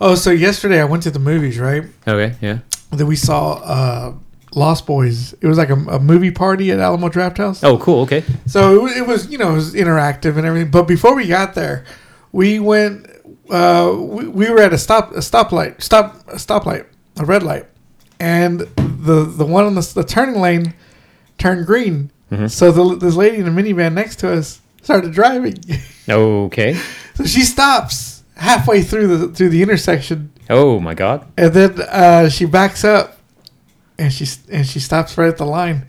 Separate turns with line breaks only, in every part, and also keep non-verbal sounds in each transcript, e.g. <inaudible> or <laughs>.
Oh, so yesterday I went to the movies, right?
Okay, yeah.
That we saw uh, Lost Boys. It was like a, a movie party at Alamo Draft House.
Oh, cool. Okay.
So it, wa- it was, you know, it was interactive and everything. But before we got there, we went. Uh, we, we were at a stop a stoplight stop a stoplight a red light, and the the one on the, s- the turning lane turned green. So the, this lady in the minivan next to us started driving. <laughs>
Okay.
so she stops halfway through the through the intersection,
Oh my God.
and then uh, she backs up, and she and she stops right at the line.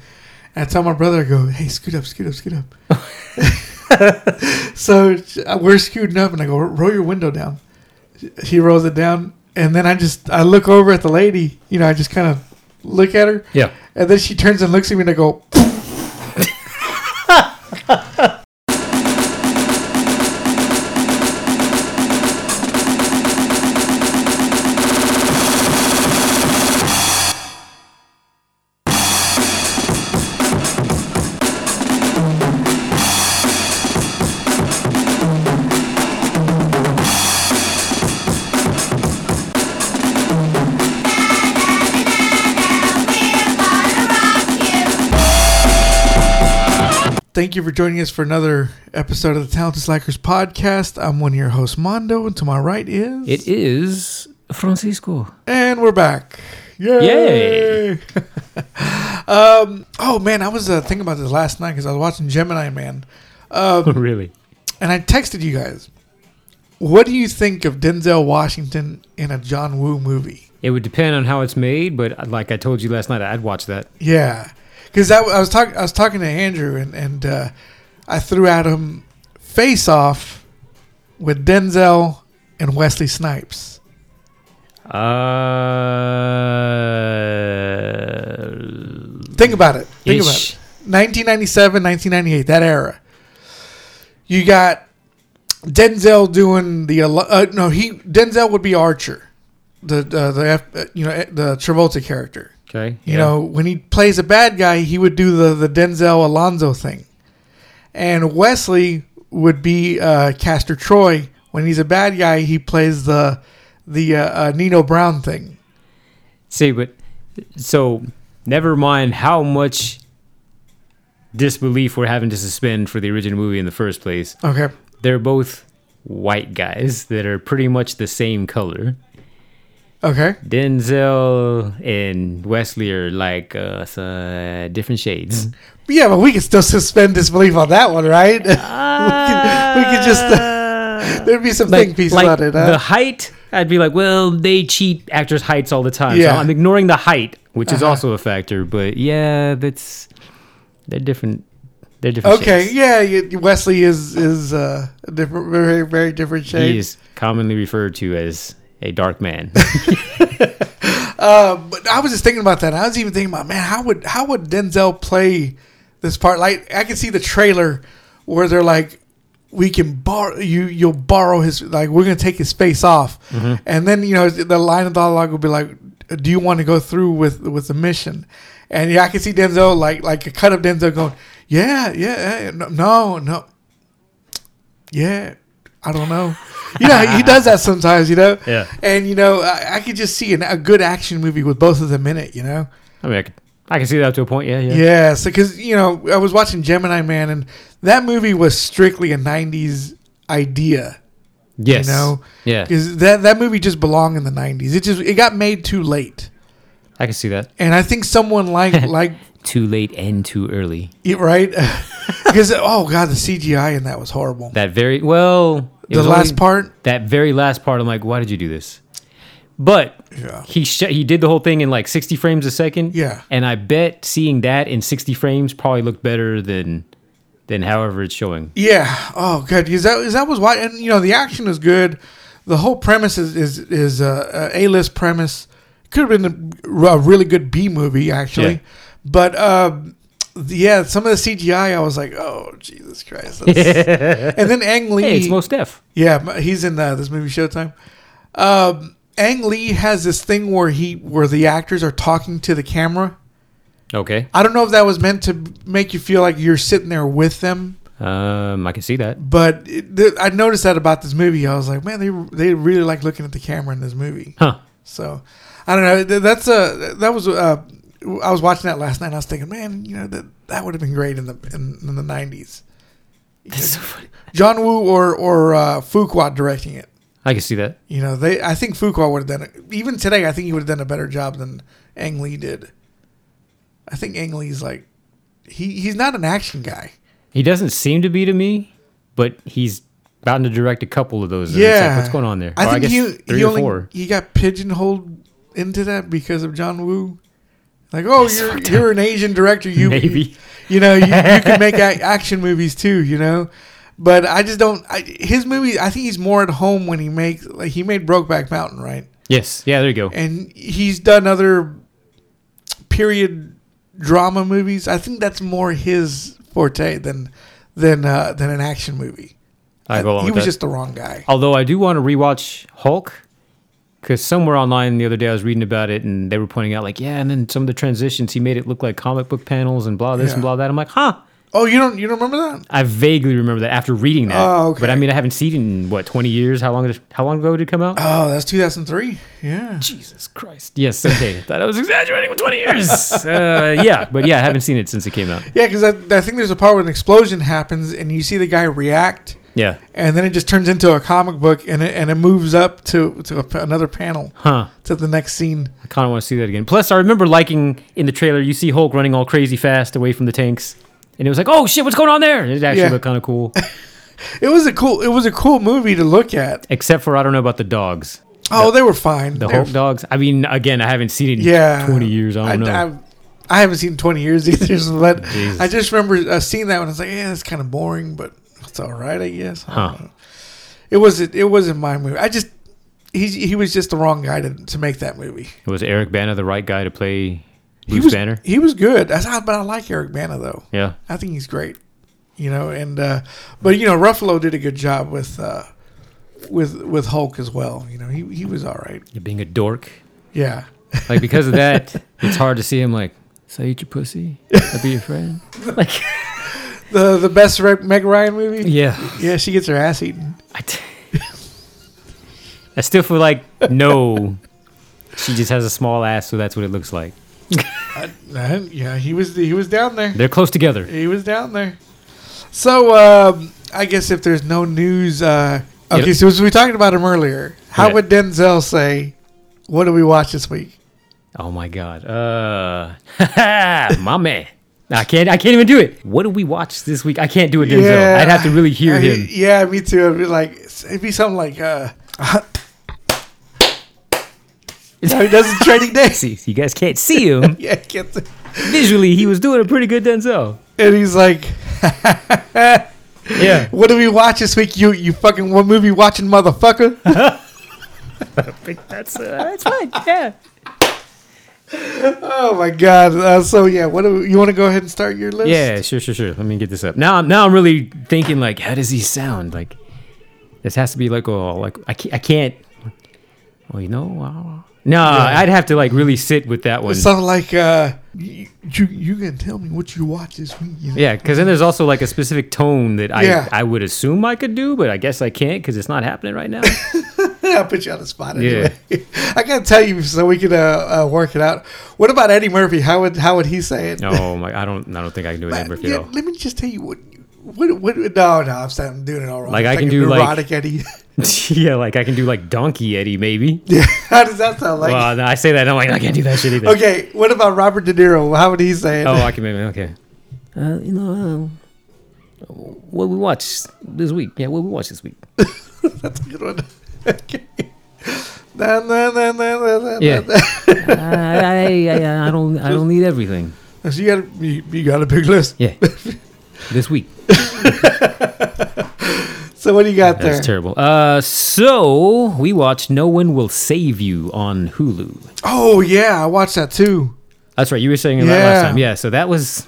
And I tell my brother, I go, "Hey, scoot up, scoot up, scoot up." <laughs> so sh- we're scooting up, and I go, "Roll your window down." He rolls it down, and then I just I look over at the lady. You know, I just kind of look at her,
Yeah.
and then she turns and looks at me, and I go. Thank you for joining us for another episode of the Talented Slackers podcast. I'm one of your hosts, Mondo, and to my right is
It is Francisco.
And we're back. Yay!
Yay.
<laughs> um, oh man, I was uh, thinking about this last night because I was watching Gemini Man, um,
really?
and I texted you guys. What do you think of Denzel Washington in a John Woo movie?
It would depend on how it's made, but uh, like I told you last night, I'd watch that.
Yeah, because I, I was talking, I was talking to Andrew, and and uh, I threw at him Face Off with Denzel and Wesley Snipes.
Uh.
Think about it. Think about
Ish.
it. 1997, 1998, that era. You got Denzel doing the al- uh, no, he Denzel would be Archer, the uh, the F, uh, you know eh, the Travolta character.
Okay.
You know, when he plays a bad guy, he would do the the Denzel Alonzo thing, and Wesley would be uh, Castor Troy. When he's a bad guy, he plays the the uh, uh, Nino Brown thing.
See, but so never mind how much disbelief we're having to suspend for the original movie in the first place.
Okay,
They're both white guys that are pretty much the same color.
okay,
Denzel and Wesley are like uh, s- uh, different shades.
yeah, but we can still <laughs> suspend disbelief on that one, right? <laughs> <laughs> we could just-
<laughs> just.
There'd be some think piece about it. Huh?
The height, I'd be like, well, they cheat actors' heights all the time.
Yeah. Uh-huh.
So I'm ignoring the height, which is also a factor. But yeah, that's they're different. They're different.
okay,
shades.
yeah, you, Wesley is is uh, a different, very very different shade.
he is commonly referred to as a
<laughs>
dark man.
Uh, but I was just thinking about that. I was even thinking about man, how would how would Denzel play this part? Like I can see the trailer where they're like, "We can borrow you. You'll borrow his like we're gonna take his face off,"
Mm-hmm.
and then you know the line of dialogue will be like, "Do you want to go through with with the mission?" And yeah, I can see Denzel like like a cut of Denzel going, "Yeah, yeah, yeah, no, no, no, yeah." I don't know. You know, he does that sometimes, you know?
Yeah.
And, you know, I, I could just see an, a good action movie with both of them in it, you know?
I mean, I can, I can see that up to a point. Yeah, yeah.
Yeah. So, because, you know, I was watching Gemini Man, and that movie was strictly a 90s idea.
yes.
You know?
Yeah,
Because that, that movie just belonged in the 90s. It just, it got made too late.
I can see that.
And I think someone
<laughs>
like, like,
Too late and too early.
it, right? <laughs> Because, oh, God, the CGI in that was horrible.
That very well. it
the
was
last
only-
part?
That very last part. I'm like, why did you do this? But
Yeah.
he sh- he did the whole thing in like 60 frames a second.
Yeah.
And I bet seeing that in 60 frames probably looked better than than however it's showing.
Yeah. Oh, good. Because that, 'cause that was why, and you know, the action is good. The whole premise is is is a a list premise. Could have been a, a really good B movie actually,
Yeah.
but um, yeah, some of the CGI I was like, oh Jesus Christ. that's- and then Ang Lee,
Hey, it's most deaf.
yeah, m- he's in uh, this movie Showtime. Um, Ang Lee has this thing where he where the actors are talking to the camera.
Okay.
I don't know if that was meant to make you feel like you're sitting there with them
Um, I can see that.
But it, th- I noticed that about this movie. I was like, man, they they really like looking at the camera in this movie.
Huh.
So I don't know. Th- That's a that was uh I was watching that last night. and I was thinking, man, you know that that would have been great in the in, in the nineties.
That's so funny.
John Woo or or uh, Fuqua directing it.
I can see that.
You know, they I think Fuqua would have done it. Even today, I think he would have done a better job than Ang Lee did. I think Ang Lee's like he he's not an action guy.
He doesn't seem to be to me, but he's bound to direct a couple of those. and it's like,
Yeah,
what's going on there?
I
Or
think he
three
he
or
only
four.
he got pigeonholed into that because of John Woo. Like, oh,
That's
you're
fucked
you're an Asian director. You <laughs>
Maybe.
you know you, you can
<laughs>
make a- action movies too. You know, but I just don't. I, his movie, I think he's more at home when he makes like he made Brokeback Mountain, right?
Yes. Yeah. There you go.
And he's done other period drama movies. I think that's more his forte than than uh, than an action movie.
I go along
he
with
was
that.
just the wrong guy.
Although I do want to rewatch Hulk because somewhere online the other day I was reading about it and they were pointing out like, yeah, and then some of the transitions he made it look like comic book panels and blah this
Yeah.
and blah that. I'm like, huh.
Oh, you don't you don't remember that?
I vaguely remember that after reading that.
Oh, okay.
But I mean, I haven't seen it in what 20 years. How long? Did, how long ago did it
<laughs>
come out?
Oh, that's 2003. Yeah.
Jesus Christ. Yes. Okay. Thought I was exaggerating with 20 years. uh, yeah. But yeah, I haven't seen it since it came out.
Yeah, because I, I think there's a part where an explosion happens and you see the guy react,
Yeah.
and then it just turns into a comic book and it, and it moves up to, to a, another panel
Huh.
to the next scene.
I kind of want to see that again. Plus, I remember liking in the trailer, you see Hulk running all crazy fast away from the tanks. And it was like, oh shit, what's going on there? It actually
Yeah.
looked kind of cool.
It was a cool it was a cool movie to look at.
Except for, I don't know about the dogs.
Oh, they were fine.
The
They were-
Hulk dogs. I mean, again, I haven't seen it in
yeah,
20 years. I don't know.
I, I haven't seen 20 years <laughs> either, so that,
Jesus.
I just remember uh, seeing that one. I was like, yeah, that's kind of boring, but it's all right, I guess. I don't
Huh.
know. It wasn't it wasn't my movie. I just he he was just the wrong guy to, to make that movie.
It was Eric Banner the right guy to play
he
Bruce
was
Banner?
he was good. That's how, but I like Eric Banner though.
Yeah.
I think he's great. You know, and uh, but you know Ruffalo did a good job with uh, with with Hulk as well. You know, he he was all right.
You're being a dork.
Yeah.
Like because of that, <laughs> it's hard to see him like, so I eat
<laughs>
your pussy? I'll be your friend. Like
The the best Re- Meg Ryan movie.
Yeah.
Yeah, she gets her ass eaten.
I, t- <laughs> I still feel like no. She just has a small ass, so that's what it looks like.
Uh, yeah, he was he was down there.
They're close together.
He was down there. So um, I guess if there's no news, uh,
Yep.
okay. So we talked about him earlier. How
Yeah.
would Denzel say? What do we watch this week?
Oh my god. Uh <laughs> my man. I can't I can't even do it. What do we watch this week? I can't do it Denzel.
Yeah.
I'd have to really hear
I-
<laughs> him.
Yeah, me too. It'd be like it'd be something like uh <laughs> no, he does it training day.
<laughs> See, you guys can't see him.
Yeah, get the-
Visually, he was doing a pretty good Denzel.
and he's like, <laughs>
<laughs> Yeah.
"What do we watch this week? You you fucking what movie watching motherfucker?" <laughs>
That's uh, that's fine. Yeah.
oh my god! Uh, so yeah, what do we, you want to go ahead and start your list?
Yeah, sure, sure, sure. Let me get this up. Now, I'm now I'm really thinking like, how does he sound? Like, this has to be like, oh, like I can't, I can't. Well, you know, wow. no, I'd have to like really sit with that one.
Something like, uh, you, you you can tell me what you watch this week. You know?
yeah, because then there's also like a specific tone that I
Yeah.
I would assume I could do, but I guess I can't because it's not happening
<laughs>
right now.
I'll put you on the spot anyway. <laughs> I gotta tell you so we can uh, uh, work it out. What about Eddie Murphy? How would how would he say it?
oh my, I don't, I don't think I can do it, Eddie Murphy
Yeah,
at all.
Let me just tell you what. What? What? No, no. I'm, sorry, I'm doing it all wrong.
Like,
It's
I can
a
do, like-
neurotic Eddie. <laughs>
<laughs> yeah, like I can do like Donkey Eddie maybe.
yeah. How does that sound like?
well, no, I say that and I'm like I can't do that shit either.
okay. What about Robert De Niro? How would he say it?
Oh, I can maybe okay. Uh, you know, uh, what we watch this week? Yeah, what we watch this week?
That's a good one. <laughs> okay. Na, na, na, na, na, na, <laughs>
Yeah.
na.
I, Uh, I, I, I don't I don't need everything.
So you got you, you got a big list. <laughs>
Yeah, this week.
So what do you got there?
That's terrible. Uh, so we watched No One Will Save You on Hulu.
Oh yeah, I watched that too.
That's right. You were saying that last
Yeah.
time. Yeah. So that was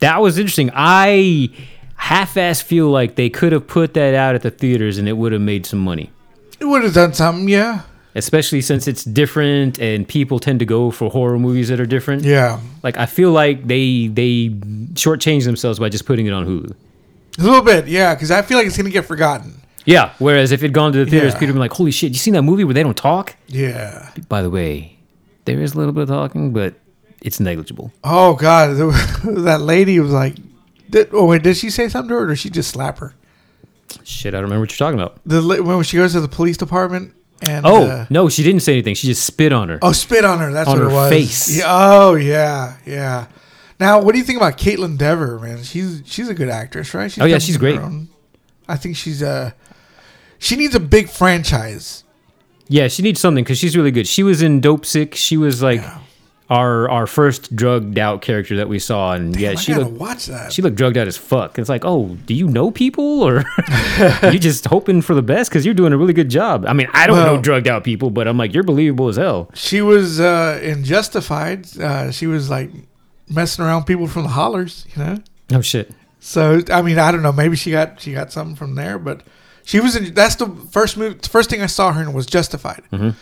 that was interesting. I half-ass feel like they could have put that out at the theaters and it would have made some money.
It would have done something. Yeah.
Especially since it's different and people tend to go for horror movies that are different.
Yeah.
Like I feel like they they shortchanged themselves by just putting it on Hulu.
A little bit, yeah, because I feel like it's gonna get forgotten.
Yeah. Whereas if it'd gone to the theaters,
Yeah.
people would be like, holy shit, you seen that movie where they don't talk?
Yeah.
By the way, there is a little bit of talking, but it's negligible.
Oh God, <laughs> that lady was like, did, oh wait, did she say something to her, or did she just slap her?
Shit, I don't remember what you're talking about.
The la- when she goes to the police department and
Oh,
uh,
no, she didn't say anything. She just spit on her.
oh, spit on her. That's
On
what
her
it was.
face.
Yeah, oh yeah, yeah. Now, what do you think about Caitlin Dever? Man, she's she's a good actress, right? She's
Oh, yeah,
done
she's
her
great.
own- I think she's uh, she needs a big franchise.
Yeah, she needs something because she's really good. She was in Dope Sick. She was like our our first drugged out character that we saw, and yeah,
I
she
gotta
looked
watch that.
she looked drugged out as fuck. It's like, oh, do you know people
<laughs>
or you just hoping for the best because you're doing a really good job? I mean, I don't know
Well-
drugged out people, but I'm like, you're believable as hell.
She was uh, in Justified. Uh, she was like messing around people from the hollers, you know.
Oh shit.
So I mean, I don't know. Maybe she got she got something from there, but she was in. That's the first move. The first thing I saw her in was Justified, and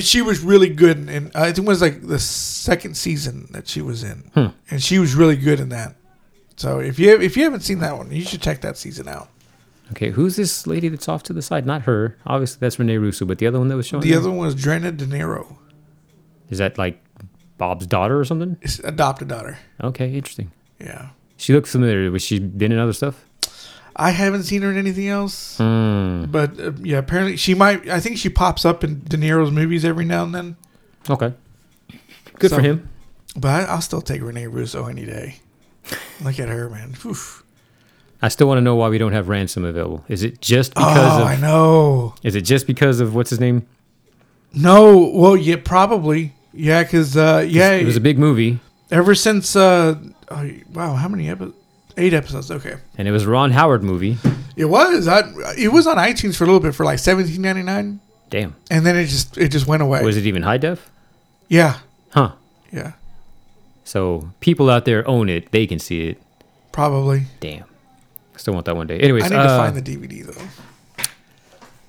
she was really good. in- In uh, I think it was like the second season that she was in, and she was really good in that. So if you if you haven't seen that one, you should check that season out.
Okay, who's this lady that's off to the side? Not her. Obviously, that's Renee Russo, but the other one that was showing.
The
there?
other one was Drena De Niro,
is that like Bob's daughter or something?
it's adopted daughter.
Okay, interesting.
Yeah,
She looked familiar. Was she been in other stuff?
I haven't seen her in anything else.
Hmm.
But uh, yeah, apparently she might. I think she pops up in De Niro's movies every now and then.
Okay. Good
So-
for him.
But I, I'll still take Renee Russo any day. Look at her, man. Oof.
I still want to know why we don't have ransom available. Is it just because
Oh, I
of?
know.
Is it just because of what's his name?
No, well, yeah, probably, yeah, because uh, yeah,
It was a big movie,
ever since uh, oh, wow, how many episodes? Eight episodes. Okay,
and it was a Ron Howard movie.
it was. I, it was on iTunes for a little bit for like seventeen ninety nine,
Damn.
and then it just it just went away.
Was it even high def?
yeah,
Huh.
yeah,
So people out there own it. They can see it.
probably.
Damn. Still want that one day. Anyways,
I need to
uh,
find the DVD though.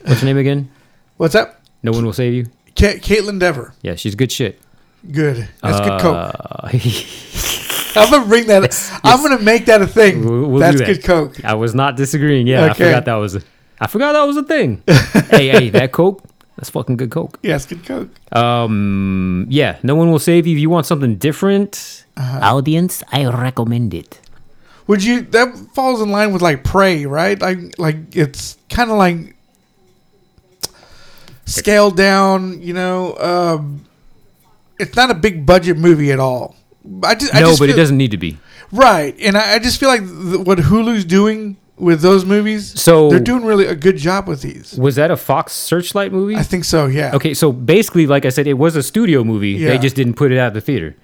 what's her name again?
What's up?
No one will save you.
Ca Caitlin Dever.
Yeah, she's good shit.
Good. That's
Uh,
good coke.
coke.
I'm gonna bring that. I'm gonna make that a thing.
<laughs> We'll- we'll
That's
do that.
good coke.
I was not disagreeing. Yeah, I
Okay.
forgot that was. A, I forgot that was a
<laughs>
thing. hey, hey, that coke. That's fucking good coke.
Yes, good coke.
Um, yeah, no one will save you if you want something different. Uh-huh. Audience, I recommend it.
Would you? That falls in line with like prey, right? Like, like it's kind of like scaled down. You know, um, it's not a big budget movie at all. I just, I
no,
just
but it
feel-
doesn't need to be.
Right, and I, I just feel like th- what Hulu's doing with those movies,
So-
they're doing really a good job with these.
Was that a Fox Searchlight movie?
I think so. Yeah.
okay, so basically, like I said, it was a studio movie.
Yeah.
They just didn't put it out of the theater.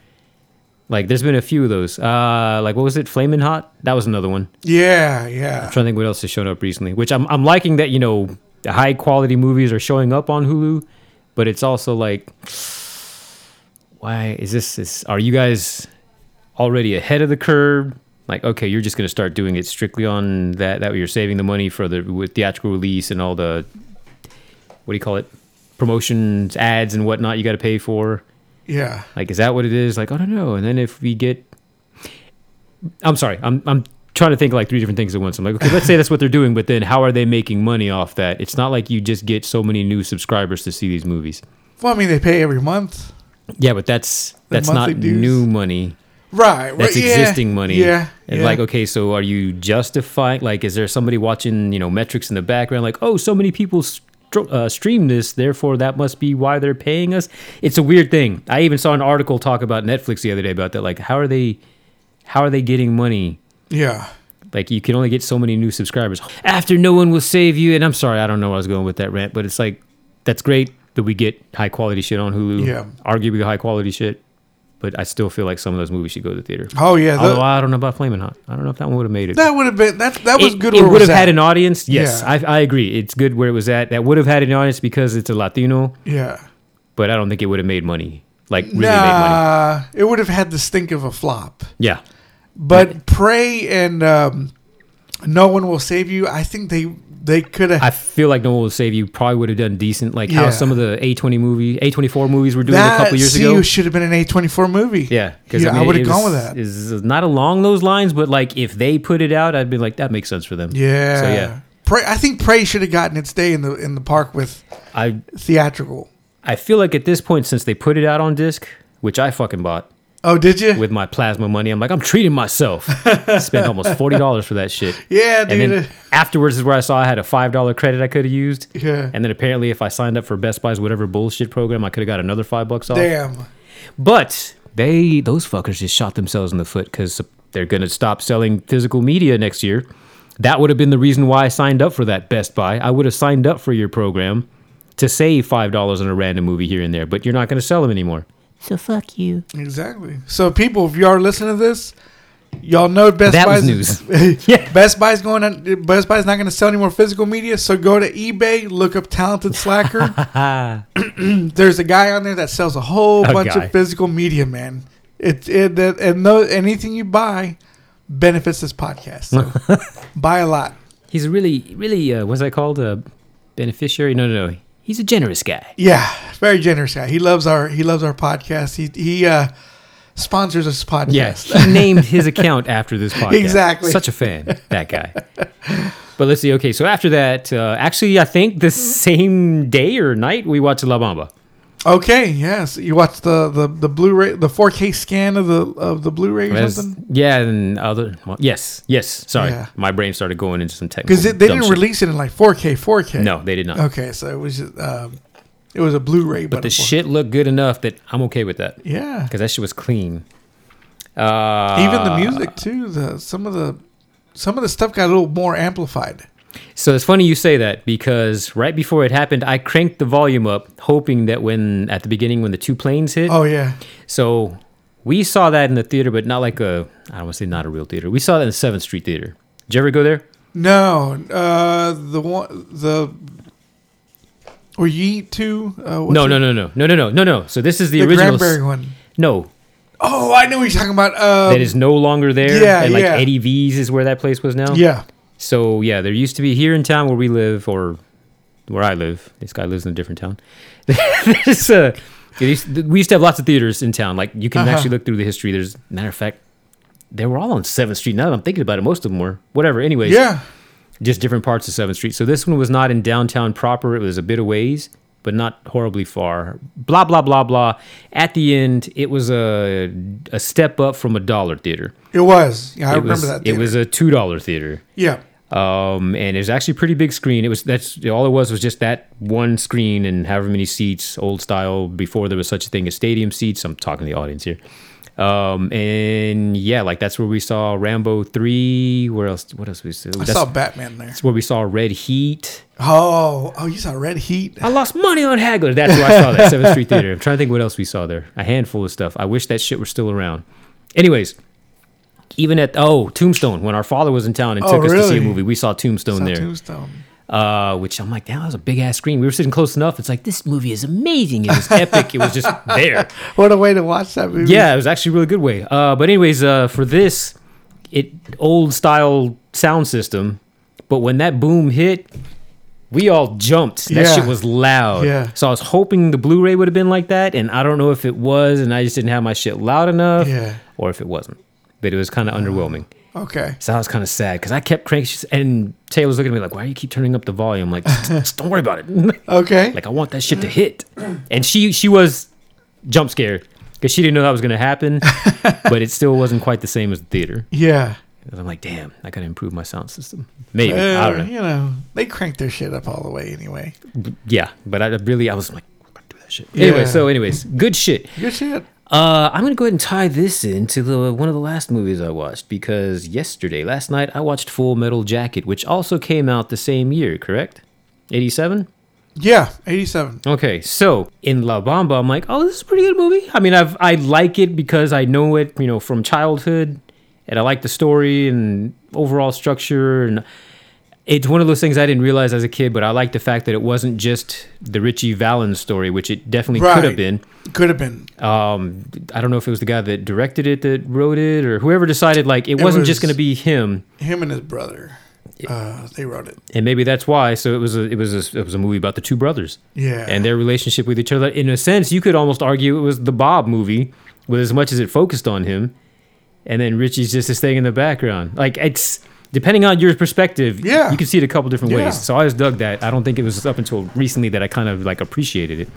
Like, there's been a few of those. Uh, like what was it, Flamin' Hot? That was another one.
Yeah, yeah.
trying to think what else has shown up recently. Which I'm, I'm liking that you know the high quality movies are showing up on Hulu, but it's also like, why is this? Is are you guys already ahead of the curve? Like, okay, you're just gonna start doing it strictly on that. That way you're saving the money for the with theatrical release and all the what do you call it promotions, ads, and whatnot you got to pay for.
Yeah.
Like, is that what it is? Like, I don't know. And then if we get, I'm sorry, I'm I'm trying to think like three different things at once. I'm like, okay, let's say that's what they're doing, but then how are they making money off that? It's not like you just get so many new subscribers to see these movies.
Well, I mean, they pay every month.
Yeah, but that's that's not
monthly dues.
new money.
Right. right,
That's
yeah,
existing money.
Yeah.
And
yeah.
like, okay, so are you justifying? Like, is there somebody watching? You know, metrics in the background. Like, oh, so many people. stro- Uh, stream this, therefore that must be why they're paying us. It's a weird thing. I even saw an article talk about Netflix the other day about that. Like, how are they, how are they getting money?
yeah.
Like, you can only get so many new subscribers after no one will save you. And I'm sorry, I don't know where I was going with that rant, but it's like that's great that we get high quality shit on Hulu.
Yeah.
arguably high quality shit, but I still feel like some of those movies should go to the theater.
Oh yeah. the-
Although I don't know about Flamin' Hot. I don't know if that one would have made it.
That would have been that. That was
it,
good.
It
where
would have
was
had
at.
an audience. Yes,
Yeah.
I, I agree. It's good where it was at. That would have had an audience because it's a Latino,
Yeah.
but I don't think it would have made money. Like really made money.
nah, it would have had the stink of a flop.
Yeah.
But pray and um, no one will save you. I think they They could have.
I feel like No One Will Save You probably would have done decent, like
Yeah.
how some of the A20 movie, A24 movies were doing a couple years
see,
ago.
should have been an A24 movie.
Yeah,
Yeah, I
it
would've gone
was-
with that.
Is not along those lines, but like if they put it out, I'd be like, that makes sense for them.
Yeah.
So yeah,
Prey, I think Prey should have gotten its day in the in the park with
I
theatrical.
I feel like at this point, since they put it out on disc, which I fucking bought
Oh, did you?
with my plasma money, I'm like, I'm treating
<laughs>
myself. Spent almost forty dollars for that shit.
yeah,
And
dude.
then afterwards is where I saw I had a five dollar credit I could have used.
Yeah.
And then apparently, if I signed up for Best Buy's whatever bullshit program, I could have got another five bucks off.
Damn.
But they those fuckers just shot themselves in the foot because they're gonna stop selling physical media next year. That would have been the reason why I signed up for that Best Buy. I would have signed up for your program to save five dollars on a random movie here and there, but you're not gonna sell them anymore.
So fuck you.
Exactly. So, people, if you are listening to this, y'all know Best
That was
Buy's <laughs>
news. Yeah.
Best Buy's going. On, Best Buy's not going to sell any more physical media. So go to eBay, look up Talented
<laughs>
Slacker. <clears throat> There's a guy on there that sells a whole
A
bunch
Oh, guy.
of physical media, man. It, it that- and no, anything you buy benefits this podcast. So
<laughs>
buy a lot.
He's a really, really uh, what's that called? A beneficiary? No, no, no. He's a generous guy.
Yeah, very generous guy. He loves our he loves our podcast. He he uh, sponsors this podcast.
Yes, he named his account after
<laughs>
this podcast.
Exactly.
Such a fan, that guy. But let's see. Okay, so after that, uh, actually, I think the same day or night we watched La Bamba.
Okay. Yes. You watched the the the Blu-ray, the 4K scan of the of the Blu-ray or
As-
something.
yeah, and other. Well, yes, yes. Sorry,
Yeah.
my brain started going into some technical.
Because they
dumb
didn't
shit.
release it in like 4K, 4K.
No, they did not.
Okay, so it was just, um, it was a Blu-ray, but,
But the
a 4K.
shit looked good enough that I'm okay with that
Yeah.
because that shit was clean. Uh,
Even the music too. The some of the some of the stuff got a little more amplified.
So it's funny you say that because right before it happened, I cranked the volume up, hoping that when at the beginning when the two planes hit.
Oh yeah.
So we saw that in the theater, but not like a I don't want to say not a real theater. We saw that in the Seventh Street Theater. Did you ever go there?
No. Uh, the one the. Or you eat too? Uh, what's
no,
it-
no, no, no, no, no, no, no, no. So this is the,
The
original.
Granberry one.
No,
Oh, I know what you're talking about. Um,
that is no longer there.
yeah,
and like
yeah.
Eddie V's is where that place was now.
Yeah.
So yeah, there used to be here in town where we live, or where I live. This guy lives in a different town. <laughs> There's uh, it used- we used to have lots of theaters in town. Like you can
Uh-huh.
actually look through the history. There's matter of fact, they were all on Seventh Street. Now that I'm thinking about it, most of them were. Whatever. Anyways,
Yeah.
just different parts of Seventh Street. So this one was not in downtown proper. It was a bit of ways, but not horribly far. Blah blah blah blah. At the end, it was a a step up from a dollar theater.
It was. Yeah, I
it
remember
was,
that.
It was a two dollar theater
Yeah.
um, and it was actually a pretty big screen. It was that's all it was was just that one screen and however many seats, old style before there was such a thing as stadium seats. I'm talking to the audience here. Um, and yeah, like that's where we saw Rambo three. Where else? What else we saw?
I
That's,
saw Batman there.
that's where we saw Red Heat.
Oh, oh, you saw Red Heat.
I lost money on Hagler. That's where I saw that Seventh Street Theater. I'm trying to think what else we saw there. A handful of stuff. I wish that shit were still around. Anyways, even at oh Tombstone, when our father was in town and
Oh,
took us to see a
really?
movie, we saw Tombstone
Saw
there.
Tombstone.
uh, which I'm like, damn, that was a big ass screen. We were sitting close enough. It's like this movie is amazing. It
<laughs>
was epic. It was just there.
What a way to watch that movie.
Yeah, it was actually a really good way. Uh, but anyways, uh, for this, it old style sound system. But when that boom hit, we all jumped. That
Yeah.
shit was loud.
Yeah.
So I was hoping the Blu-ray would have been like that, and I don't know if it was, and I just didn't have my shit loud enough,
Yeah.
or if it wasn't. But it was kind of underwhelming.
Okay.
So I was kind of sad because I kept cranking, and Taylor was looking at me like, "Why do you keep turning up the volume?" Like, "Just- just don't worry about it. <laughs>
Okay.
Like I want that shit to hit. And she she was jump scared because she didn't know that was gonna happen, but it still wasn't quite the same as the theater.
yeah.
And I'm like, damn, I gotta improve my sound system. Maybe I
Uh,
don't know.
You know, they crank their shit up all the way anyway.
Yeah, but I really I was like, "We're gonna do that shit. Anyway,
Yeah.
so anyways, good shit.
Good shit.
Uh, I'm gonna go ahead and tie this into the one of the last movies I watched because yesterday, last night, I watched Full Metal Jacket, which also came out the same year, correct? Eighty-seven.
Yeah, 87.
Okay, so in La Bamba, I'm like, oh, this is a pretty good movie. I mean, I've I like it because I know it, you know, from childhood, and I like the story and overall structure, and it's one of those things I didn't realize as a kid, but I like the fact that it wasn't just the Richie Valens story, which it definitely could have
Right.
been.
Could have been.
Um, I don't know if it was the guy that directed it that wrote it or whoever decided like it, wasn't just
was-
going to be him.
Him and his brother. Uh, they wrote it.
and maybe that's why. So it was a, it was a, it was a movie about the two brothers
Yeah.
and their relationship with each other. In a sense, you could almost argue it was the Bob movie, with as much as it focused on him, and then Richie's just this thing in the background. Like it's depending on your perspective,
Yeah.
you can see it a couple different
Yeah.
ways. So I always dug that. I don't think it was up until recently that I kind of like appreciated it.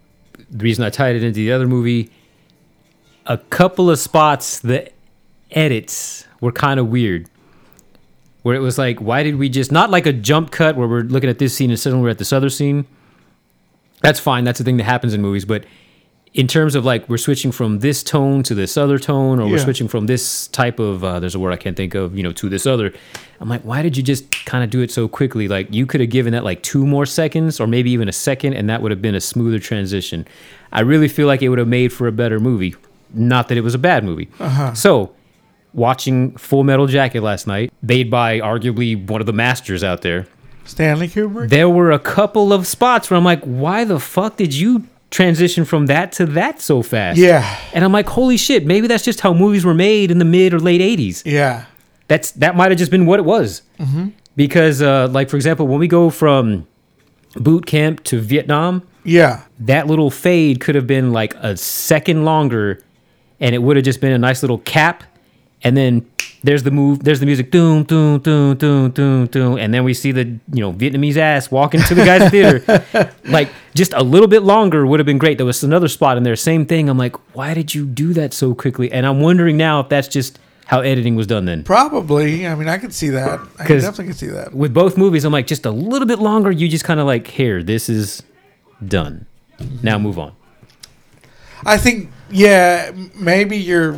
The reason I tied it into the other movie, a couple of spots the edits were kind of weird. Where it was like, why did we just not like a jump cut where we're looking at this scene and suddenly we're at this other scene? That's fine. That's the thing that happens in movies. But in terms of like, we're switching from this tone to this other tone, or we're
Yeah.
switching from this type of, uh, there's a word I can't think of, you know, to this other. I'm like, why did you just kind of do it so quickly? Like, you could have given that like two more seconds or maybe even a second, and that would have been a smoother transition. I really feel like it would have made for a better movie. Not that it was a bad movie. Uh-huh. So, watching Full Metal Jacket last night, made by arguably one of the masters out there.
Stanley Kubrick.
There were a couple of spots where I'm like, why the fuck did you transition from that to that so fast?
yeah.
And I'm like, holy shit, maybe that's just how movies were made in the mid or late 80s.
Yeah.
That's that might have just been what it was. Because uh, like for example, when we go from boot camp to Vietnam,
Yeah.
that little fade could have been like a second longer and it would have just been a nice little cap and then there's the move there's the music doom doom doom doom doom doom and then we see the you know Vietnamese ass walking to the guy's theater like just a little bit longer would have been great there was another spot in there same thing I'm like why did you do that so quickly and I'm wondering now if that's just how editing was done then
Probably. I mean, I could see that. I could
'Cause-
definitely could see that.
with both movies, I'm like, just a little bit longer. You just kind of like, here, this is done. Now move on.
I think, yeah, m- maybe your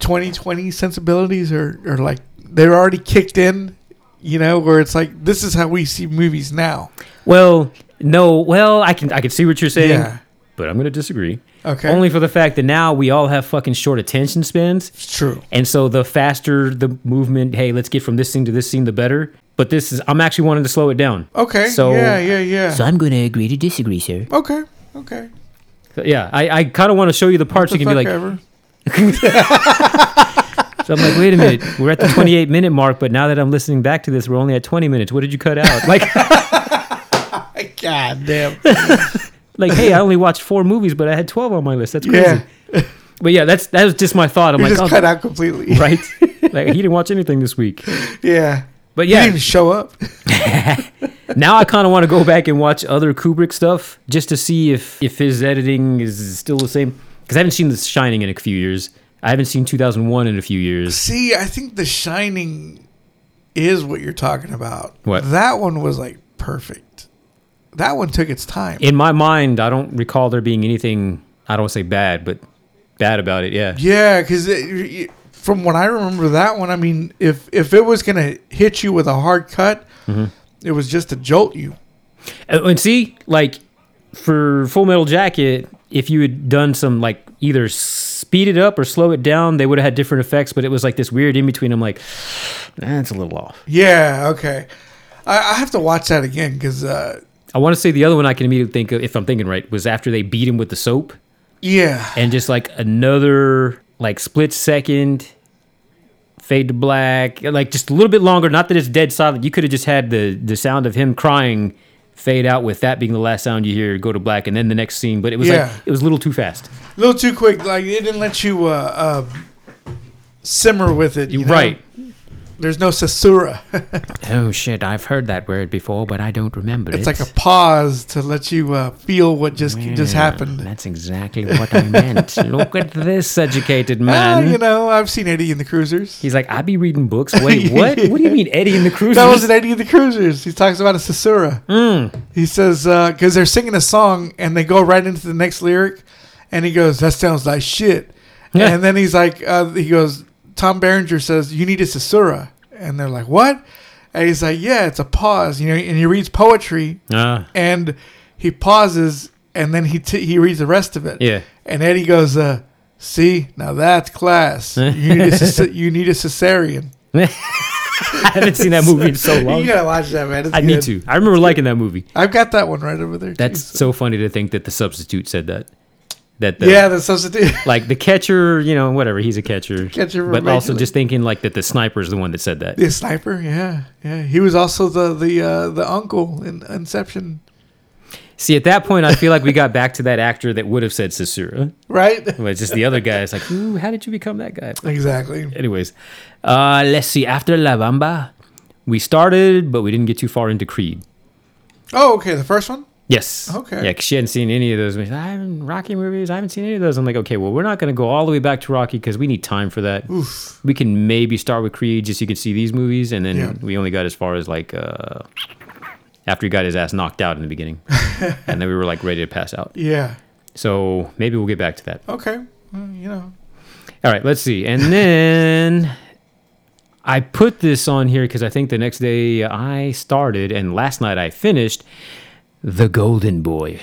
2020 sensibilities are, are like, they're already kicked in, you know, where it's like, this is how we see movies now.
Well, no, well, I can I can see what you're saying,
Yeah.
but I'm gonna disagree.
Okay.
Only for the fact that now we all have fucking short attention spans,
It's true.
and so the faster the movement, hey, let's get from this scene to this scene, the better. But this is I'm actually wanting to slow it down.
Okay.
So-
yeah, yeah, yeah.
So I'm going to agree to disagree, sir.
okay. Okay.
Yeah, I, I kind of want to show you the parts you
The
can be
fuck
like. <laughs>
ever.
So I'm like, wait a
<laughs>
minute, we're at the 28 minute mark, but now that I'm listening back to this, we're only at 20 minutes. What did you cut
<laughs>
out? Like,
God damn.
like, hey, I only watched four movies, but I had 12 on my list. That's crazy.
yeah.
But yeah, that's that was just my thought. I'm
You
like,
just
oh,
cut out completely.
<laughs> right? like he didn't watch anything this week.
Yeah.
But
You didn't
yeah,
even show up.
now I kind of want to go back and watch other Kubrick stuff just to see if if his editing is still the same. Because I haven't seen The Shining in a few years. I haven't seen 2001 in a few years.
See, I think The Shining is what you're talking about.
What?
That one was like perfect. That one took its time.
In my mind, I don't recall there being anything. I don't say bad, but bad about it. Yeah,
Yeah, because from what I remember, that one. I mean, if if it was gonna hit you with a hard cut,
Mm-hmm.
it was just to jolt you.
And- and see, like for Full Metal Jacket, if you had done some like either speed it up or slow it down, they would have had different effects. But it was like this weird in between. I'm like, that's a little off.
Yeah. Okay. I, I have to watch that again because uh,
I want to say the other one I can immediately think of, if I'm thinking right, was after they beat him with the soap
yeah,
and just like another like split second fade to black, like just a little bit longer. Not that it's dead silent. You could have just had the the sound of him crying fade out with that being the last sound you hear go to black and then the next scene but it was
Yeah.
like it was a little too fast
a little too quick. Like it didn't let you uh, uh, simmer with it. you know?
right
There's no cesura. <laughs>
Oh shit, I've heard that word before, but I don't remember it.
it's like a pause to let you uh, feel what just just happened.
That's exactly what I meant.
Look at this
<laughs>
educated
Ah,
man.
you know, I've seen Eddie in the Cruisers.
He's like, I be reading books.
<laughs>
Wait, what? What do you mean, Eddie and the Cruisers?
That was in Eddie in the Cruisers. He talks about a Sasura. He says, because they're singing a song and they go right into the next lyric, and he goes, that sounds like shit.
Yeah.
And then he's like, uh, he goes, Tom Berenger says, you need a Sasura. And they're like, what? And he's like, yeah, it's a pause. You know, and he reads poetry
<laughs> Ah.
and he pauses and then he t- he reads the rest of it.
Yeah.
And Eddie goes, uh, see, now that's
<laughs>
class. You need a, ces- you need a cesarean.
I haven't seen that movie in so
<laughs>
long.
You gotta watch that, man. It's
I need
good.
to. I remember liking that movie.
I've got that one right over there. too.
That's so funny to think that the substitute said that. That the,
yeah, the substitute.
like the catcher, you know, whatever, he's a catcher.
Catcher
but
for
also
Major
just thinking like that the sniper's the one that said
<laughs>
that.
the sniper. Yeah, yeah. He was also the the uh, the uncle in Inception,
See, at that point, I feel like we got back to that actor that would have said Sasura, <laughs>
right?
but it's just the other guy is like, ooh, how did you become that guy?
exactly.
Anyways, uh, let's see. After La Bamba, we started, but we didn't get too far into Creed.
Oh, okay. The first one.
Yes.
Okay.
Yeah, 'cause she hadn't seen any of those movies. I haven't Rocky movies. I haven't seen any of those. I'm like, okay, well, we're not going to go all the way back to Rocky because we need time for that.
Oof.
We can maybe start with Creed just so you can see these movies, and then
Yeah.
we only got as far as like uh, after he got his ass knocked out in the
<laughs>
beginning, and then we were like ready to pass out.
Yeah.
So maybe we'll get back to that.
Okay. Well, you know.
All right, let's see. And then I put this on here because I think the next day I started and last night I finished The Golden Boy,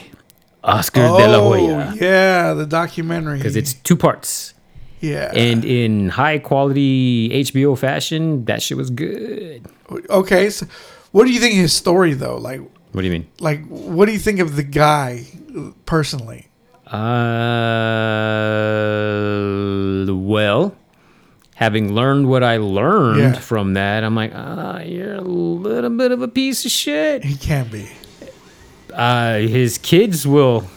Oscar de la Hoya.
Oh, yeah, the documentary.
Because it's two parts.
yeah.
And in high quality HBO fashion, that shit was good.
okay. So, what do you think of his story though? Like,
What do you mean?
like, what do you think of the guy uh, personally?
Uh, well, having learned what I learned
Yeah.
from that, I'm like, ah, you're a little bit of a piece of shit.
He can be.
uh, his kids will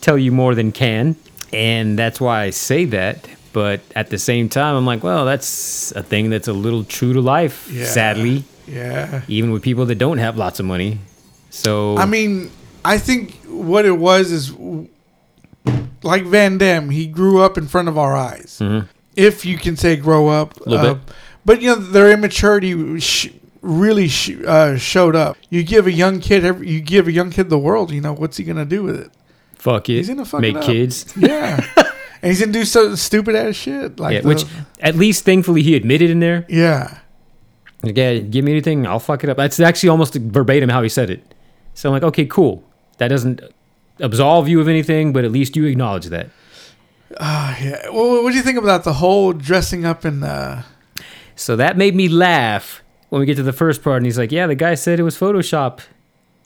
tell you more than can, and that's why I say that. But at the same time, I'm like, well, that's a thing that's a little true to life,
Yeah.
sadly,
Yeah.
even with people that don't have lots of money. So
I mean, I think what it was is like Van Damme, he grew up in front of our eyes. If you can say grow up.
Mm-hmm.
uh,
Little bit.
But, you know, their immaturity sh- really sh- uh, showed up. You give a young kid, every, you give a young kid the world, you know, what's he going to do with it?
fuck it,
He's gonna fuck
make
it up.
kids. <laughs>
Yeah. and he's going to do some stupid ass shit. Like
Yeah,
the-
which at least thankfully he admitted in there.
Yeah.
Like, yeah, give me anything, I'll fuck it up. That's actually almost verbatim how he said it. So I'm like, okay, cool. That doesn't absolve you of anything, but at least you acknowledge that.
Oh, yeah. Well, what do you think about the whole dressing up in. Uh,
So that made me laugh when we get to the first part, and he's like, "Yeah, the guy said it was Photoshop.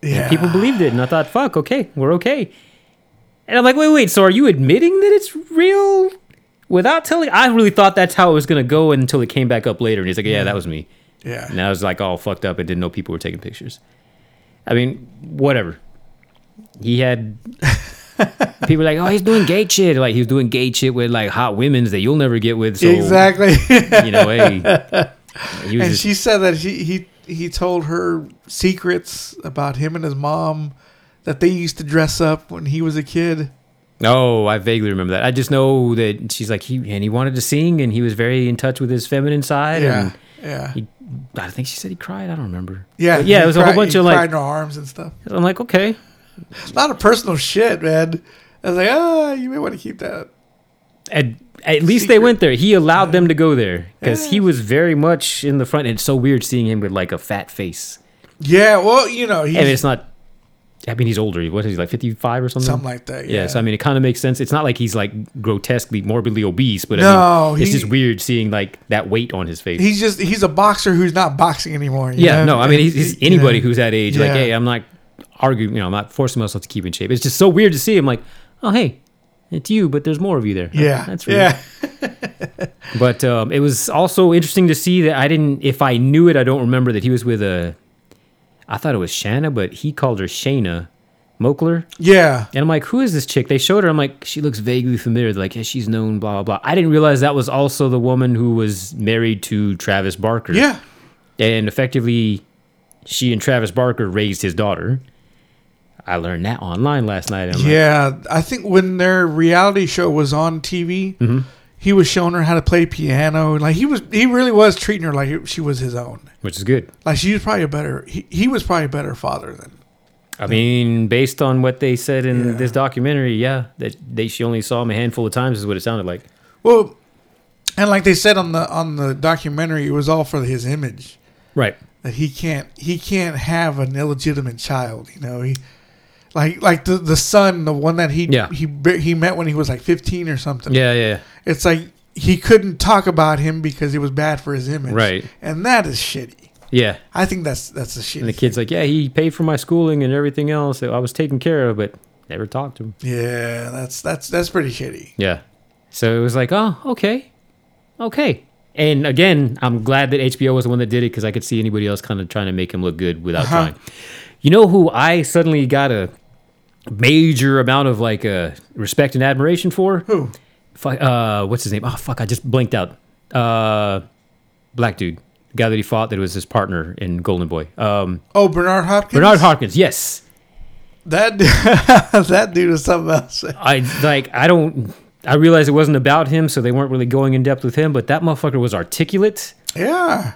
yeah. <sighs>
People believed it." And I thought, "Fuck, okay, we're okay." And I'm like, "Wait, wait, so are you admitting that it's real without telling?" I really thought that's how it was gonna go until it came back up later, and he's like, "Yeah, that was me."
Yeah.
And I was like, all fucked up, and didn't know people were taking pictures. I mean, whatever. He
<laughs>
had people were like, "Oh, he's doing gay shit." Like he was doing gay shit with like hot women's that you'll never get with. So, <laughs>
Exactly.
You know, hey.
<laughs>
He was
and
just-
she said that he, he he told her secrets about him and his mom that they used to dress up when he was a kid.
Oh, I vaguely remember that. I just know that she's like he and he wanted to sing and he was very in touch with his feminine side.
Yeah,
And
yeah,
he, I think she said he cried. I don't remember.
yeah.
But yeah,
he
it was a whole
cried-
bunch
he
of,
cried
like-
in her arms and stuff.
I'm like, okay,
A lot of personal shit, man. I was like, ah, you may want to keep that.
at, at least they
Secret.
went there. He allowed them to go there because he was very much in the front. And it's so weird seeing him with like a fat face.
Yeah, well, you know,
I mean,
he's
it's not. I mean, he's older. What is he like, 55 or something?
something like that. Yeah,
yeah. so I mean, it kind of makes sense. It's not like he's like grotesquely, morbidly obese, but I
No,
mean, it's
he-
just weird seeing like that weight on his face.
he's just he's a boxer who's not boxing anymore. you
Yeah,
know?
no, I mean, he's, he's
You know?
anybody who's that age. Like,
Yeah.
hey, I'm not arguing, you know, I'm not forcing myself to keep in shape. It's just so weird to see him like, oh, hey, it's you, but there's more of you there.
Yeah,
That's weird.
yeah,
But um, it was also interesting to see that I didn't, if I knew it, I don't remember that he was with a, I thought it was Shanna, but he called her Shayna Mokler.
yeah.
And I'm like, who is this chick? They showed her. I'm like, she looks vaguely familiar. They're like, yeah, she's known, blah, blah, blah. I didn't realize that was also the woman who was married to Travis Barker
yeah.
and effectively she and Travis Barker raised his daughter. I learned that online last night. and I'm like,
Yeah, I think when their reality show was on TV, he was showing her how to play piano. Like he was, he really was treating her like she was his own.
which is good.
Like she was probably a better. He, he was probably a better father than.
I mean, based on what they said in
Yeah.
this documentary, yeah, that they she only saw him a handful of times is what it sounded like.
Well, and like they said on the on the documentary, it was all for his image.
Right.
That he can't he can't have an illegitimate child. You know he. Like, like the the son, the one that he
Yeah.
he he met when he was like fifteen or something.
Yeah, yeah.
It's like he couldn't talk about him because it was bad for his image.
Right.
And that is shitty.
Yeah.
I think that's that's a shitty.
And the kid's like, Yeah, he paid for my schooling and everything else that I was taken care of, but Never talked to him.
Yeah, that's that's that's pretty shitty.
Yeah. So it was like, oh, okay, okay. And again, I'm glad that HBO was the one that did it because I could see anybody else kind of trying to make him look good without trying. You know who I suddenly got a major amount of like uh, respect and admiration for?
Who?
Fu- Uh, what's his name? Oh fuck, I just blinked out. Uh, black dude, the guy that he fought that was his partner in Golden Boy. Um,
Oh, Bernard Hopkins.
Bernard Hopkins. Yes.
That <laughs> du- that dude is something else.
I like I don't I realized it wasn't about him, so they weren't really going in depth with him. But that motherfucker was articulate.
Yeah.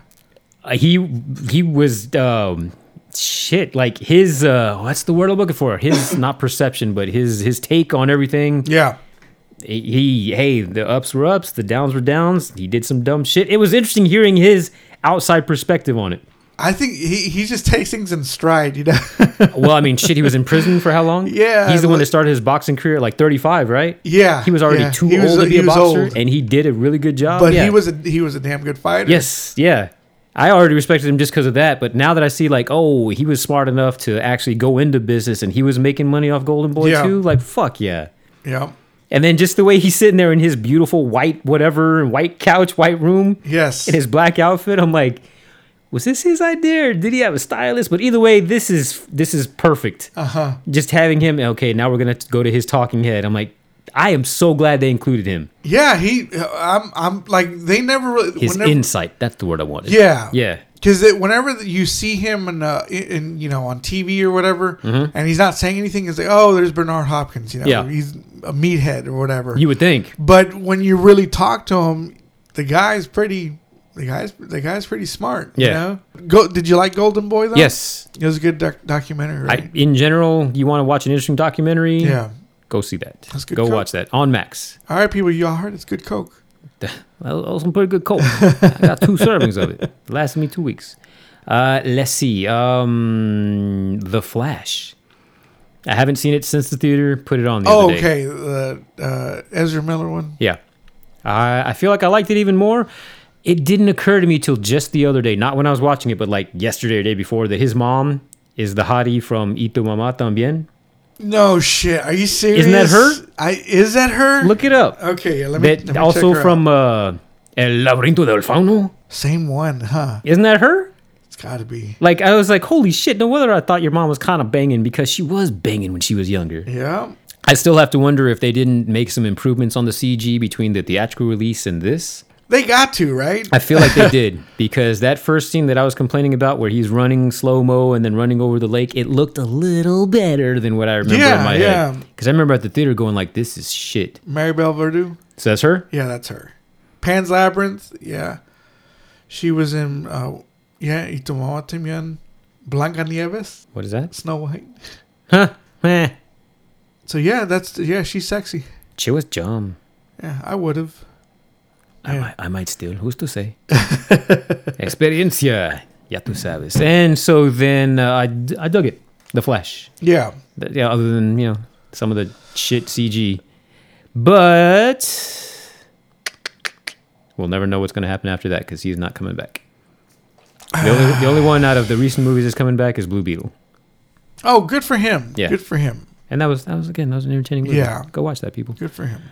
Uh, he he was um, shit. Like his uh, what's the word I'm looking for?
<coughs>
His not perception, but his his take on everything.
Yeah.
He hey, the ups were ups, the downs were downs. He did some dumb shit. It was interesting hearing his outside perspective on it.
I think he, he just takes things in stride, you know. <laughs>
Well, I mean, shit, he was in prison for how long?
Yeah,
he's the one that
like-
started his boxing career at like 35, right?
yeah.
He was already
yeah.
too
He was-
old to be
he
a
was
boxer,
old.
and he did a really good job.
but
yeah.
he was a he was a damn good fighter.
Yes, yeah. I already respected him just because of that, but now that I see like, oh, he was smart enough to actually go into business and he was making money off Golden Boy
Yeah.
too, like fuck yeah.
Yeah.
And then just the way he's sitting there in his beautiful white whatever, white couch, white room,
Yes.
in his black outfit, I'm like, was this his idea or did he have a stylist? But either way, this is this is perfect.
Uh-huh.
Just having him, okay, now we're gonna go to his talking head. I'm like, I am so glad they included him.
Yeah, he uh, I'm I'm like they never really
His
whenever,
insight, that's the word I wanted.
Yeah.
yeah.
Because whenever you see him in, uh, in- in you know on TV or whatever, and he's not saying anything, it's like, oh, there's Bernard Hopkins, you know,
Mm-hmm. Yeah.
he's a meathead or whatever.
You would think.
but when you really talk to him, the guy's pretty. The guy's the guy's pretty smart.
Yeah.
You know? Go. Did you like Golden Boy though?
Yes.
It was a good doc- documentary.
I, in general, you want to watch an interesting documentary?
yeah.
Go see that.
That's good
Go
coke.
watch that on Max.
All right, people, y'all heard it's good Coke.
That was some pretty good
<laughs>
coke. I got two servings of it. Lasted me two weeks. Uh, let's see. Um, the Flash. I haven't seen it since the theater. Put it on the
Oh,
other day.
okay. The uh, Ezra Miller one.
Yeah. I, I feel like I liked it even more. It didn't occur to me till just the other day, not when I was watching it, but like yesterday or day before, that his mom is the hottie from Ito Mama Tambien.
No shit. Are you serious?
Isn't that her?
I is that her?
Look it up.
Okay. Yeah, let me. let
that
me
also
check her out.
from uh, El Laberinto del Fauno.
same one, huh?
Isn't that her?
It's got to be.
Like I was like, holy shit! No wonder I thought your mom was kind of banging because she was banging when she was younger.
Yeah.
I still have to wonder if they didn't make some improvements on the CG between the theatrical release and this.
They got to right.
I feel like
<laughs>
they did because that first scene that I was complaining about, where he's running slow mo and then running over the lake, it looked a little better than what I remember
Yeah,
in my
yeah.
head. Because I remember at the theater going like, "This is shit."
Maribel Verdú.
So that's her.
Yeah, that's her. Pan's Labyrinth. Yeah, she was in. Uh, yeah, y tomaba también Blanca Nieves,
What is that?
Snow White.
Huh? Meh.
So yeah, that's yeah, she's sexy.
She was dumb.
Yeah, I would have.
I,
Yeah.
might, I might still. Who's to say? <laughs> Experiencia. Ya tú sabes. And so then uh, I, d- I dug it. The Flash.
Yeah,
Th- yeah, other than, you know, some of the shit CG. But we'll never know what's going to happen after that because he's not coming back. The only, the only one out of the recent movies that's coming back is Blue Beetle.
Oh, good for him.
Yeah.
Good for him.
And that was, that was again, that was an entertaining movie.
Yeah.
Go watch that, people.
Good for him.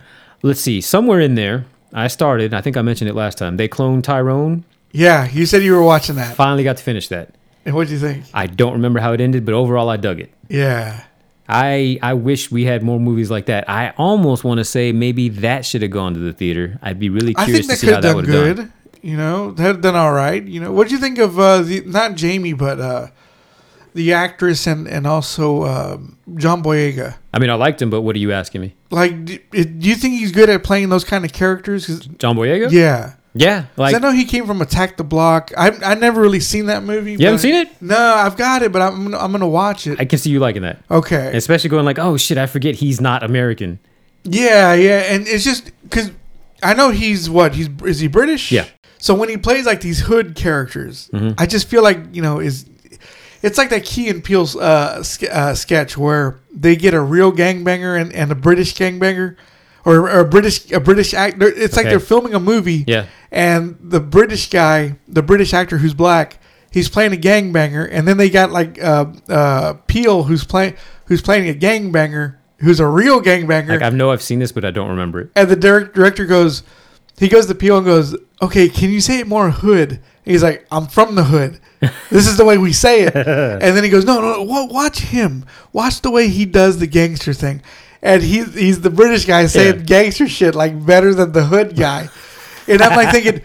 Let's see. Somewhere in there, I started, I think I mentioned it last time, they cloned Tyrone.
Yeah, you said you were watching that.
Finally got to finish that.
And what do you think?
I don't remember how it ended, but overall, I dug it.
Yeah.
I I wish we had more movies like that. I almost want to say maybe that should have gone to the theater. I'd be really
I think
curious
they
to see
could
how
have
that
done
would have
good.
done.
You know, they had done all right. You know, what do you think of uh, the not Jamie, but uh, the actress and and also um, John Boyega?
I mean, I liked him, but what are you asking me,
Like, do, it- do you think he's good at playing those kind of characters? 'Cause-
John Boyega?
yeah, 'Cause
yeah. Like
I know he came from Attack the Block. I I never really seen that movie.
You haven't seen it?
No, I've got it, but I'm gonna- I'm gonna watch it.
I can see you liking that,
okay.
especially going like, oh shit, I forget he's not American.
Yeah, yeah, and it's just because I know he's what he's is he British?
Yeah. Mm-hmm.
So when he plays like these hood characters, I just feel like you know is it's like that Key and Peele's uh, ske- uh, sketch where they get a real gangbanger and, and a British gangbanger. Or, or a British a British actor. It's like
Okay.
they're filming a movie,
Yeah.
and the British guy, the British actor who's black, he's playing a gangbanger, and then they got like uh, uh, Peel who's playing who's playing a gangbanger who's a real gangbanger.
Like I know I've seen this, but I don't remember it.
And the dir- director goes, he goes to Peel and goes, okay, can you say it more hood? And he's like, I'm from the
<laughs>
hood. This is the way we say it. and then he goes, no, no, no, wa- watch him. Watch the way he does the gangster thing. And he's, he's the British guy saying
Yeah.
gangster shit like better than the hood guy. and I'm like thinking,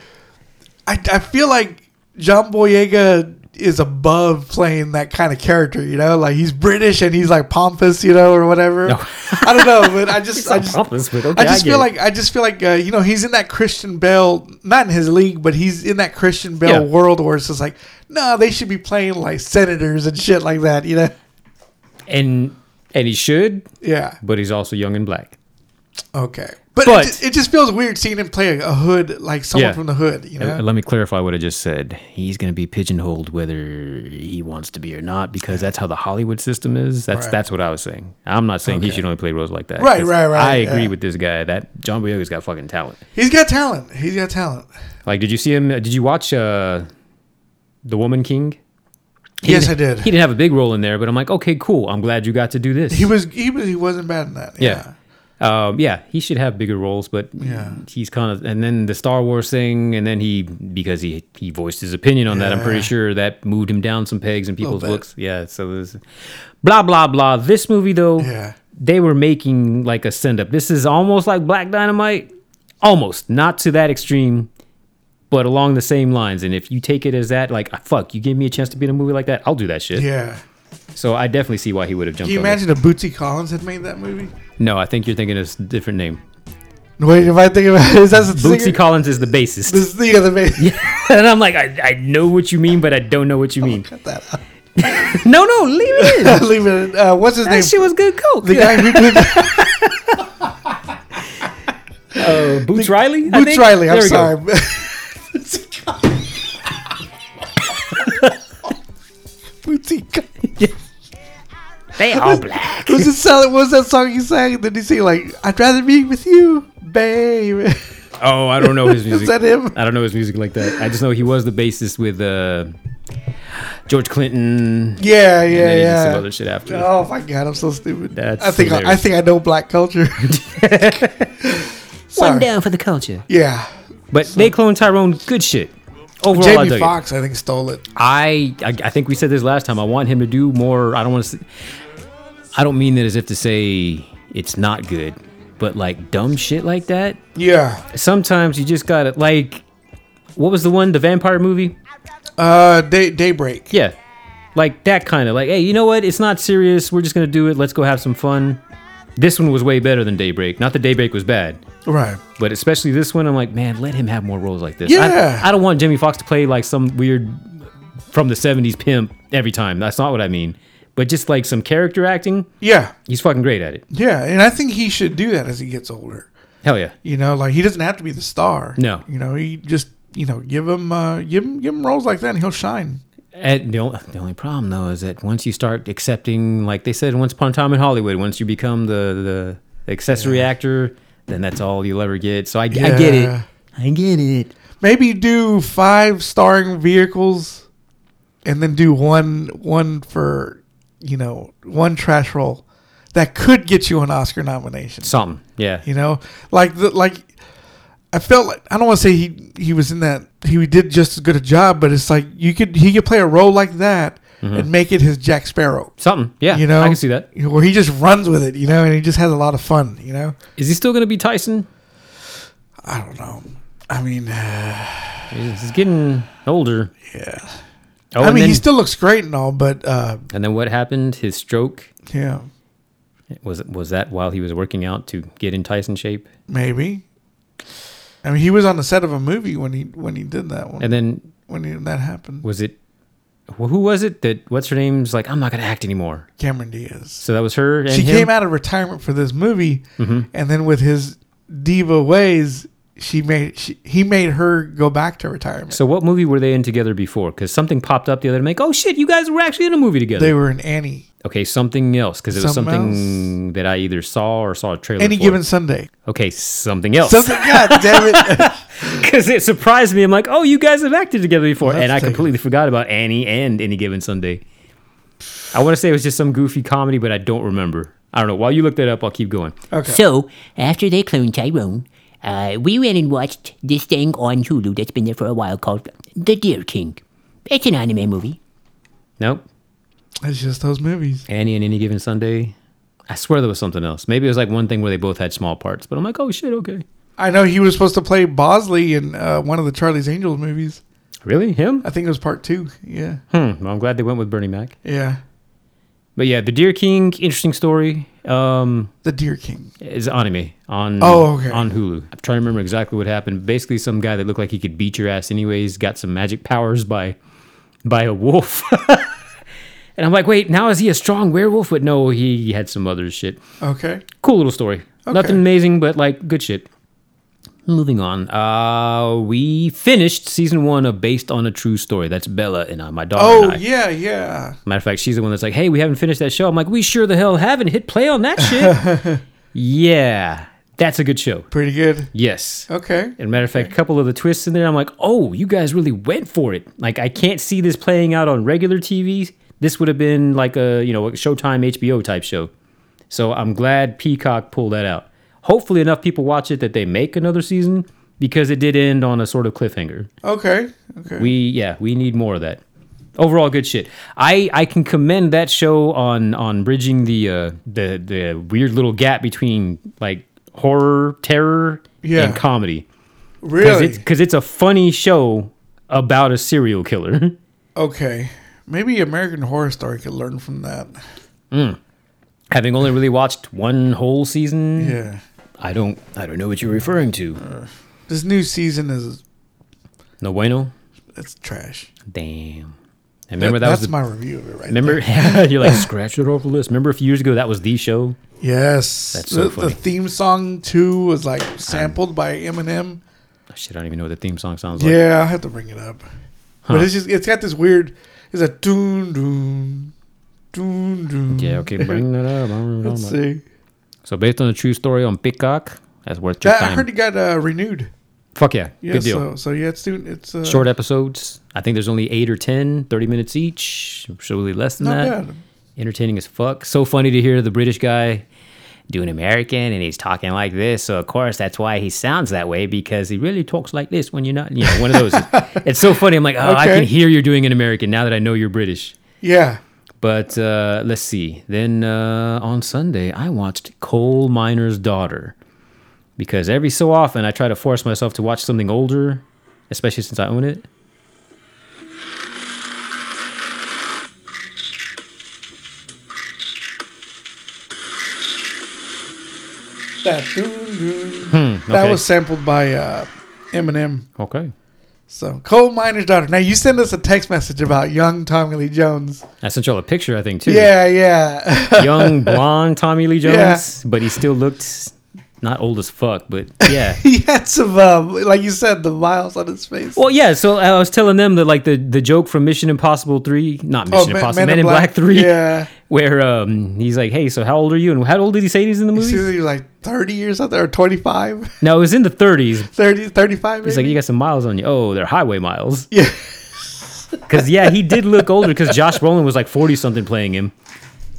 I, I feel like John Boyega is above playing that kind of character, you know? Like he's British and he's like pompous, you know, or whatever.
No.
I don't know, but
<laughs>
I just, I
Not
just,
pompous, but okay,
I just
get
feel
it.
like I just feel like uh, you know he's in that Christian Bell, not in his league, but he's in that Christian Bell
Yeah.
world where it's just like, no, they should be playing like senators and shit like that, you know?
and and he should,
Yeah.
but he's also young and black.
Okay. But,
But-
it, just, it just feels weird seeing him play a, a hood like someone
Yeah.
from the hood, you
Uh,
know?
Let me clarify what I just said.
He's going to be pigeonholed whether he wants to be or not because that's how the
Hollywood system is that's
Right.
that's what I was saying. I'm not saying he
Okay.
should only play roles like that.
Right,
'cause
right, right,
I agree
yeah.
with this guy that John Boyega's got fucking talent.
He's got talent. He's got talent.
Like, did you see him? Did you watch uh, the Woman King? He
yes, I
didn't-
did.
He
He,
didn't have a big role in there, but I'm like, okay, cool. I'm glad you got to do this.
was he was he wasn't bad in that.
Yeah.
Yeah.
Um, yeah, he should have bigger roles, but
Yeah.
he's kind of and then the Star Wars thing, and then he because he he voiced his opinion on that. I'm pretty
Yeah.
sure that moved him down some pegs in people's
bit.
looks. Yeah, so there's blah blah blah. This movie though,
Yeah.
they were making like a send up. This is almost like Black Dynamite, almost not to that extreme, but along the same lines. And if you take it as that, like "Ah, fuck, you gave me a chance to be in a movie like that, I'll do that shit.
Yeah.
So I definitely see why he would have jumped.
Can you
on it.
imagine if Bootsy Collins had made that movie?
No, I think you're thinking of a different name.
Wait, if I think about it, is that the
Bootsy
singer?
Collins is the bassist.
This is the other man.
<laughs> and I'm like, I, I know what you mean, but I don't know what you mean.
<laughs> Cut that out.
No, no, leave it <laughs>
<laughs>
in.
Leave it. Uh, what's his name?
That shit was good coke.
The <laughs> guy who did
Uh, Boots Riley? <laughs> I
Boots
think?
Riley. I'm
There we go.
sorry.
<laughs>
Bootsy. Collins.
They all black.
What's that song? What's that song he sang? Did he sing like "I'd rather be with you, babe"?
Oh, I don't know his
<laughs>
music.
Is that him?
I don't know his music like that. I just know he was the bassist with uh, George Clinton.
Yeah,
and
yeah,
then he did some
yeah.
other shit after.
Oh my god, I'm so stupid.
That's
I think I, I
hilarious.
think I know black
<laughs>
culture.
One
Sorry.
down for the culture.
Yeah,
But they clone Tyrone. Good shit. Overall, I
Jamie
dug it.
Foxx I think stole it.
I, I I think we said this last time. I want him to do more. I don't want to. I don't mean that as if to say it's not good, but like dumb shit like that.
Yeah,
Sometimes you just gotta like. What was the one? The vampire movie?
uh, day, Daybreak.
Yeah, like that kind of like. Hey, you know what? It's not serious. We're just gonna do it. Let's go have some fun. This one was way better than Daybreak. Not that Daybreak was bad,
Right.
but especially this one, I'm like, man, let him have more roles like this. I-
Yeah.
I, don't want Jimmy Fox to play like some weird from the 70s pimp every time. That's not what I mean. But just like some character acting,
Yeah,
he's fucking great at it.
yeah, and I think he should do that as he gets older.
Hell yeah.
You know, like he doesn't have to be the star.
No.
You know, he just you know give him uh give him give him roles like that and he'll shine.
And the, only, the only problem though is that once you start accepting, like they said, once upon a time in Hollywood, once you become the the accessory actor, then that's all you'll ever get. So I, I get it.
Yeah.
I get it.
Maybe do five starring vehicles, and then do one one for you know one trash role that could get you an Oscar nomination.
Something. Yeah.
You know, like the like. I felt like I don't want to say he he was in that he did just as good a job, but it's like you could he could play a role like that and make it his Jack Sparrow.
Something. Yeah.
you know
I can see that.
where he just runs with it you know and he just has a lot of fun you know
Is he still going to be Tyson?
i don't know i mean uh,
He's he's getting older.
yeah
Oh,
i
and
mean
then-
he still looks great and all but uh
And then what happened? His stroke
yeah
was was that while he was working out to get in Tyson shape,
maybe i mean he was on the set of a movie when he when he did that one
and then
when he, that happened
was it wh- who was it that what's her name's like I'm not gonna act anymore.
cameron diaz
So that was her. And
she
him? Mm-hmm.
came out of retirement for this movie and then with his diva ways she made she, he made her go back to retirement
So what movie were they in together before? Because something popped up the other day. Like, oh shit, you guys were actually in a movie together.
they were in annie
okay, something else because it was
Something
something that I either saw or saw a trailer.
any
for.
given
<laughs>
sunday
Okay, something else.
something god damn it
<laughs> Because it surprised me. I'm like, oh, you guys have acted together before.
Let's
And I
take it.
completely forgot about Annie and Any Given Sunday. I want to say it was just some goofy comedy, but I don't remember. I don't know. While you look that up, I'll keep going.
Okay.
So, after they cloned Tyrone, uh, we went and watched this thing on Hulu that's been there for a while called The Deer King. It's an anime movie.
Nope.
It's just those movies.
Annie and Any Given Sunday. I swear there was something else. Maybe it was like one thing where they both had small parts, but I'm like, oh shit, okay.
I know he was supposed to play Bosley in uh, one of the Charlie's Angels movies.
Really? Him?
I think it was part two. Yeah.
Hmm. Well, I'm glad they went with Bernie Mac.
Yeah.
But yeah, The Deer King, interesting story. Um,
The Deer King.
is anime on
Oh, okay.
on Hulu. I'm trying to remember exactly what happened. Basically, some guy that looked like he could beat your ass anyways got some magic powers by by a wolf. <laughs> and I'm like, wait, now is he a strong werewolf? But no, he had some other shit.
Okay.
Cool little story. Nothing amazing, but like good shit. Moving on. Uh, we finished season one of Based on a True Story. That's Bella and I, my daughter.
Oh
and I.
yeah, yeah.
Matter of fact, she's the one that's like, "Hey, we haven't finished that show." I'm like, "We sure the hell haven't hit play on that shit." yeah, that's a good show.
Pretty good.
Yes.
Okay.
And matter of fact, a couple of the twists in there, I'm like, "Oh, you guys really went for it." Like, I can't see this playing out on regular TV. This would have been like a you know a Showtime HBO type show. So I'm glad Peacock pulled that out. Hopefully, enough people watch it that they make another season because it did end on a sort of cliffhanger.
Okay. Okay.
We yeah, we need more of that. Overall, good shit. I, I can commend that show on on bridging the uh, the the weird little gap between like horror, terror,
Yeah.
and comedy because
really?
it's because it's a funny show about a serial killer. <laughs>
okay. Maybe American Horror Story could learn from that.
Having only really watched one whole season,
Yeah.
I don't
I don't know what you're referring to.
This new season is
no bueno.
it's trash.
Damn. I remember
That-
that,
that's
was the,
my review of it right <laughs>
remember <laughs> you're like scratch it off the list. Remember a few years ago that was the show.
Yes.
That's so
the,
funny.
the theme song too was like sampled by Eminem.
Shit, I don't even know what the theme song sounds like.
Yeah, I have to bring it up. But it's just it's got this weird it's a doon doon doon doon.
Yeah, okay, bring that up. I don't know
Let's
about-
see.
So based on a true story on Peacock, that's worth your
That, I
time.
heard it got uh, renewed.
Fuck yeah,
Yeah,
good deal.
so uh, so yeah, it's doing it's uh,
Short episodes. I think there's only eight or 10, 30 minutes each. Surely less than
not
that.
bad.
Entertaining as fuck. So funny to hear the British guy do an American and he's talking like this. So of course that's why he sounds that way because he really talks like this when you're not. You know,
<laughs>
one of those. it's so funny. I'm like, oh, I
Okay.
can hear you're doing an American now that I know you're British.
Yeah.
But uh, let's see. Then uh, on Sunday, I watched Coal Miner's Daughter because every so often I try to force myself to watch something older, especially since I own it.
That doon doon.
Hmm, okay.
That was sampled by uh, Eminem.
Okay.
So coal miner's daughter. Now you send us a text message about young Tommy Lee Jones.
I sent y'all a picture, I think, too.
Yeah, <laughs> yeah. <laughs>
Young blonde Tommy Lee Jones,
Yeah.
but he still looked not old as fuck, but yeah. <laughs>
he had some, um, like you said, the miles on his face.
Well, yeah. So I was telling them that, like, the, the joke from Mission Impossible Three, not
Oh,
Mission Impossible, Men, in Black, Three,
Yeah.
<laughs> where um he's like, "Hey, so how old are you?" And how old did he say he's in the
He
movie?
says he was like 30 or something, or <laughs> 25,
No, it was in the 30s,
30, 35.
He's like,
maybe?
you got some miles on you. Oh, they're highway miles.
yeah.
Because yeah, he did look older. Because Josh Brolin was like forty something playing him.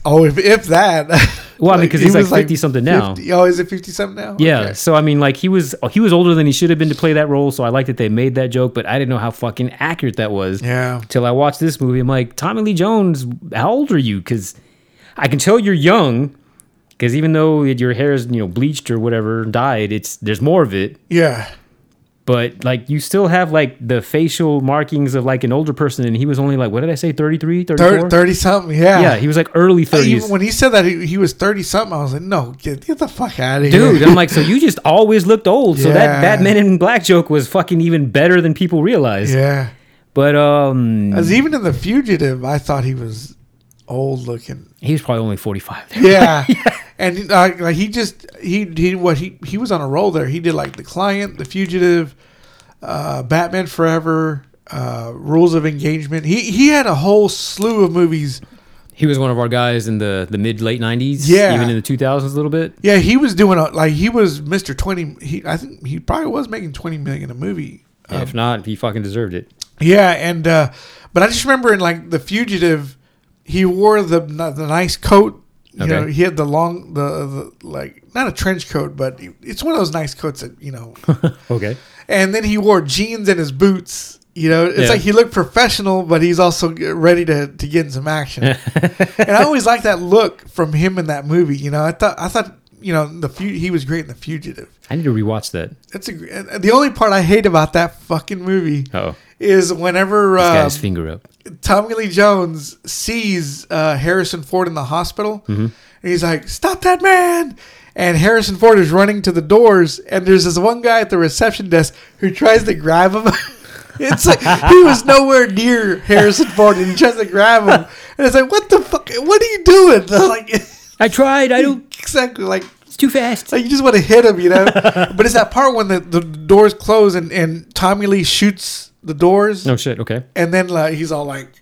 Oh, if, if that. <laughs>
Well, I mean, 'cause
he
he's like
was
50 something now.
50 oh, is it 50 something now?
Yeah.
Okay.
So I mean, like he was he was older than he should have been to play that role. So I like that they made that joke, but I didn't know how fucking accurate that was.
Yeah.
Till I watched this movie, I'm like, Tommy Lee Jones, how old are you? Because I can tell you're young. Because even though your hair is you know bleached or whatever dyed, it's there's more of it.
Yeah.
But like you still have like the facial markings of like an older person, and he was only like what did I say, 33, 34?
Thir- 30 something. Yeah.
Yeah, he was like early
Even
30s.
when he said that he, he was 30 something, I was like, no, get, get the fuck out of here.
Dude, I'm like, so you just always looked old. So that,
Yeah.
that Men in Black joke was fucking even better than people
<laughs>
realize.
Yeah.
But um,
As even in The Fugitive, I thought he was old looking.
he was probably only
<laughs>
45.
Yeah. And uh, like he just he he what he he was on a roll there. He did like the client, the fugitive, uh, Batman Forever, uh, Rules of Engagement. He he had a whole slew of movies.
He was one of our guys in the, the mid late 90s.
Yeah.
Even in the 2000s a little bit.
Yeah, he was doing a, like he was Mister Twenty. He I think he probably was making twenty million a movie.
And if not, he fucking deserved it.
Yeah, and uh, but I just remember in like the fugitive, he wore the the nice coat. You
Okay.
know, he had the long, the, the like not a trench coat, but it's one of those nice coats that you know.
<laughs> Okay.
and then he wore jeans and his boots. You know, it's
Yeah.
like he looked professional, but he's also g- ready to, to get in some action. and I always liked that look from him in that movie. You know, I thought I thought you know the few he was great in the Fugitive.
I need to rewatch that.
That's a, gr- and the only part I hate about that fucking movie
Oh,
is whenever
He's got
uh,
his finger up.
Tommy Lee Jones sees uh, Harrison Ford in the hospital, and he's like, "Stop that man!" And Harrison Ford is running to the doors, and there's this one guy at the reception desk who tries to grab him. <laughs> it's like he was nowhere near Harrison Ford, and he tries to grab him, and it's like, "What the fuck? What are you doing?" <laughs> like
I tried. I don't.
exactly like
It's too fast.
like you just want to hit him, you know. but it's that part when the, the doors close and and Tommy Lee shoots the doors.
No Oh, shit. Okay.
And then like he's all like,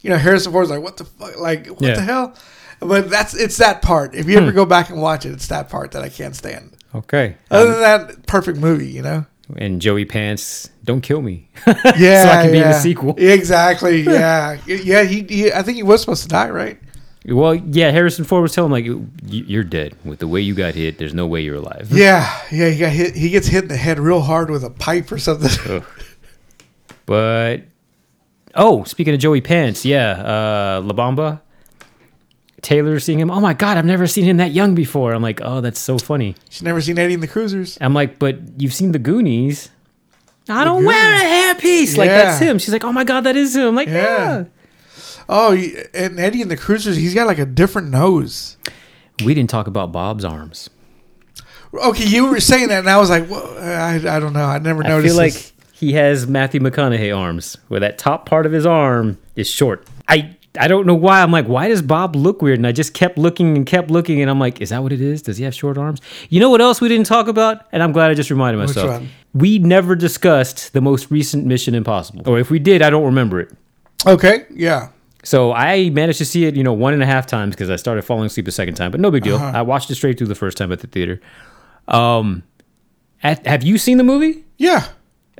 you know, Harrison Ford's like, what the fuck, like what
Yeah. Hmm.
the hell? But that's it's that part. If you ever go back and watch it, it's that part that I can't stand.
Okay.
Other than that, perfect movie, you know.
And Joey Pants, don't kill me.
Yeah,
<laughs> so I can be in the
yeah.
sequel. <laughs>
Exactly. Yeah, yeah. He, he, I think he was supposed to die, right?
Well, yeah. Harrison Ford was telling him like, "You- "You're dead. With the way you got hit, there's no way you're alive."
Yeah, yeah. He got hit. He gets hit in the head real hard with a pipe or something.
Oh.
<laughs>
But oh, speaking of Joey Pants, yeah, uh, La Bamba. Taylor seeing him. Oh my God, I've never seen him that young before. I'm like, oh, that's so funny.
She's never seen Eddie and the Cruisers.
I'm like, but you've seen the Goonies. I don't wear a hairpiece. Like
Yeah.
that's him. She's like, oh my God, that is him. I'm like,
Yeah.
yeah.
Oh, he- and Eddie and the Cruisers. He's got like a different nose.
We didn't talk about Bob's arms.
Okay, you were saying that, and I was like, well, I, I don't know. I never
I
noticed.
feel like
this.
he has Matthew McConaughey arms, where that top part of his arm is short. I I don't know why. I'm like, why does Bob look weird? And I just kept looking and kept looking, and I'm like, is that what it is? Does he have short arms? You know what else we didn't talk about? And I'm glad I just reminded myself.
one?
We never discussed the most recent Mission Impossible, or if we did, I don't remember it.
Okay, yeah.
So I managed to see it, you know, one and a half times because I started falling asleep the second time, but no big
Uh-huh.
deal. I watched it straight through the first time at the theater. Um, at, have you seen the movie?
Yeah.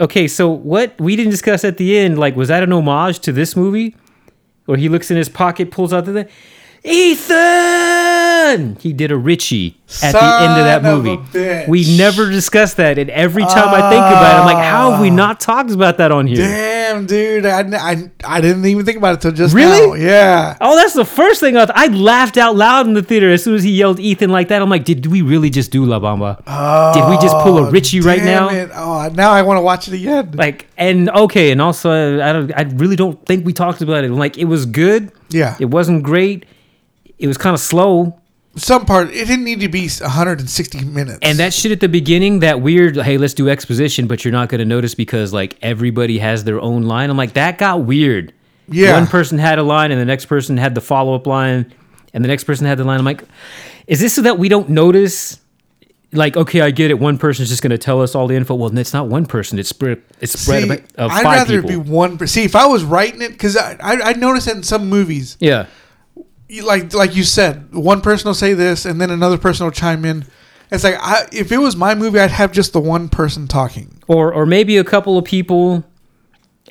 Okay, so what we didn't discuss at the end, like, was that an homage to this movie? Where he looks in his pocket, pulls out the thing. Ethan! He did a Richie at the end of that
Son of a
movie.
bitch.
We never discussed that, and every time I think about it, I'm like, how have we not talked about that on here?
Ah. Damn, dude. I, I, I didn't even think about it till just
Really?
now. Yeah.
Oh, that's the first thing I, th- I laughed out loud in the theater as soon as he yelled Ethan like that. I'm like, did we really just do La Bamba?
Um,
did we just pull a Richie right
Oh, Damn
now?
It. Oh, now I want to watch it again.
Like, and okay, and also I don't, I really don't think we talked about it. Like, it was good.
yeah.
It wasn't great. It was kind of slow.
Some part, it didn't need to be 160 minutes.
And that shit at the beginning, that weird, hey, let's do exposition, but you're not going to notice because like everybody has their own line. I'm like, that got weird.
Yeah.
One person had a line and the next person had the follow up line and the next person had the line. I'm like, is this so that we don't notice? Like, okay, I get it. One person's just going to tell us all the info. Well, it's not one person. It's spread. It's spread
See,
about, of
I'd
five
rather
people.
it be one. per- See, if I was writing it, because I, I, I noticed that in some movies,
yeah.
you- like like you said, one person will say this and then another person will chime in. It's like, I, if it was my movie, I'd have just the one person talking.
or or maybe a couple of people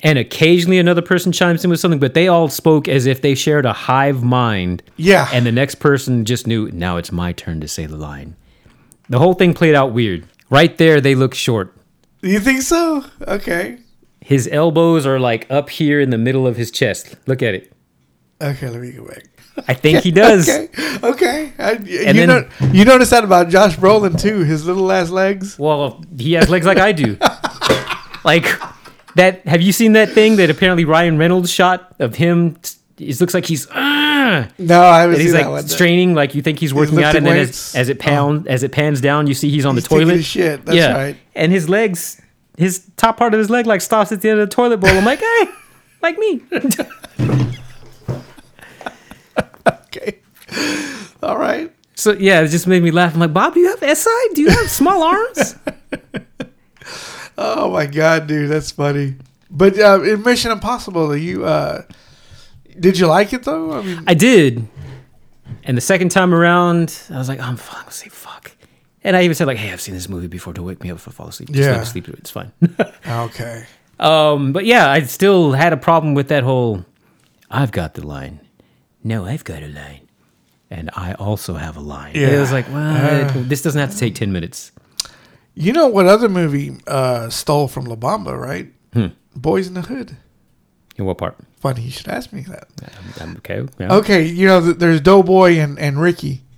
and occasionally another person chimes in with something but they all spoke as if they shared a hive mind
Yeah.
and the next person just knew now it's my turn to say the line the whole thing played out weird right there they look short
you think so? Okay.
his elbows are like up here in the middle of his chest look at it
Okay, let me go back.
i think he does
Okay, okay. I, you
then-
know, you notice that about Josh Brolin too. His little ass legs.
Well, he has legs like I do. like that. Have you seen that thing that apparently Ryan Reynolds shot of him? It looks like he's "Ah,"
No, I haven't
and he's
seen that
like
one.
straining, like you think he's working out,
lifting
and then as,
weights. Oh.
as it pound as it pans down, you see he's on
He's
the
taking
toilet.
a shit, that's right.
And his legs, his top part of his leg, like stops at the end of the toilet bowl. I'm like, hey, like me. <laughs>
Okay. All right.
so yeah, it just made me laugh. I'm like, Bob, do you have SI? Do you have small arms?
Oh my god, dude, that's funny. But uh, in Mission Impossible, you uh, did you like it though? I mean,
I did. And the second time around, I was like, "Oh, I'm fuck, I'm say fuck. And I even said like, hey, I've seen this movie before. Don't wake me up if I fall asleep. Just
Yeah.
let me sleep. through it. It's fine.
<sighs>
<laughs>
okay.
um, but yeah, I still had a problem with that whole. I've got the line. No, I've got a line. and I also have a line.
Yeah. Uh.
It was like, well, this doesn't have to take ten minutes.
You know what other movie uh, stole from La Bamba, right? Boys in the Hood.
In what part?
Funny you should ask me that.
I'm, I'm okay. yeah.
Okay, you know th- there's Doughboy and, and Ricky.
<laughs>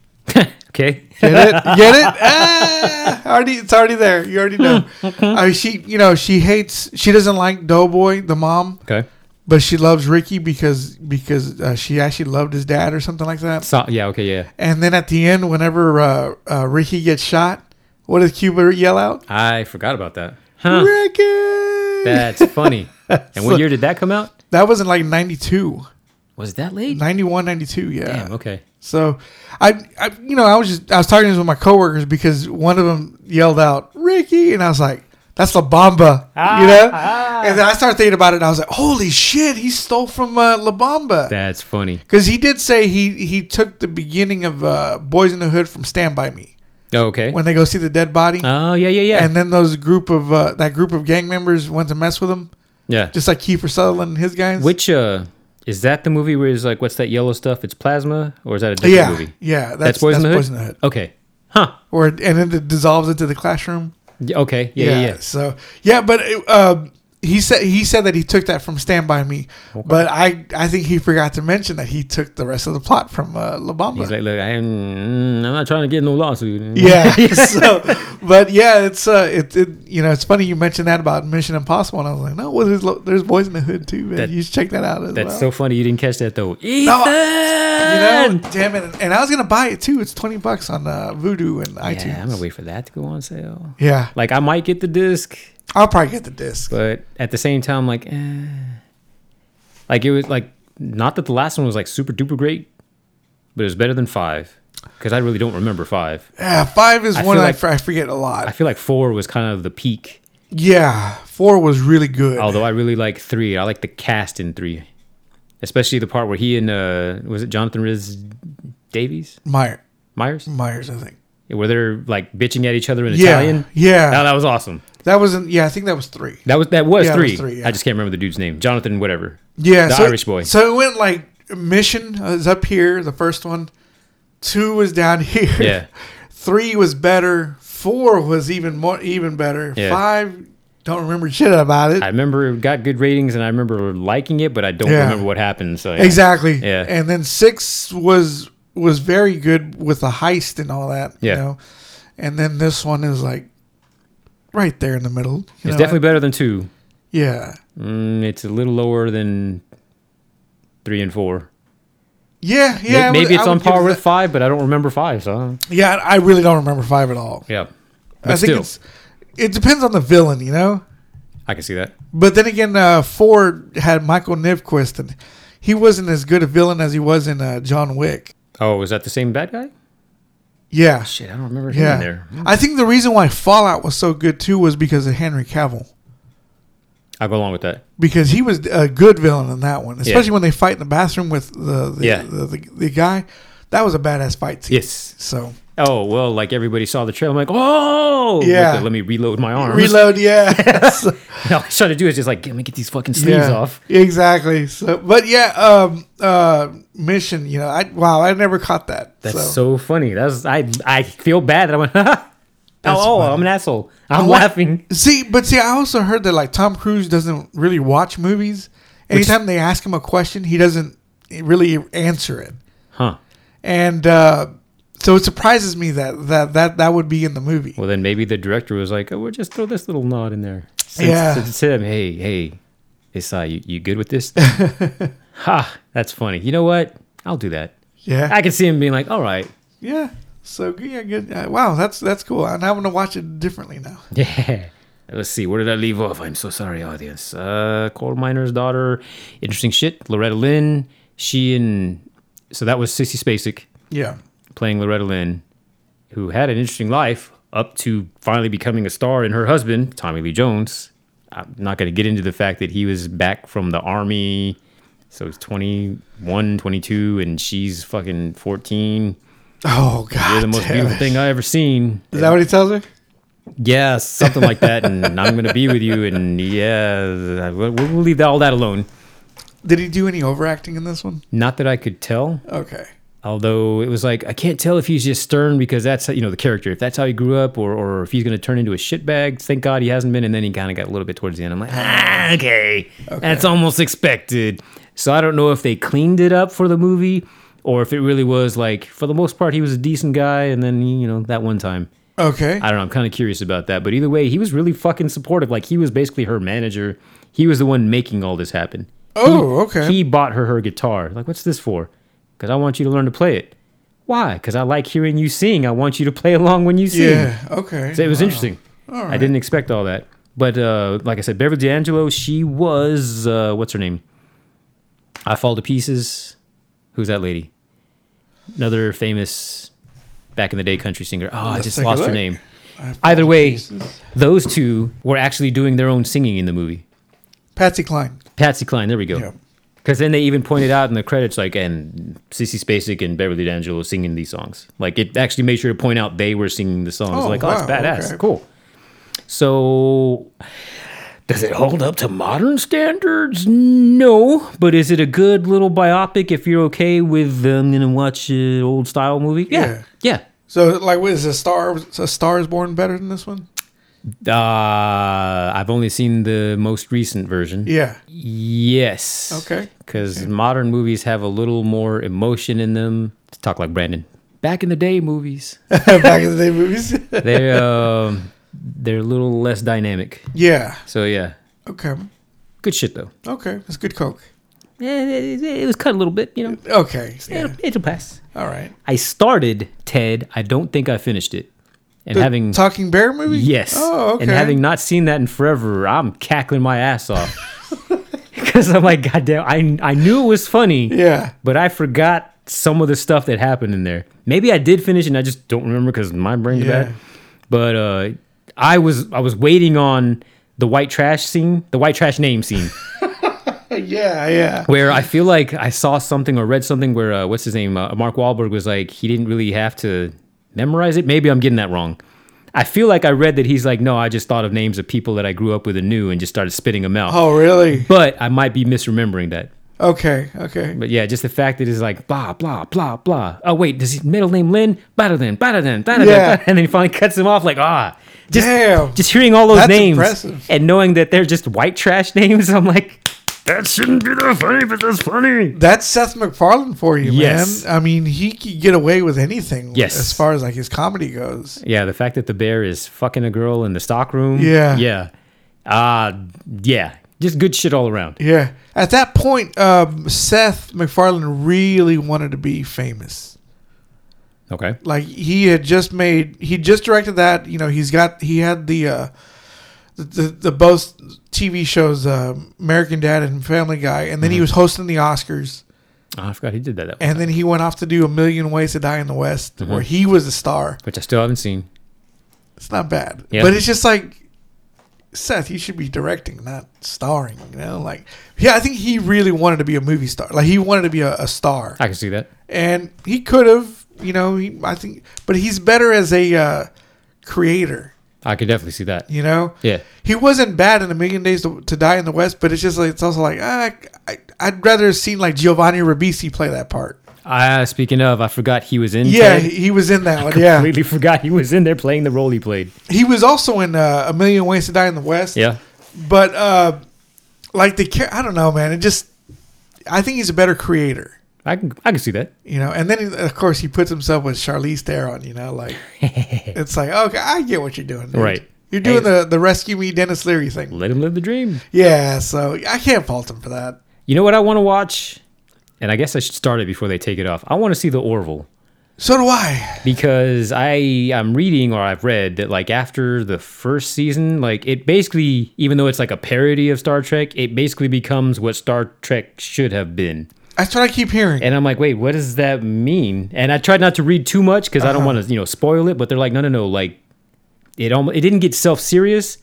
Okay.
Get it? Get it? Ah, already, it's already there. You already know. I mean, she, you know, she hates. She doesn't like Doughboy, the mom,
Okay.
but she loves Ricky because because uh, she actually loved his dad or something like that.
So, yeah. Okay. Yeah.
And then at the end, whenever uh, uh, Ricky gets shot, what does Cuba yell out?
I forgot about that. Huh.
Ricky! <laughs>
That's funny. And what year did that come out?
That was in like 92,
Was it that late?
91, 92, yeah.
Damn. Okay.
So, I, I, you know, I was just, I was talking to this with my coworkers because one of them yelled out, Ricky. And I was like, that's La Bamba, you know? And then I started thinking about it and I was like, holy shit, he stole from uh, La Bamba.
That's funny.
Because he did say he, he took the beginning of uh, Boys in the Hood from Stand By Me
Oh, okay.
when they go see the dead body.
Oh yeah yeah yeah
And then those group of uh, that group of gang members went to mess with him,
yeah.
just like Kiefer Sutherland and his guys.
Which uh is that the movie where it's like what's that yellow stuff? It's plasma or is that a different
yeah,
movie?
yeah, that's,
That's,
that's
Poison, the Hood?
Poison the Hood.
Okay. Huh.
Or and then it dissolves into the classroom.
Y- Okay. Yeah yeah. yeah.
So yeah, but it, um, he said he said that he took that from Stand by Me, but I I think he forgot to mention that he took the rest of the plot from uh, La Bamba.
He's like, look, I'm, mm, I'm not trying to get no lawsuit. <laughs>
yeah. so, but yeah, it's uh, it, it you know it's funny you mentioned that about Mission Impossible, and I was like, no, well, there's lo- there's Boys in the Hood too, man.
That-
you should check that out. As <laughs>
That's
well.
so funny. You didn't catch that though. Ethan.
No, You know, damn it! And I was gonna buy it too. It's twenty bucks on uh, Voodoo and iTunes.
yeah, I'm gonna wait for that to go on sale.
Yeah,
Like I might get the disc,
I'll probably get the disc.
but at the same time, like, eh. like it was like not that the last one was like super duper great, but it was better than five because I really don't remember five.
Yeah, five is
I
one
feel
I,
like-
fr- I forget a lot.
I feel like four was kind of the peak.
yeah, four was really good.
Although I really like three. I like the cast in three, especially the part where he and uh, was it Jonathan Riz Davies
Meyer,
Myers,
Myers, I think.
where they're like bitching at each other in
Yeah,
Italian.
yeah.
Oh, that was awesome.
That wasn't. Yeah, I think that was three.
That was that was
Yeah, it was
three.
three, yeah.
I just can't remember the dude's name. Jonathan whatever.
Yeah,
the
so,
Irish boy.
So it went like Mission is up here, the first one. Two was down <laughs> here.
Yeah.
three was better. Four was even more, even better.
Yeah.
Five, don't remember shit about it.
I remember it got good ratings and I remember liking it, but I don't
Yeah.
remember what happened. So yeah.
Exactly.
Yeah.
And then six was was very good with the heist and all that.
Yeah.
You know? And then this one is like right there in the middle. you
It's
know?
definitely better than two.
yeah.
Mm, it's a little lower than three and four.
Yeah,
May-
yeah. I would-
Maybe
I
it's on
would give
par
it
with
that.
five, but I don't remember five. So
Yeah, I really don't remember five at all.
yeah,
I think
but still,
it's it depends on the villain, you know.
I can see that.
But then again, uh, Ford had Michael Nivquist, and he wasn't as good a villain as he was in uh, John Wick.
Oh, is that the same bad guy?
Yeah,
Shit, I don't remember him in
yeah.
there. Hmm.
I think the reason why Fallout was so good too was because of Henry Cavill.
I'll go along with that.
because he was a good villain in that one, especially when they fight in the bathroom with the the,
Yeah.
the, the, the guy. That was a badass fight scene.
Yes.
So
Oh well, like everybody saw the trailer. I'm like, oh,
Yeah.
Let the- let me reload my arms.
reload, yeah, <laughs> So-
<laughs> All I try to do is just like, let me get these fucking sleeves
yeah,
off.
exactly. So, but yeah, um, uh, mission. You know, I wow, I never caught that.
That's so, funny. That's I. I feel bad that I <laughs> went. oh, oh,
funny.
I'm an asshole. I'm
wa-
laughing.
see, but see, I also heard that like Tom Cruise doesn't really watch movies. Anytime they ask him a question, he doesn't really answer it.
Huh.
And uh, so it surprises me that that that that would be in the movie.
Well, then maybe the director was like, oh, we'll just throw this little nod in there. Since,
Yeah.
since it's him. Hey, hey, Isai, you, you good
<laughs>
with this? ha. That's funny. You know what? I'll do that.
yeah,
I can see him being like, all right.
Yeah. So g- yeah, good. Uh, wow, that's that's cool. And I'm gonna watch it differently now.
<laughs> Yeah. Let's see. Where did I leave off? I'm so sorry, audience. Uh, coal miner's daughter. Interesting shit. Loretta Lynn. She and so that was Sissy Spacek
Yeah.
playing Loretta Lynn, who had an interesting life up to finally becoming a star in her husband Tommy Lee Jones. I'm not going to get into the fact that he was back from the army. So he's 21, 22, and she's fucking 14.
Oh god.
You're the most
<laughs> damn
beautiful
it.
thing I ever seen.
Is that what he tells her?
Yeah, something like that. And I'm going to be with you. And yeah, we'll, we'll leave all that alone.
Did he do any overacting in this one?
Not that I could tell.
Okay.
Although it was like I can't tell if he's just stern because that's you know the character. If that's how he grew up, or or if he's going to turn into a shitbag. Thank God he hasn't been. And then he kind of got a little bit towards the end. I'm like, ah, okay, that's almost expected. So I don't know if they cleaned it up for the movie, or if it really was like for the most part he was a decent guy, and then you know that one time
Okay.
I don't know. I'm kind of curious about that. But either way, he was really fucking supportive. Like he was basically her manager. He was the one making all this happen.
Oh, okay.
He bought her her guitar. Like, what's this for? Because I want you to learn to play it. Why? Because I like hearing you sing. I want you to play along when you sing.
yeah. Okay.
So it was interesting. I didn't expect all that. But uh, like I said, Beverly D'Angelo, she was uh, what's her name? I Fall to Pieces. Who's that lady? Another famous back in the day country singer. Oh, I
Let's
just
take a
lost her
look.
name. Either way, those two were actually doing their own singing in the movie.
Patsy Cline.
Patsy Cline, there we go.
Yeah.
Because then they even pointed out in the credits, like, and Sissy Spacek and Beverly D'Angelo singing these songs. Like, it actually made sure to point out they were singing the songs.
Oh,
like, oh, it's
wow,
badass.
okay.
Cool. So, does it hold up to modern standards? No. But is it a good little biopic if you're okay with, I'm going to watch an old style movie? Yeah. Yeah.
So like, what is a star? A Star is Born better than this one?
Uh, I've only seen the most recent version.
Yeah.
Yes.
Okay. <laughs>
Because modern movies have a little more emotion in them. Let's talk like Brandon. Back in the
<laughs>
day, movies
Back in the day movies. <laughs>
they um they're a little less dynamic.
yeah.
So yeah,
Okay.
good shit though.
Okay. That's good coke.
Eh, It, it was cut a little bit, you know.
Okay. Yeah.
It'll, it'll pass.
All right.
I started Ted. I don't think I finished it. And
The
having
Talking Bear movie.
Yes.
Oh, okay.
And having not seen that in forever, I'm cackling my ass off. <laughs> Because I'm like, goddamn, I, I knew it was funny.
Yeah.
But I forgot some of the stuff that happened in there. Maybe I did finish and I just don't remember because my brain's
Yeah.
bad. But uh, I was I was waiting on the white trash scene, the white trash name scene, <laughs>
Yeah. Yeah.
where I feel like I saw something or read something where uh, what's his name, uh, Mark Wahlberg was like he didn't really have to memorize it. Maybe I'm getting that wrong. I feel like I read that he's like, no, I just thought of names of people that I grew up with and knew and just started spitting them out.
Oh, really?
But I might be misremembering that.
Okay. Okay.
But yeah, just the fact that it's like blah blah blah blah. Oh wait, does his middle name Lynn? Bada then, bada then, bada
Yeah.
then, and then he finally cuts him off. Like ah, just
Damn.
just hearing all those
That's
names
impressive.
and knowing that they're just white trash <laughs> names, I'm like, that shouldn't be that funny, but that's funny.
That's Seth MacFarlane for you,
Yes.
man. I mean, he could get away with anything.
Yes.
As far as like his comedy goes.
Yeah, the fact that the bear is fucking a girl in the stockroom.
Yeah.
yeah, uh, yeah, just good shit all around.
Yeah. At that point, um, Seth MacFarlane really wanted to be famous.
Okay,
like he had just made he just directed that you know he's got he had the uh the the, the both tv shows uh, american dad and family guy and then he was hosting the oscars
oh, I forgot he did that. that
and then he went off to do a million ways to die in the west where he was a star
which I still haven't seen.
it's not bad
Yeah.
but it's just like Seth, you should be directing, not starring. You know, like yeah, I think he really wanted to be a movie star. Like he wanted to be a, a star.
I can see that.
and he could have, you know, he, I think, but he's better as a uh, creator,
I could definitely see that.
you know.
Yeah.
he wasn't bad in A Million Days to, to Die in the West, but it's just like it's also like ah, I, I'd rather have seen like Giovanni Ribisi play that part.
Uh, speaking of, I forgot he was in.
Yeah,
Ted.
he, he was in that one. Yeah,
completely <laughs> forgot he was in there playing the role he played.
he was also in uh, A Million Ways to Die in the West.
Yeah.
but uh, like the char- I don't know, man. It just I think he's a better creator.
I can I can see that.
You know, and then of course he puts himself with Charlize Theron. You know,
<laughs>
like it's like okay, I get what you're doing, dude.
Right.
You're doing
Hey.
the the rescue me Dennis Leary thing.
Let him live the dream.
Yeah, so I can't fault him for that.
You know what I want to watch? And I guess I should start it before they take it off. I want to see the Orville
So do I.
because I I'm reading or I've read that like after the first season, like it basically even though it's like a parody of Star Trek, it basically becomes what Star Trek should have been.
That's what I keep hearing.
And I'm like, wait, what does that mean? And I tried not to read too much because I
Uh-huh.
don't want to, you know, spoil it. But they're like, no, no, no, like it almost it didn't get self serious,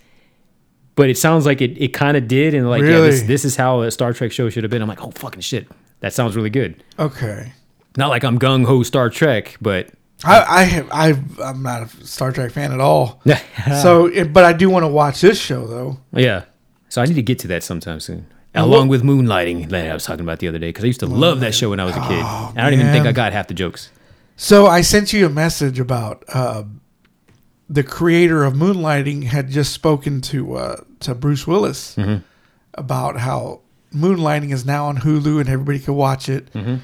but it sounds like it, it kind of did. And like, yeah, this,
Really?
this is how a Star Trek show should have been. I'm like, oh fucking shit, that sounds really good.
okay,
Not like I'm gung ho Star Trek,
<laughs>
but
I I, have, I I'm not a Star Trek fan at
<laughs>
all. eh,
yeah,
so, it, but I do want to watch this show though.
yeah. So I need to get to that sometime soon. along with moonlighting that I was talking about the other day because I used to love that show when I was a kid. I don't even think
Oh, man.
I got half the jokes.
So I sent you a message about uh, the creator of Moonlighting had just spoken to uh, to Bruce Willis
Mm-hmm.
about how Moonlighting is now on Hulu and everybody can watch it.
Mm-hmm.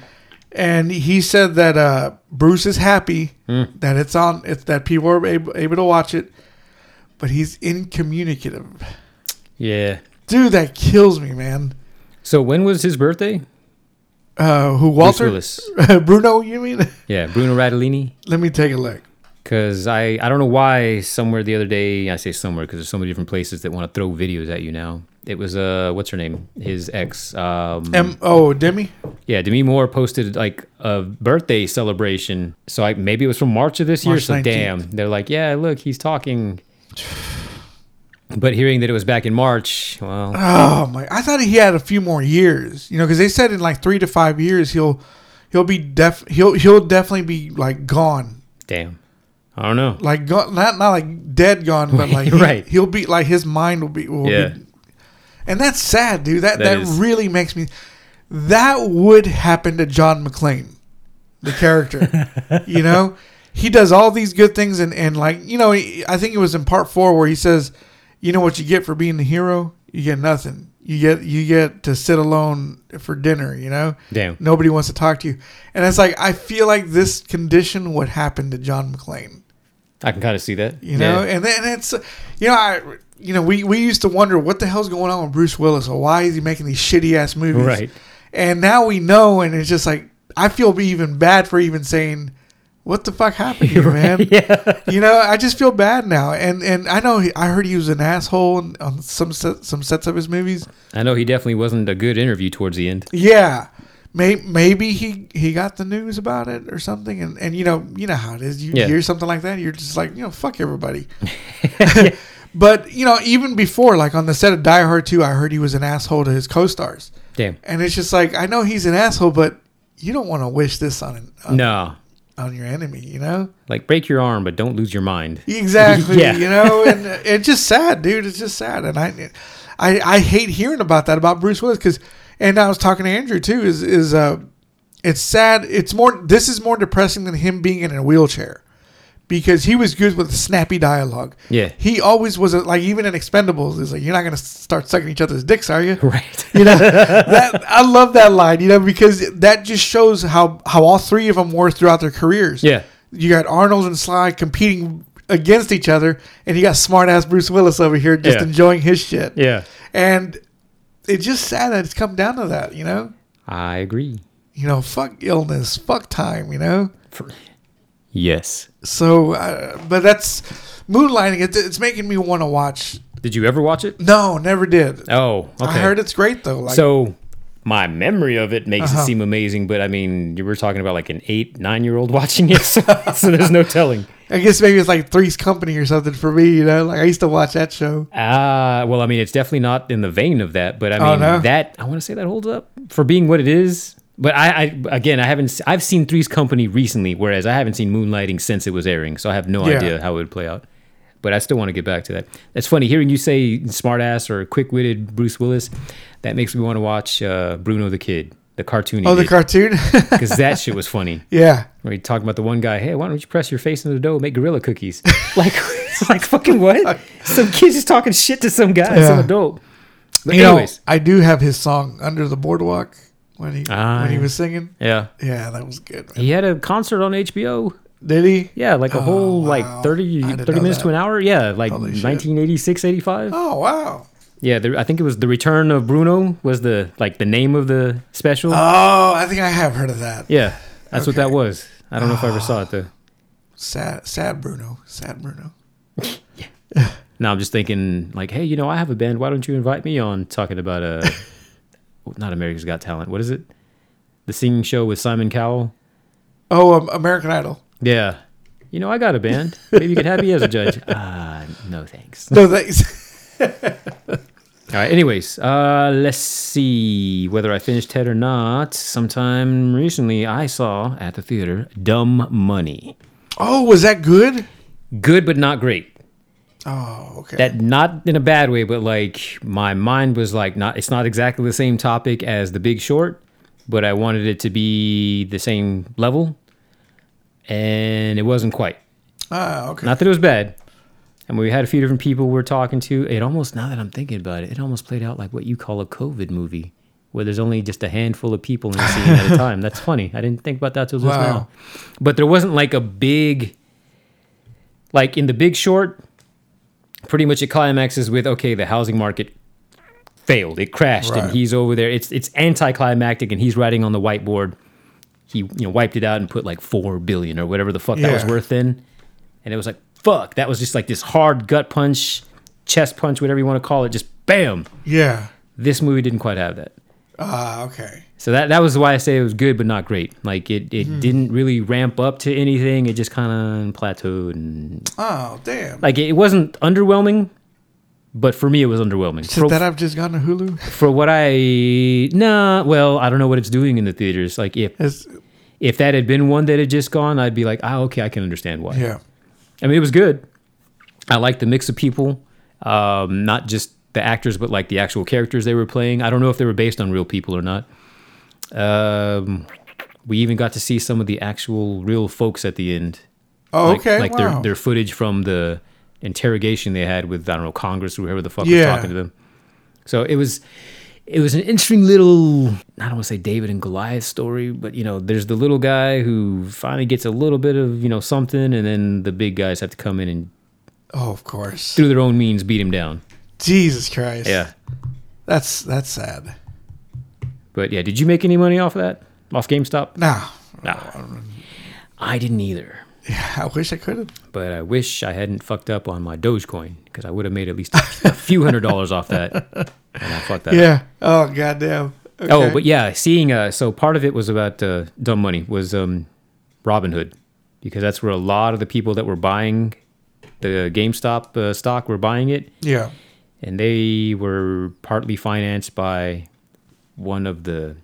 And he said that uh, Bruce is happy
Hmm.
that it's on, it's that people are able, able to watch it, but he's incommunicative.
Yeah.
Dude, that kills me, man.
So when was his birthday?
Uh, who
Bruce
Walter
Willis.
<laughs> Bruno? You mean? <laughs>
Yeah, Bruno Radolini.
Let me take a look.
Because I, I don't know why somewhere the other day, I say somewhere because there's so many different places that want to throw videos at you now. It was, uh, what's her name? His ex. Um,
M O Demi.
yeah, Demi Moore posted like a birthday celebration. So I, maybe it was from March of this year.
March
So
19th.
damn, they're like, yeah, look, he's talking. But hearing that it was back in March, well,
Oh my! I thought he had a few more years, you know, because they said in like three to five years he'll he'll be def he'll he'll definitely be like gone,
damn. I don't know.
like gone, not not like dead gone,
<laughs>
but like he,
Right.
he'll be like his mind will be will
Yeah.
be, and that's sad, dude. That
That
that,
is.
really makes me. That would happen to John McClane, the
<laughs>
character. you know, he does all these good things, and and like you know, he, I think it was in part four where he says, "You know what you get for being the hero? You get nothing. You get you get to sit alone for dinner. You know,
Damn.
nobody wants to talk to you." And it's like I feel like this condition would happen to John McClane
I can kind of see that.
you know and then it's you know i you know we we used to wonder what the hell's going on with bruce willis or why is he making these shitty ass movies
Right.
and now we know and it's just like i feel even bad for even saying what the fuck happened
<laughs>
here <laughs> man
Yeah.
you know i just feel bad now and and i know he, i heard he was an asshole on- on some set, some sets of his movies
I know he definitely wasn't a good interview towards the end.
yeah May- Maybe he, he got the news about it or something, and, and you know you know how it is. You
Yeah.
hear something like that, you're just like you know fuck everybody. <laughs> but you know even before, like on the set of Die Hard 2, I heard he was an asshole to his co-stars,
Damn.
and it's just like I know he's an asshole, but you don't want to wish this on an, on,
No.
on your enemy, you know.
Like break your arm, but don't lose your mind.
Exactly.
Yeah.
You know, and uh, it's just sad, dude. It's just sad, and I, I, I hate hearing about that about Bruce Willis because, and I was talking to Andrew too. Is is uh, it's sad. It's more. This is more depressing than him being in a wheelchair, because he was good with snappy dialogue.
Yeah.
He always was a, like even in Expendables is like you're not gonna start sucking each other's dicks, are you?
<laughs> Right.
You know that I love that line. You know because that just shows how how all three of them were throughout their careers.
Yeah.
You got Arnold and Sly competing against each other, and you got smart ass Bruce Willis over here just
Yeah.
enjoying his shit.
Yeah.
And it's just sad that it's come down to that, you know?
I agree.
You know, fuck illness, fuck time, you know?
Yes.
So, uh, but that's moonlighting. It, it's making me want to watch.
Did you ever watch it?
No, never did.
Oh, okay.
I heard it's great though. Like,
So my memory of it makes
Uh-huh.
it seem amazing, but I mean, you were talking about like an eight, nine year old <laughs> watching it, so, so there's no telling.
I guess maybe it's like Three's Company or something for me, you know? Like, I used to watch that show.
Uh, well, I mean, it's definitely not in the vein of that, but I
Oh,
mean,
no?
that, I want to say that holds up for being what it is. But I, I, again, I haven't, s- I've seen Three's Company recently, whereas I haven't seen Moonlighting since it was airing, so I have no
Yeah.
idea how it would play out. But I still want to get back to that. It's funny hearing you say smartass or quick witted Bruce Willis. That makes me want to watch uh, Bruno the Kid, the cartoon. <laughs>
Oh, the cartoon?
Because that shit was funny.
yeah.
Where he talking about the one guy, hey, why don't you press your face into the dough, and make gorilla cookies? <laughs> like, it's like fucking what? Some kid's just talking shit to some guy, some
Yeah.
adult. But
You
anyways,
know, I do have his song "Under the Boardwalk" when he
Ah,
when he
yeah.
was singing.
yeah,
Yeah, that was good. man.
he had a concert on HBO.
Did he?
Yeah, like a
Oh,
whole
wow.
like 30,
I didn't
30
know
minutes
that.
to an hour. Yeah, like
Holy shit.
1986, 85.
Oh wow.
Yeah, the, I think it was the Return of Bruno was the like the name of the special.
Oh, I think I have heard of that.
yeah, that's what
okay.
that was. I don't know if I ever saw it though.
Sad, sad Bruno. Sad Bruno.
Now I'm just thinking, like, hey, you know, I have a band. Why don't you invite me on? Talking about uh not America's Got Talent. What is it? The singing show with Simon Cowell.
Oh, um, American Idol.
<laughs> Yeah. You know, I got a band. Maybe you could have me as a judge. Uh, no thanks. All
No, <laughs> thanks.
right. Anyways, uh, let's see whether I finished Ted or not. Sometime recently, I saw at the theater Dumb Money.
oh, was that good?
Good, but not great.
Oh, okay.
that not in a bad way, but like my mind was like not it's not exactly the same topic as the big short, but I wanted it to be the same level. And it wasn't quite.
ah, okay.
Not that it was bad. And we had a few different people we were talking to. It almost now that I'm thinking about it, it almost played out like what you call a COVID movie. Where there's only just a handful of people in a scene
<laughs>
at a time. That's funny. I didn't think about that till just
Wow.
now. But there wasn't like a big like in the big short, pretty much it climaxes with okay, the housing market failed. It crashed
Right.
and he's over there. It's it's anticlimactic and he's writing on the whiteboard. He you know wiped it out and put like four billion or whatever the fuck that was
Yeah.
worth in. And it was like, fuck, that was just like this hard gut punch, chest punch, whatever you want to call it, just bam.
yeah.
This movie didn't quite have that.
Ah, okay.
So that that was why I say it was good but not great. Like it,
Hmm.
it didn't really ramp up to anything. It just kind of plateaued and
Oh, damn.
like it wasn't underwhelming, but for me it was underwhelming.
Since
For,
that I've just gone to
<laughs>
Hulu.
for what I nah, well I don't know what it's doing in the theaters. Like if
It's,
if that had been one that had just gone, I'd be like, ah okay, I can understand why.
yeah.
I mean, it was good. I liked the mix of people, um, not just the actors, but like the actual characters they were playing. I don't know if they were based on real people or not. Um, we even got to see some of the actual real folks at the end.
Oh,
Like-
okay.
Like
wow.
their their footage from the interrogation they had with I don't know Congress or whoever the fuck was
Yeah.
talking to them. So it was it was an interesting little I don't want to say David and Goliath story, but you know, there's the little guy who finally gets a little bit of, you know, something and then the big guys have to come in and
oh, of course.
through their own means beat him down.
Jesus Christ. That's that's sad.
But yeah, did you make any money off of that? Off GameStop?
Nah.
I didn't either.
Yeah, <laughs> I wish I could have.
But I wish I hadn't fucked up on my Dogecoin because I would have made at least a few hundred dollars off that. And I fucked that up.
Yeah. Oh, goddamn. Okay.
Oh, but yeah, seeing uh, so part of it was about uh, dumb money was um, Robinhood because that's where a lot of the people that were buying the GameStop uh, stock were buying it,
Yeah.
and they were partly financed by one of the.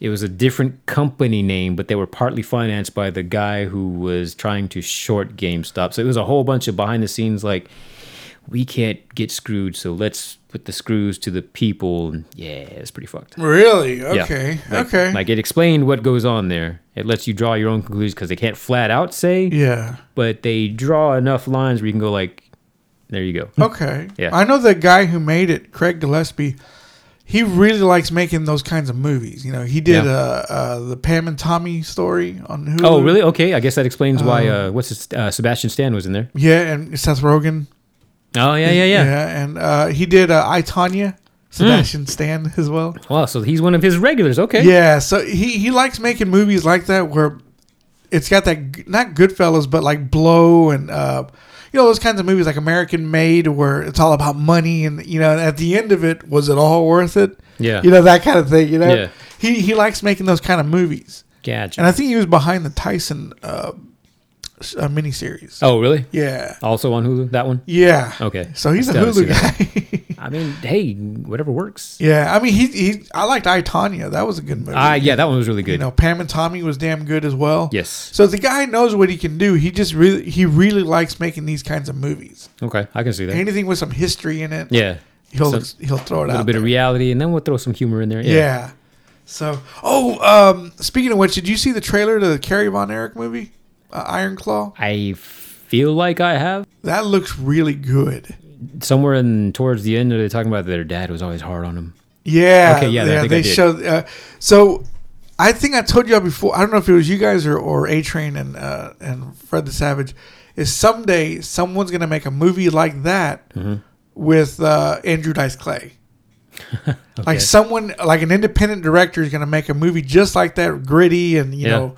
It was a different company name, but they were partly financed by the guy who was trying to short GameStop. So it was a whole bunch of behind the scenes like. We can't get screwed, so let's put the screws to the people. And Yeah, it's pretty fucked.
Really?
Yeah.
Okay.
Like-
okay.
Like it explained what goes on there. It lets you draw your own conclusions because they can't flat out say,
yeah.
but they draw enough lines where you can go like, there you go.
Okay.
<laughs> Yeah.
I know the guy who made it, Craig Gillespie. He really likes making those kinds of movies. You know, he did
Yeah.
uh, uh, the Pam and Tommy story on Hulu.
Oh, really? Okay, I guess that explains why.
Um,
Uh, what's his, uh, Sebastian Stan was in there?
Yeah, and Seth Rogen.
Oh yeah, yeah, Hmm. yeah.
and uh, he did uh, I Tanya, Sebastian Stan as well.
Wow, so he's one of his regulars. Okay.
Yeah, so he he likes making movies like that where it's got that g- not Goodfellas, but like Blow and uh, you know those kinds of movies like American Made, where it's all about money and you know at the end of it, was it all worth it?
Yeah.
you know that kind of thing. You know,
Yeah.
he he likes making those kind of movies,
Gotcha.
and I think he was behind the Tyson uh, s- uh, miniseries.
oh, really?
Yeah,
Also on Hulu, that one.
yeah.
Okay.
So he's a
Gotta see
Hulu
that.
guy.
I mean, hey, whatever works.
<laughs> yeah, I mean he he. I liked I Tanya. That was a good movie.
Ah, yeah, that one was really
You
good.
know, Pam and Tommy was damn good as well.
Yes.
So the guy knows what he can do. He just really he really likes making these kinds of movies.
Okay, I can see that.
Anything with some history in it,
Yeah,
he'll
some-
he'll throw it
a
out.
little bit of
there.
reality, and then we'll throw some humor in there.
yeah. So, oh, um, speaking of which, did you see the trailer to the Carrie Von Erich movie, uh, Iron Claw?
I feel like I have.
That looks really good.
somewhere in towards the end, they're talking about their dad was always hard on him.
Yeah.
Okay, yeah, I think I
they
did.
showed. Uh, so, I think I told you all before. I don't know if it was you guys or, or A Train and uh, and Fred the Savage. Is someday someone's gonna make a movie like that
Mm-hmm.
with uh, Andrew Dice
<laughs>
Clay? Like someone, like an independent director is gonna make a movie just like that, gritty and you
Yeah.
know.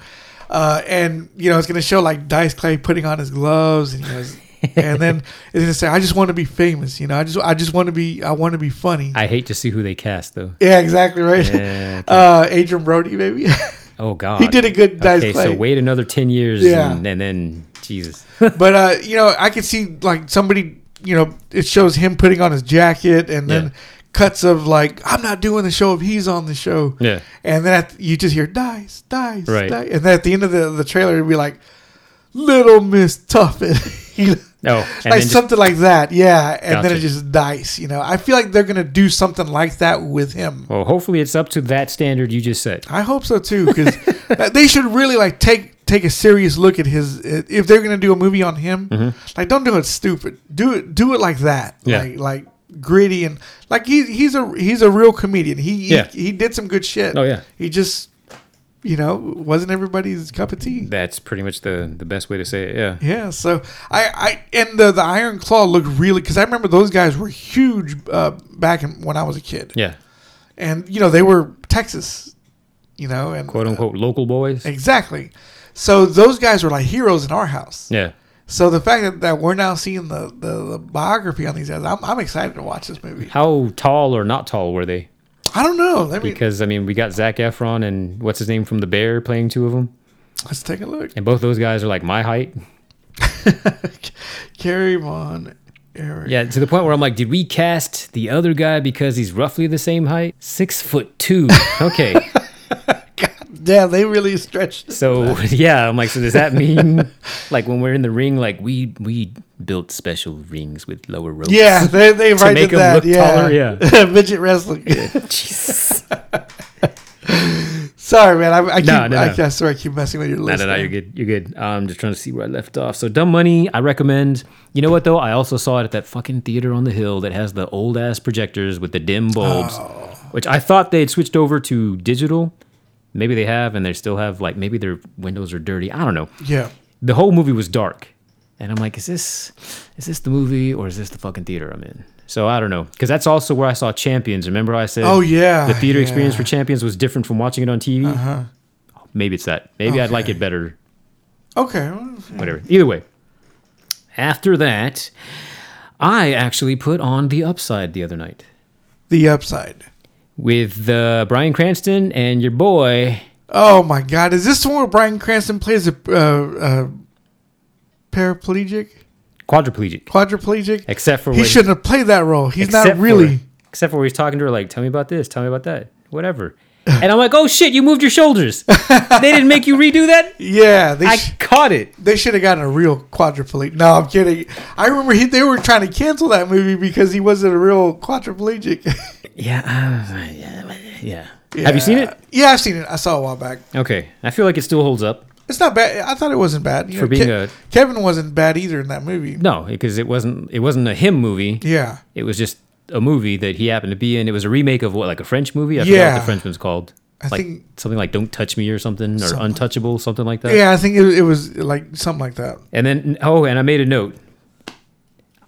Uh, and you know it's gonna show like Dice Clay putting on his gloves, and, he
<laughs>
goes, and then it's gonna say, "I just want to be famous." You know, I just, I just want to be, I want to be funny.
I hate to see who they cast though.
Yeah, exactly right. <laughs>
Yeah,
Uh, Adrian Brody, maybe. <laughs>
Oh God,
he did a good dice
okay,
play,
so wait another ten years,
Yeah.
and, and then <laughs> Jesus. Oh,
but uh, you know, I could see like somebody, you know, it shows him putting on his jacket, and
Yeah.
then cuts of like, I'm not doing the show if he's on the show.
Yeah.
and then at, you just hear dice, dice,
Right.
dice, and then at the end of the, the trailer, it'd be like, Little Miss Tuffet. <laughs> You know?
Oh, and
like
then just-
something like that. Yeah, and then
Gotcha.
it just dies. You know, I feel like they're gonna do something like that with him.
well, hopefully it's up to that standard you just said.
I hope so too,
<laughs>
because they should really like take take a serious look at his. If they're gonna do a movie on him, like don't do it stupid. Do it do it like that.
Mm-hmm. Yeah.
Like like gritty and like he he's a he's a real comedian. He
Yeah.
he, he did some good shit.
Oh, yeah.
He just you know wasn't everybody's cup of tea.
That's pretty much the the best way to say it. Yeah.
Yeah, so I, I and the the Iron Claw looked really because I remember those guys were huge uh, back in, when I was a kid,
Yeah.
and you know they were Texas, you know, and
Quote unquote local boys.
exactly. So those guys were like heroes in our house.
Yeah.
So the fact that, that we're now seeing the, the, the biography on these guys, I'm, I'm excited to watch this movie.
How tall or not tall were they?
I don't know. Let me
Because I mean, we got Zach Efron and what's his name from The Bear playing two of them,
let's take a <laughs> look.
and both those guys are like my height.
Carry on, Eric.
Yeah, to the point where I'm like, did we cast the other guy because he's roughly the same height? Six foot two. Okay.
<laughs> yeah, they really stretched. it.
So yeah, I'm like, so does that mean like when we're in the ring, like we we
Built special rings with lower ropes.
Yeah, they they right
make
did
'em
that.
look
yeah.
taller,
<laughs>
yeah.
midget wrestling. <laughs> Sorry, man. I, I keep,
No, no,
I,
no.
I swear I keep messing with your
No,
list.
no, no,
man.
you're good. You're good. I'm just trying to see where I left off. So, Dumb Money, I recommend. You know what, though? I also saw it at that fucking theater on the hill that has the old ass projectors with the dim bulbs, which I thought they had switched over to digital. Maybe they have, and they still have, like, maybe their windows are dirty. I don't know.
Yeah.
The whole movie was dark. And I'm like, is this is this the movie or is this the fucking theater I'm in? So I don't know. Because that's also where I saw Champions. Remember I said
Oh, yeah,
the theater experience
yeah.
for Champions was different from watching it on TV? Uh-huh. Maybe it's that. Maybe I'd like it better
Okay. well,
whatever. Either way, after that, I actually put on The Upside the other night
The upside.
with uh, Brian Cranston and your boy.
Oh my God! Is this the one where Brian Cranston plays a uh, uh, paraplegic,
Quadriplegic,
quadriplegic?
except for
he
where-
shouldn't have played that role. He's not
except
really.
for- except for where he's talking to her, like, "Tell me about this. Tell me about that. Whatever." <laughs> And I'm like, "Oh shit! You moved your
<laughs>
shoulders. they didn't make you redo that.
Yeah, they
I
sh-
caught it."
they should have gotten a real quadriplegic. No, I'm kidding. I remember he, they were trying to cancel that movie because he wasn't a real quadriplegic. <laughs>
Yeah, uh, yeah, yeah. Have you seen it?
Yeah, I've seen it. I saw it a while back.
Okay, I feel like it still holds up.
It's not bad. I thought it wasn't bad. You
For being a-
Kevin wasn't bad either in that movie.
No, because it wasn't. It wasn't a him movie.
Yeah.
It was just a movie that he happened to be in. It was a remake of what, like a French movie? I forgot
Yeah.
what the Frenchman's called.
I
like
think-
something like "Don't Touch Me" or something, or "Untouchable," something like that.
Yeah, I think it, it was like something like that.
And then oh, and I made a note.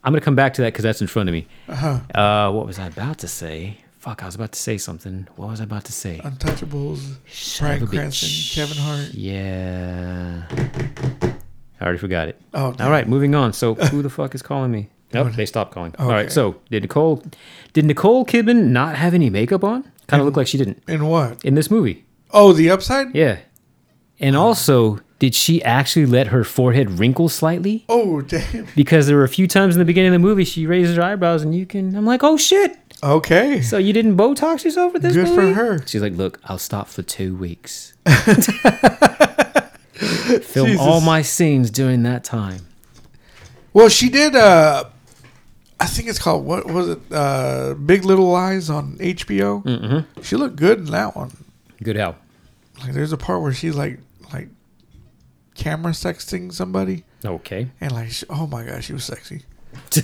I'm gonna come back to that because that's in front of me. Uh-huh. what was I about to say? Fuck, I was about to say something. What was I about to say?
Uh, Untouchables, Brian Cranston, Kevin Hart.
Yeah, I already forgot it.
Oh, damn.
All right, moving
<laughs>
on. So who the fuck is calling me? Nope, they stopped calling. All
Okay.
right, so did Nicole did Nicole Kidman not have any makeup on? Kind of looked like she didn't
And what?
in this movie.
Oh, the upside.
Yeah. And
Oh.
also, did she actually let her forehead wrinkle slightly?
Oh damn.
Because there were a few times in the beginning of the movie she raises her eyebrows and you can I'm like, "Oh shit.
Okay.
So you didn't botox yourself with this
Good for
movie?"
her.
She's like, "Look, I'll stop for 2 <laughs> weeks." Film all
Jesus.
my scenes during that time.
Well, she did. uh I think it's called what was it? Uh Big Little Lies on HBO. Mm-hmm. She looked good in that one.
Good how.
Like, there's a part where she's like, like, camera sexting somebody,
<laughs> Okay.
and like, she, oh my gosh, she was sexy.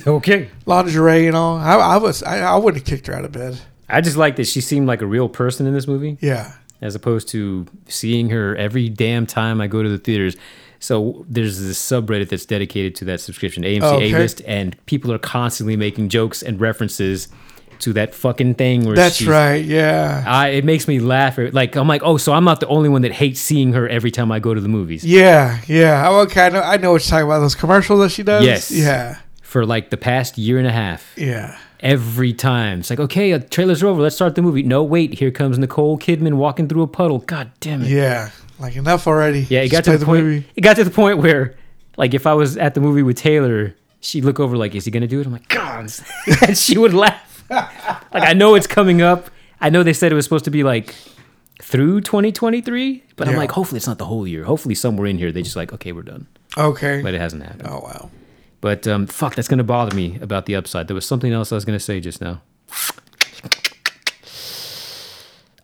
okay.
lingerie and all. I, I was I, I wouldn't have kicked her out of bed.
I just like that she seemed like a real person in this movie.
Yeah,
as opposed to seeing her every damn time I go to the theaters. So there's this subreddit that's dedicated to that subscription, AMC
Okay.
A List, and people are constantly making jokes and references to that fucking thing. Where
that's
she's-
right. Yeah,
I, it makes me laugh. Like I'm like, oh, so I'm not the only one that hates seeing her every time I go to the movies.
yeah, yeah. Oh, okay, I know I know what you're talking about. Those commercials that she does.
Yes.
Yeah.
For like the past year and a half,
Yeah.
every time it's like, okay, uh, trailers are over, let's start the movie. No, wait, here comes Nicole Kidman walking through a puddle. God damn it.
Yeah. Like enough already.
Yeah, it
Just
got to
play
the, point.
movie.
It got to the point where, like, if I was at the movie with Taylor, she'd look over like, "Is he gonna do it?" I'm like, "God," <laughs> and she would laugh. like, I know it's coming up. I know they said it was supposed to be like through 2023, but I'm
Yeah.
like, hopefully it's not the whole year. Hopefully somewhere in here they just like, okay, we're done,
Okay.
but it hasn't happened.
oh wow.
But um, fuck, that's gonna bother me about the upside. There was something else I was gonna say just now.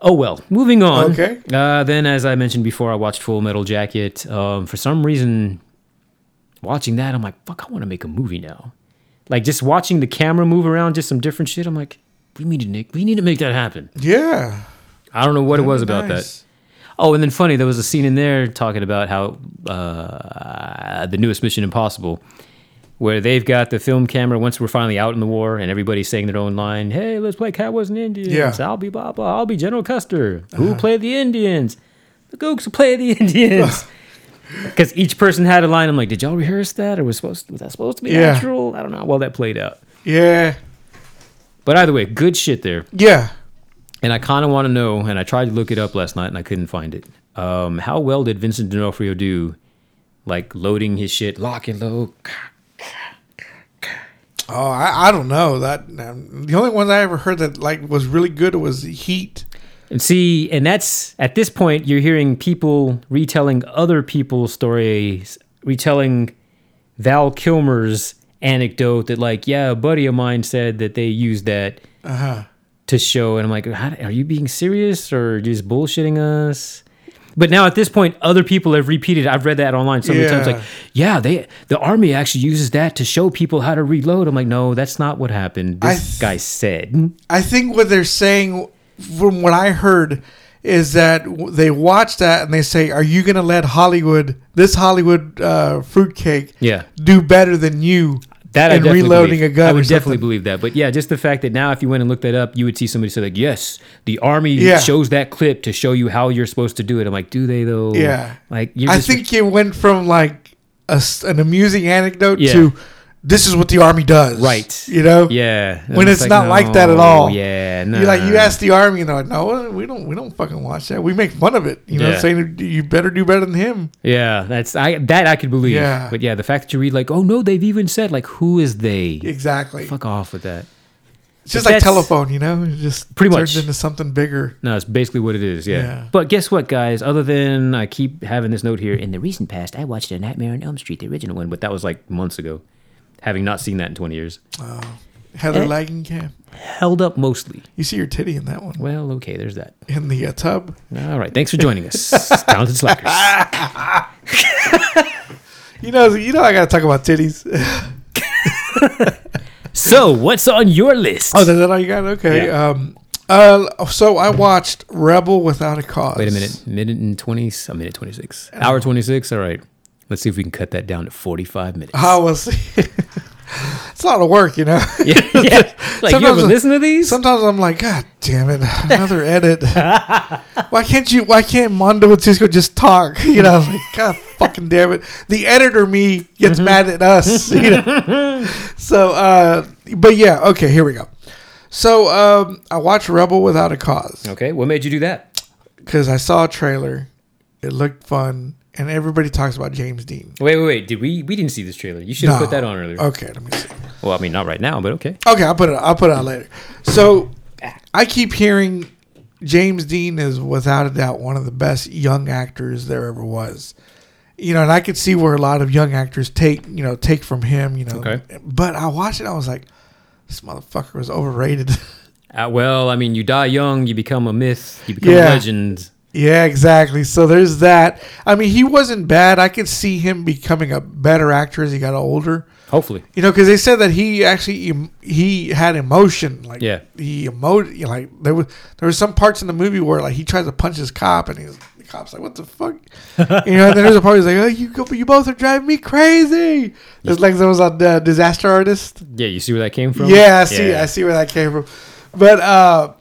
Oh well, moving on.
Okay.
Uh, then, as I mentioned before, I watched Full Metal Jacket. Um, for some reason, watching that, I'm like, fuck, I want to make a movie now. Like just watching the camera move around, just some different shit. I'm like, we need to Nick, we need to make that happen.
Yeah.
I don't know what it was about that.
Nice.
Oh, and then funny, there was a scene in there talking about how uh, the newest Mission Impossible, where they've got the film camera once we're finally out in the war and everybody's saying their own line. Hey, let's play cowboys and Indians.
Yeah. Uh-huh.
I'll be Baba. I'll be General Custer. Who played the Indians? The Gooks who play the <laughs> Indians. Because each person had a line. I'm like, did y'all rehearse that, or was supposed was that supposed to be
Yeah.
natural? I don't know how well that played out.
Yeah.
But either way, good shit there.
Yeah.
And I kind of want to know, and I tried to look it up last night and I couldn't find it. Um, how well did Vincent D'Onofrio do, like loading his shit, lock and load?
Oh, I, I don't know that. Um, the only one I ever heard that like was really good was Heat.
And see, and that's at this point you're hearing people retelling other people's stories, retelling Val Kilmer's anecdote that, like, yeah, a buddy of mine said that they used that to show, and I'm like, How, are you being serious or just bullshitting us? But now at this point, other people have repeated. I've read that online so many times.
Yeah.
Like, yeah, they the army actually uses that to show people how to reload. I'm like, no, that's not what happened.
I
This
th-
guy said.
I think what they're saying, from what I heard, is that w- they watch that and they say, "Are you going to let Hollywood, this Hollywood uh, fruitcake,
Yeah.
do better than you
That I
in
definitely
reloading
believe.
a gun?"
I
or
would definitely
something?
believe that. But yeah, just the fact that now if you went and looked that up, you would see somebody say like, "Yes, the army
Yeah.
shows that clip to show you how you're supposed to do it." I'm like, "Do they though?"
Yeah.
Like you're
I
just,
think it went from like a s an amusing anecdote
Yeah.
to this is what the army does,
Right.
You know,
<laughs> yeah. And
When it's not like that at all.
Yeah. No.
You like you ask the army and they're like, no, we don't, we don't fucking watch that. We make fun of it. You know, what I'm
Yeah.
saying you better do better than him.
Yeah, that's I that I could believe.
Yeah.
But yeah, the fact that you read like, "Oh no, they've even said like who is they?"
Exactly.
Fuck off with that.
It's just like
But that's-
telephone, you know. It just
Pretty
turns
much.
into something bigger.
No, it's basically what it is. Yeah.
Yeah.
But guess what, guys? Other than I keep having this note here in
In the recent past, I watched A Nightmare on Elm Street, the
the
original.
original one, but that was like months ago. Having not seen that in 20 years.
Uh,
Eh?
Heather Langenkamp.
Held up mostly.
You see your titty in that one
Well, okay, there's that.
in the uh, tub.
All right, thanks for joining
<laughs>
us, talented slackers.
You know, you know, I gotta talk about titties. <laughs>
Oh, So, what's on your list?
oh, is that all you got? Okay.
Yeah.
Um. Uh. So I watched Rebel Without a Cause.
Wait a minute, minute and twenty, a minute twenty six,
Oh.
hour twenty six. All right, let's see if we can cut that down to forty five minutes.
I was. <laughs> it's a lot of work, you know.
<laughs> yeah,
<laughs>
yeah. like you
Sometimes-
ever listen to these?
Sometimes I'm like, God damn it, <laughs> another edit. why can't you? Why can't Mondo and Cisco just talk? <laughs> You know, like, God fucking damn it. The editor me gets mad at us. <laughs> You know? so, uh, but yeah, okay, here we go. So um, I watched Rebel Without a Cause
okay, what made you do that?
because I saw a trailer. It looked fun, and everybody talks about James Dean.
Wait, wait, wait. Did we? We didn't see this trailer. You should have put
No.
that on earlier.
Okay, let me see.
Well, I mean, not right now, but okay.
Okay, I'll put it. I'll put it out later. So, I keep hearing James Dean is without a doubt one of the best young actors there ever was. You know, and I could see where a lot of young actors take you know take from him. You know,
Okay.
but I watched it. I was like, this motherfucker was overrated. <laughs>
Uh, well, I mean, you die young, you become a myth, you become
Yeah.
a legend.
yeah, exactly. So there's that. I mean, he wasn't bad. I could see him becoming a better actor as he got older.
Hopefully,
You know, because they said that he actually em- he had emotion, like
Yeah.
he emo, you know, like there was there was some parts in the movie where like he tries to punch his cop, and he's the cop's like, "What the
<laughs>
fuck?" you know, and then there's a part where he's like, "Oh, you go, you both are driving me crazy." It's like those on the Disaster Artist.
yeah. You see where that came from?
Yeah, I see, I see where that came from, but uh,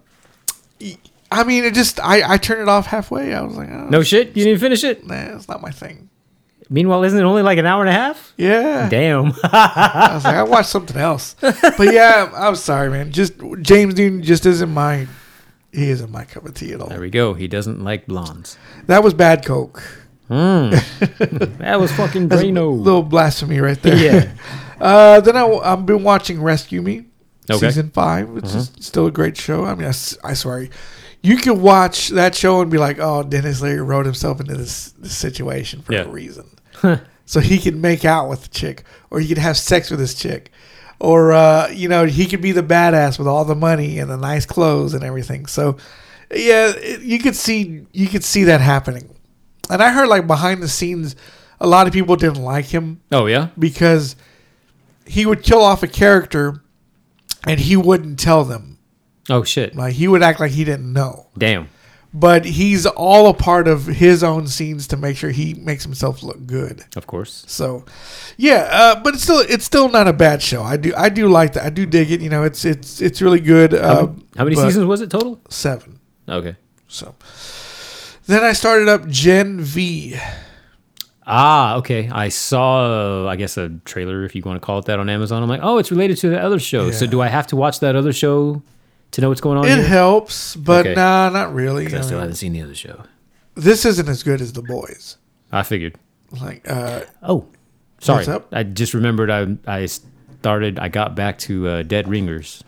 I mean, it just I I turned it off halfway. I was like, oh,
No shit, you didn't finish it.
nah, it's not my thing."
Meanwhile, isn't it only like an hour and a
<laughs>
half?
Yeah,
Damn. <laughs>
I was like, I watched something else. But yeah, I'm sorry, man. Just James Dean just isn't my he isn't my cup of tea at all.
there we go. He doesn't like blondes.
That was bad coke. <laughs>
Hmm. That was fucking
That's a
Drano.
little blasphemy right there.
Yeah.
<laughs> Uh, then I, I've been watching Rescue Me
Okay.
season five, which is still a great show. I mean, I, s- I sorry. You can watch that show and be like, oh, Dennis Leary wrote himself into this, this situation for
Yeah.
no reason. so he could make out with the chick, or he could have sex with this chick, or uh, you know he could be the badass with all the money and the nice clothes and everything. So yeah, it, you could see you could see that happening. And I heard like behind the scenes, a lot of people didn't like him
Oh yeah.
because he would kill off a character, and he wouldn't tell them.
Oh shit.
Like he would act like he didn't know
Damn.
but he's all a part of his own scenes to make sure he makes himself look good.
Of course.
So, yeah, uh, but it's still it's still not a bad show. I do I do like that. I do dig it. You know, it's it's it's really good. Uh,
How many
but-
seasons was it total?
Seven.
Okay.
So then I started up Gen V.
Ah, okay. I saw, uh, I guess, a trailer, if you want to call it that, on Amazon. I'm like, oh, it's related to the other show. So
Yeah.
do I have to watch that other show to know what's going on?
It Oh,
here?
helps, but
Oh, Okay.
nah, not really.
I
I
still
mean,
haven't seen the other show.
this isn't as good as the boys.
I figured.
Like, uh,
Oh, sorry.
What's up?
I just remembered. I I started. I got back to uh, Dead Ringers.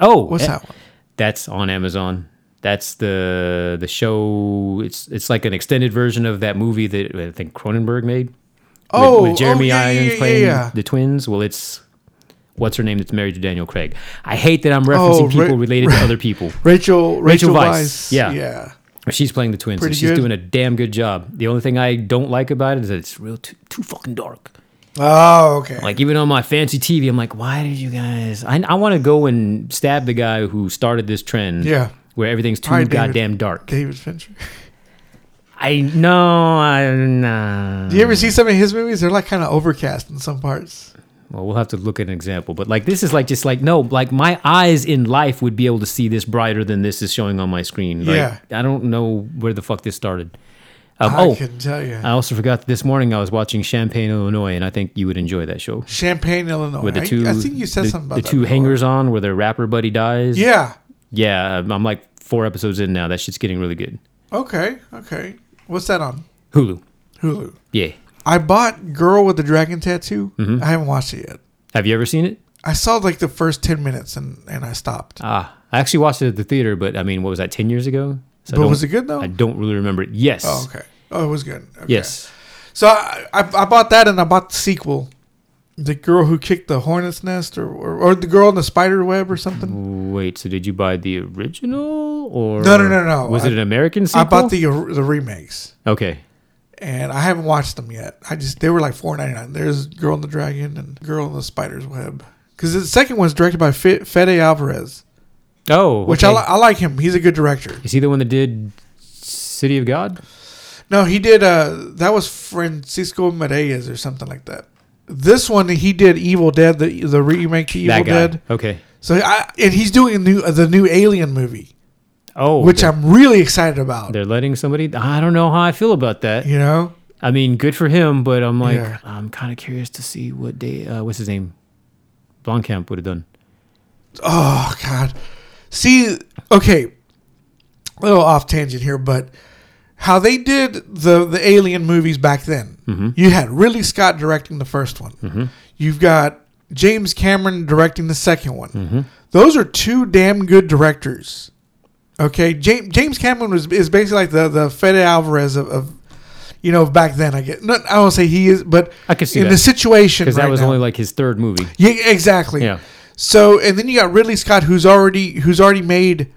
Oh,
what's
eh,
that one?
That's on Amazon. That's the the show. It's it's like an extended version of that movie that I think Cronenberg made. with-
Oh,
with Jeremy
oh, yeah,
Irons
yeah, yeah,
playing
yeah.
the twins. Well, it's what's her name that's married to Daniel Craig. I hate that I'm referencing
Oh, Ra-
people related to other people.
Rachel Rachel,
Rachel
Weisz.
Weisz, yeah.
yeah.
She's playing the twins,
Pretty
and she's
good.
doing a damn good job. The only thing I don't like about it is that it's real too, too fucking dark.
Oh, okay.
Like even on my fancy TV, I'm like, why did you guys? I, I want to go and stab the guy who started this trend.
Yeah.
where everything's too
All right, David.
goddamn dark.
David Fincher.
I no, I nah.
Do you ever see some of his movies? They're like kind of overcast in some parts.
Well, we'll have to look at an example, but like this is like just like no, like my eyes in life would be able to see this brighter than this is showing on my screen. Like,
Yeah.
I don't know where the fuck this started. Um,
I
oh,
couldn't tell you.
I also forgot that this morning I was watching Champagne, Illinois, and I think you would enjoy that show.
Champagne, Illinois.
With the
I-
two,
I, think you said
the,
something about
the
that
two
before.
hangers on where their rapper buddy dies.
Yeah.
Yeah, I'm I'm like four episodes in now. That shit's getting really good.
Okay. Okay. What's that on
Hulu.
Hulu?
Yeah.
I bought Girl with the Dragon Tattoo.
Mm-hmm.
I haven't watched it yet.
Have you ever seen it?
I saw like the first ten minutes and and I stopped.
Ah, I actually watched it at the theater, but I mean, what was that, 10 years ago? So I
but
don't-
was it good though?
I don't really remember it. Yes.
oh, okay. Oh, it was good. Okay.
Yes.
So I, I I bought that and I bought the sequel, the girl who kicked the hornet's nest or or, or the girl in the spider web or
Mm.
something.
Wait, so did you buy the original or
No, no, no, no.
Was
I-
it an American sequel?
I bought the the remakes.
Okay.
and I haven't watched them yet. I just they were like four ninety nine. There's Girl in the Dragon and Girl in the Spider's Web. Because the second one's directed by Fe- Fede Alvarez,
Oh,
which I,
okay.
li- I like him. He's a good director.
Is he the one that did City of God?
No, he did. Uh, that was Francisco Miralles or something like that. This one he did Evil Dead, the the remake to Evil
that guy.
Dead.
Okay.
So I, and he's doing new the new Alien movie,
Oh,
which
they're,
I'm really excited about.
they're letting somebody. I don't know how I feel about that.
You know,
I mean, good for him, but I'm like,
Yeah.
I'm kind of curious to see what day. Uh, what's his name? Blomkamp would have done.
Oh God. See, okay, a little off tangent here, but how they did the the Alien movies back then.
Mm-hmm.
You had Ridley Scott directing the first one. You've got James Cameron directing the second one.
Mm-hmm.
Those are two damn good directors. Okay, James James Cameron was is basically like the the Fede Alvarez of. of you know, back then, I get. Not, I don't say he is, but
I could see
in
that.
the situation
Because
right
that was
now-
only like his third movie.
yeah, exactly.
Yeah.
So, and then you got Ridley Scott, who's already who's already made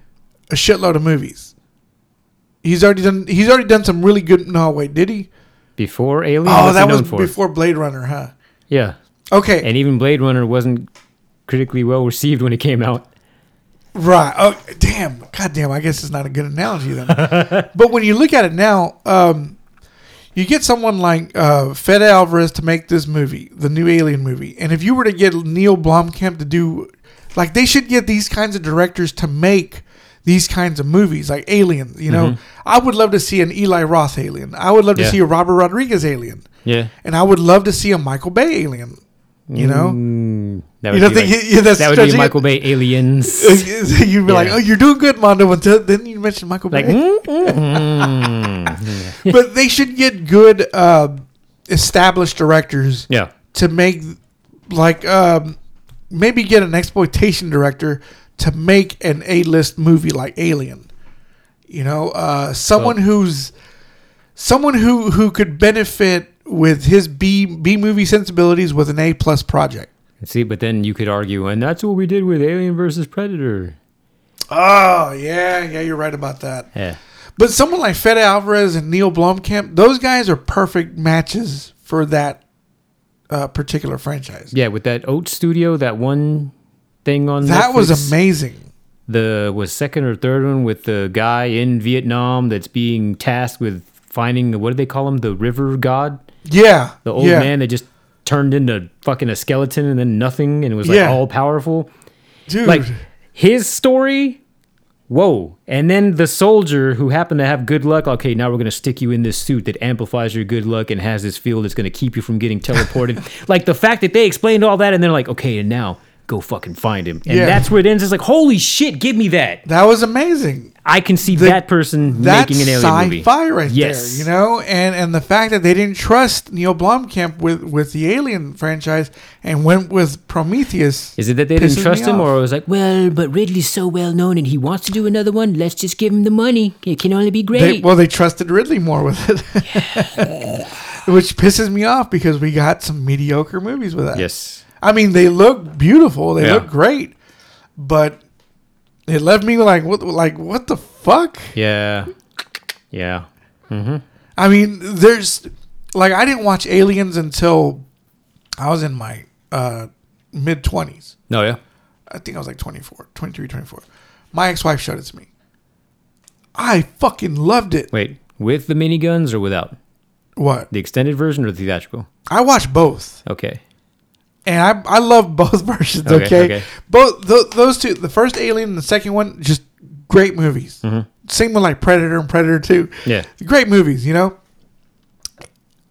a shitload of movies. He's already done. He's already done some really good. No, wait, did he?
Before Alien?
Oh,
What's he
that was
known for?
before Blade Runner, huh?
Yeah.
Okay,
And even Blade Runner wasn't critically well received when it came out.
right. Oh, damn. God damn. I guess it's not a good analogy
<laughs>
then. but when you look at it now, um, you get someone like uh, Fede Alvarez to make this movie, the new Alien movie, and if you were to get Neil Blomkamp to do, like, they should get these kinds of directors to make these kinds of movies, like Aliens. You know, I would love to see an Eli Roth Alien. I would love to
Mm-hmm. Yeah.
see a Robert Rodriguez Alien,
Yeah.
and I would love to see a Michael Bay Alien. You know,
Mm, That
you
would
don't
be
think
like-
he- yeah, that's
that would be
stretching it?
Michael Bay
<laughs>
Aliens.
you'd be like,
Yeah.
"Oh, you're doing good, Mondo." Until then, you mentioned Michael
like,
Bay.
mm, mm, mm.
but they should get good uh, established directors
yeah.
to make like um, maybe get an exploitation director to make an A-list movie like Alien.
Oh.
You know, uh, someone who's someone who who could benefit with his B B movie sensibilities with an A plus project.
See, but then you could argue, and that's what we did with Alien versus Predator. Ah.
Oh yeah, yeah, you're right about that.
Yeah.
But someone like Fede Alvarez and Neil Blomkamp, those guys are perfect matches for that uh, particular franchise.
Yeah, with that Oat Studio, that one thing on
that was
Netflix,
amazing.
the was second or third one with the guy in Vietnam that's being tasked with finding the what do they call him the river god
Yeah,
the old
yeah.
man that just turned into fucking a skeleton and then nothing and was like
Yeah.
all powerful
dude.
like his story whoa and then the soldier who happened to have good luck okay now we're going to stick you in this suit that amplifies your good luck and has this field that's going to keep you from
<laughs>
getting teleported like the fact that they explained all that and they're like okay and now go fucking find him and
Yeah.
that's where it ends it's like holy shit give me that
that was amazing.
i can see that person
That's
making an alien movie
sci-fi right
Yes.
there, you know, and and the fact that they didn't trust Neil Blomkamp with with the Alien franchise and went with Prometheus.
is it that they didn't
pisses me
trust him
off.
or it was like
Well, but Ridley's so well known and he wants to do another one. Let's just give him the money. It can only be
They,
great. <laughs>
well, they trusted Ridley more with it, <laughs> which pisses me off because we got some mediocre movies with that.
yes
I mean, they look beautiful. They
Yeah.
look great, but it left me like, what? Like, what the fuck?
yeah yeah
I mean, there's like, I didn't watch Aliens until I was in my uh, mid twenties.
no yeah
I think I was like 24, 23, 24. My ex-wife showed it to me. I fucking loved it.
wait with the miniguns or without
What?
the extended version or the theatrical
I watched both.
okay
and I, I love <laughs> both versions.
Okay,
Okay,
okay.
both th- those two, the first Alien and the second one, just great movies. Same with like Predator and Predator Two.
Mm-hmm. Yeah.
great movies. You know,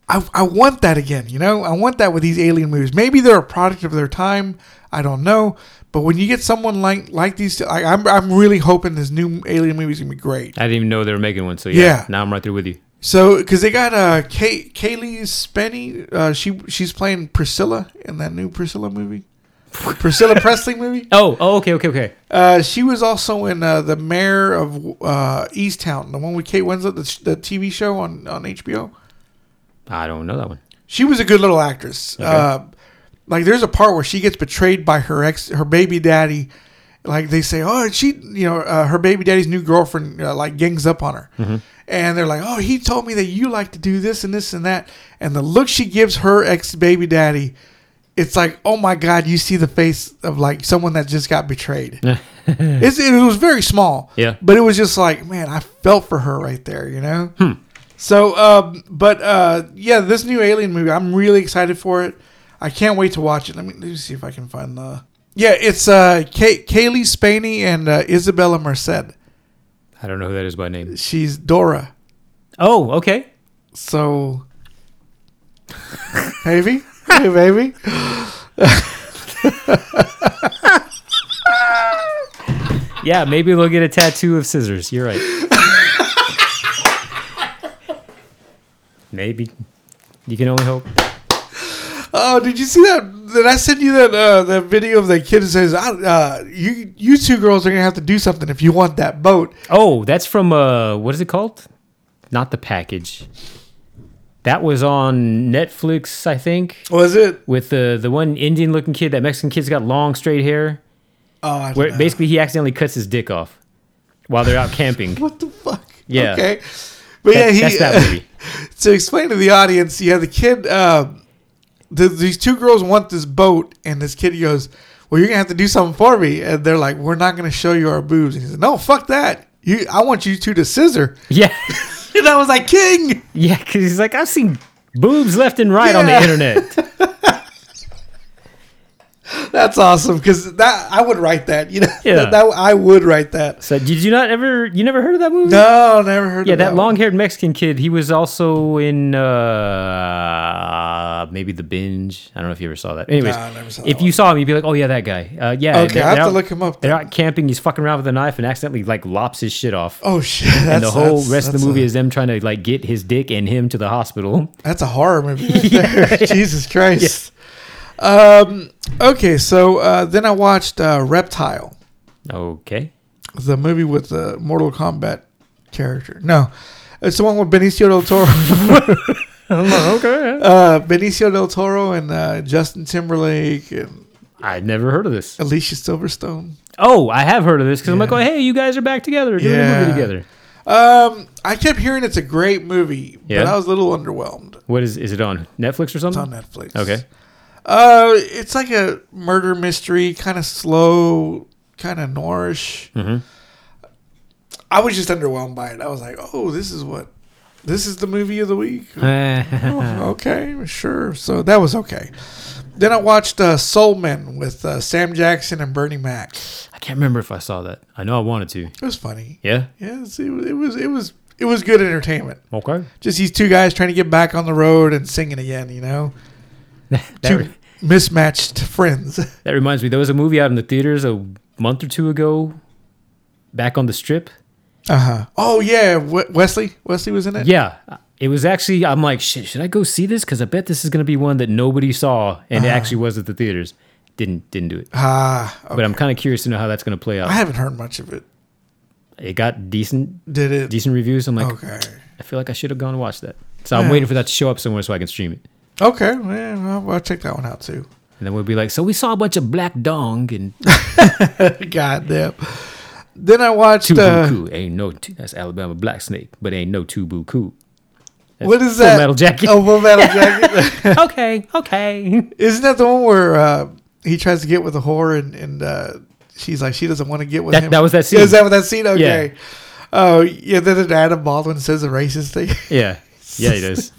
I I want that again. You know, I want that with these Alien movies. Maybe they're a product of their time. I don't know, but when you get someone like like these, I, I'm I'm really hoping this new Alien movie's gonna be great.
I didn't even know they were making one. So yeah,
Yeah.
now I'm right there with you.
So, because they got uh, Kay, Kaylee Spenny, uh, she she's playing Priscilla in that new Priscilla movie, Priscilla Presley movie.
Oh, oh, okay, okay, okay.
Uh, she was also in uh, the Mayor of uh, Easttown, the one with Kate Winslet, the, sh- the TV show on on HBO.
I don't know that one.
She was a good little actress. Uh, like there's a part where she gets betrayed by her ex, her baby daddy. Like they say, oh, she, you know, uh, her baby daddy's new girlfriend uh, like gangs up on her, and they're like, oh, he told me that you like to do this and this and that, and the look she gives her ex baby daddy, it's like, oh my god, you see the face of like someone that just got betrayed. it's, it was very small,
Yeah.
but it was just like, man, I felt for her right there, you know. So, um, but uh, yeah, this new Alien movie, I'm really excited for it. I can't wait to watch it. Let me, let me see if I can find the. Yeah, it's uh, Kay- Kaylee Spaney and uh, Isabella Merced.
I don't know who that is by name.
She's Dora.
Oh, okay.
<laughs> So, baby, hey baby.
Yeah, maybe they'll get a tattoo of scissors. You're right. <laughs> maybe. You can only hope.
Oh, did you see that? Did I send you that uh, that video of that kid who says, I, uh, "You you two girls are gonna have to do something if you want that boat."
Oh, that's from uh, what is it called? Not the package. That was on Netflix, I think,
Was it?
with the the one Indian-looking kid. That Mexican kid's got long, straight hair.
Oh, I don't
Where
know.
basically he accidentally cuts his dick off while they're out camping.
what the fuck?
Yeah.
Okay. But yeah,
That-
he,
that's that movie.
<laughs> to explain to the audience, you have the kid. Um, the, these two girls want this boat, and this kid goes, "Well, you're gonna have to do something for me." And they're like, "We're not gonna show you our boobs." And he says, "No, fuck that. You, I want you two to scissor." <laughs>
Yeah.
And I was like, "King."
Yeah, because he's like, I've seen boobs left and right on the
Yeah.
internet.
That's awesome because that I would write that. You know, <laughs>
Yeah.
that, that- I would write that.
So did you not ever? You never heard of that movie?
No, never heard.
Yeah,
of
that
one.
long-haired Mexican kid. He was also in uh, maybe The Binge. I don't know if you ever saw that. Anyways,
Nah, I never saw that
if you saw him, you'd be like, "Oh yeah, that guy." Uh, yeah.
Okay,
they're-
I have
they're
to
out-
look him up
They're
then.
out camping. He's fucking around with a knife and accidentally like lops his shit off.
Oh shit! That's,
and the whole
that's-
rest of the
that's
movie
a,
is them trying to like get his dick and him to the hospital. <laughs>
That's a horror movie. right there. Jesus Christ. Um, okay, so uh, then I watched uh, Reptile,
Okay.
the movie with the Mortal Kombat character. No, it's the one with Benicio del Toro. <laughs>
I'm like, okay.
Uh, Benicio del Toro and uh, Justin Timberlake and
I'd never heard of this.
Alicia Silverstone.
Oh, I have heard of this because I'm like,
Yeah.
oh, hey, you guys are back together, doing a
Yeah.
movie together.
Um, I kept hearing it's a great movie, but
Yeah?
I was a little underwhelmed.
What is? Is it on Netflix or
It's
something?
on Netflix.
Okay.
Uh, it's like a murder mystery, kind of slow, kind of noirish. I was just underwhelmed by it. I was like, oh, this is what, this is the movie of the week.
Eh. <laughs>
okay, sure. So that was okay. Then I watched uh, Soul Men with uh, Sam Jackson and Bernie Mac. It
I can't remember if I saw that. I know I wanted to.
was funny.
Yeah.
Yes, it was. It was. It was. It was good entertainment.
Okay.
Just these two guys trying to get back on the road and singing again. You know,
That,
two
re-
mismatched friends. <laughs>
that reminds me, there was a movie out in the theaters a month or two ago, back on the strip.
Uh huh. Oh yeah, we- Wesley. Wesley was in it.
Uh-huh. Yeah. Uh, It was actually, I'm like, shit, should I go see this? Because I bet this is going to be one that nobody saw and it
Uh-huh.
actually was at the theaters. Didn't didn't do it.
Ah, okay.
But I'm kind of curious to know how that's going to play
I
out.
haven't heard much of it.
It got decent
Did it?
decent reviews. I'm like,
Okay.
I feel like I should have gone and watched that. So I'm
Yeah.
waiting for that to show up somewhere so I can stream it.
Okay. Yeah, well, I'll check that one out too. <laughs>
And then we'll be like, so we saw a bunch of black dong and
Goddamn. Then I watched. Uh,
Tubuku. ain't no t- that's Alabama black snake, but ain't no Tubuku.
what is
Full
that?
Metal Jacket.
Oh, Full
<laughs>
Metal Jacket.
okay, okay.
Isn't that the one where uh, he tries to get with a whore and, and uh, she's like she doesn't want to get with
That-
him?
that was that scene.
Is that what that scene? Okay. Oh yeah. Then Adam Baldwin says a racist thing. <laughs>
Yeah, yeah, it is.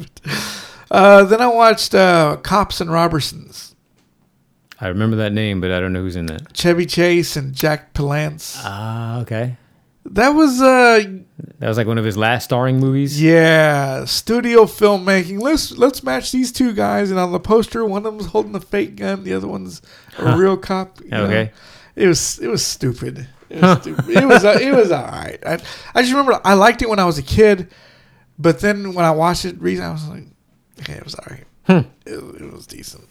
Uh, then I watched uh, Cops and Robertsons.
I remember that name, but I don't know who's in that.
Chevy Chase and Jack Palance.
Ah, okay.
that was uh
That was like one of his last starring movies.
yeah studio filmmaking. Let's let's match these two guys, and on the poster, one of them's holding a fake gun, the other one's a real cop. you know.
Okay.
it was it was stupid. It was stupid. it was uh, it was all right. I, I just remember I liked it when I was a kid, but then when I watched it recently, I was like, okay, it was all right. It, it was decent.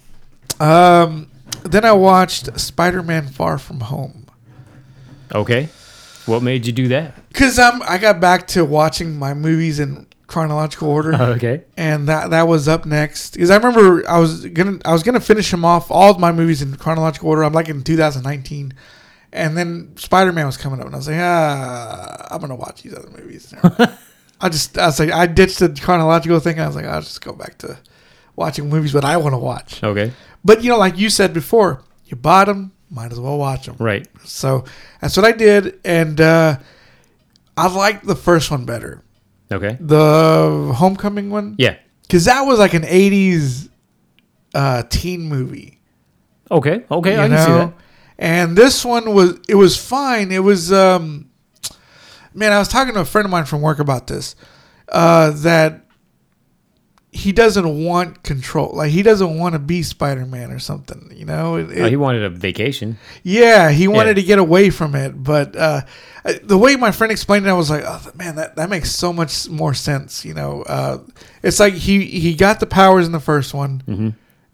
Um, then I watched Spider-Man: Far From Home.
Okay. What made you do that?
Cause I'm I got back to watching my movies in chronological
Oh,
order,
<laughs> Okay.
and that that was up next. Cause I remember I was gonna I was gonna finish them off all of my movies in chronological order. I'm like in 2019, and then Spider Man was coming up, and I was like, ah, I'm gonna watch these other movies. I just I was like I ditched the chronological thing. I was like I'll just go back to watching movies what I want to watch.
Okay.
But you know, like you said before, you bought them, might as well watch them.
Right.
So that's what I did, and uh, I liked the first one better,
Okay.
the Homecoming one,
Yeah.
because that was like an '80s uh, teen movie.
Okay. Okay.
you
I can see
know?
that.
And this one was it was fine. It was um, man, I was talking to a friend of mine from work about this uh, that he doesn't want control, like he doesn't want to be Spider Man or something. You know, It-
Oh,
it-
he wanted a vacation.
yeah, he wanted to
Yeah.
get away from it, but uh, I- the way my friend explained it, I was like, "Oh man, that, that makes so much more sense." You know, uh, it's like he he got the powers in the first one.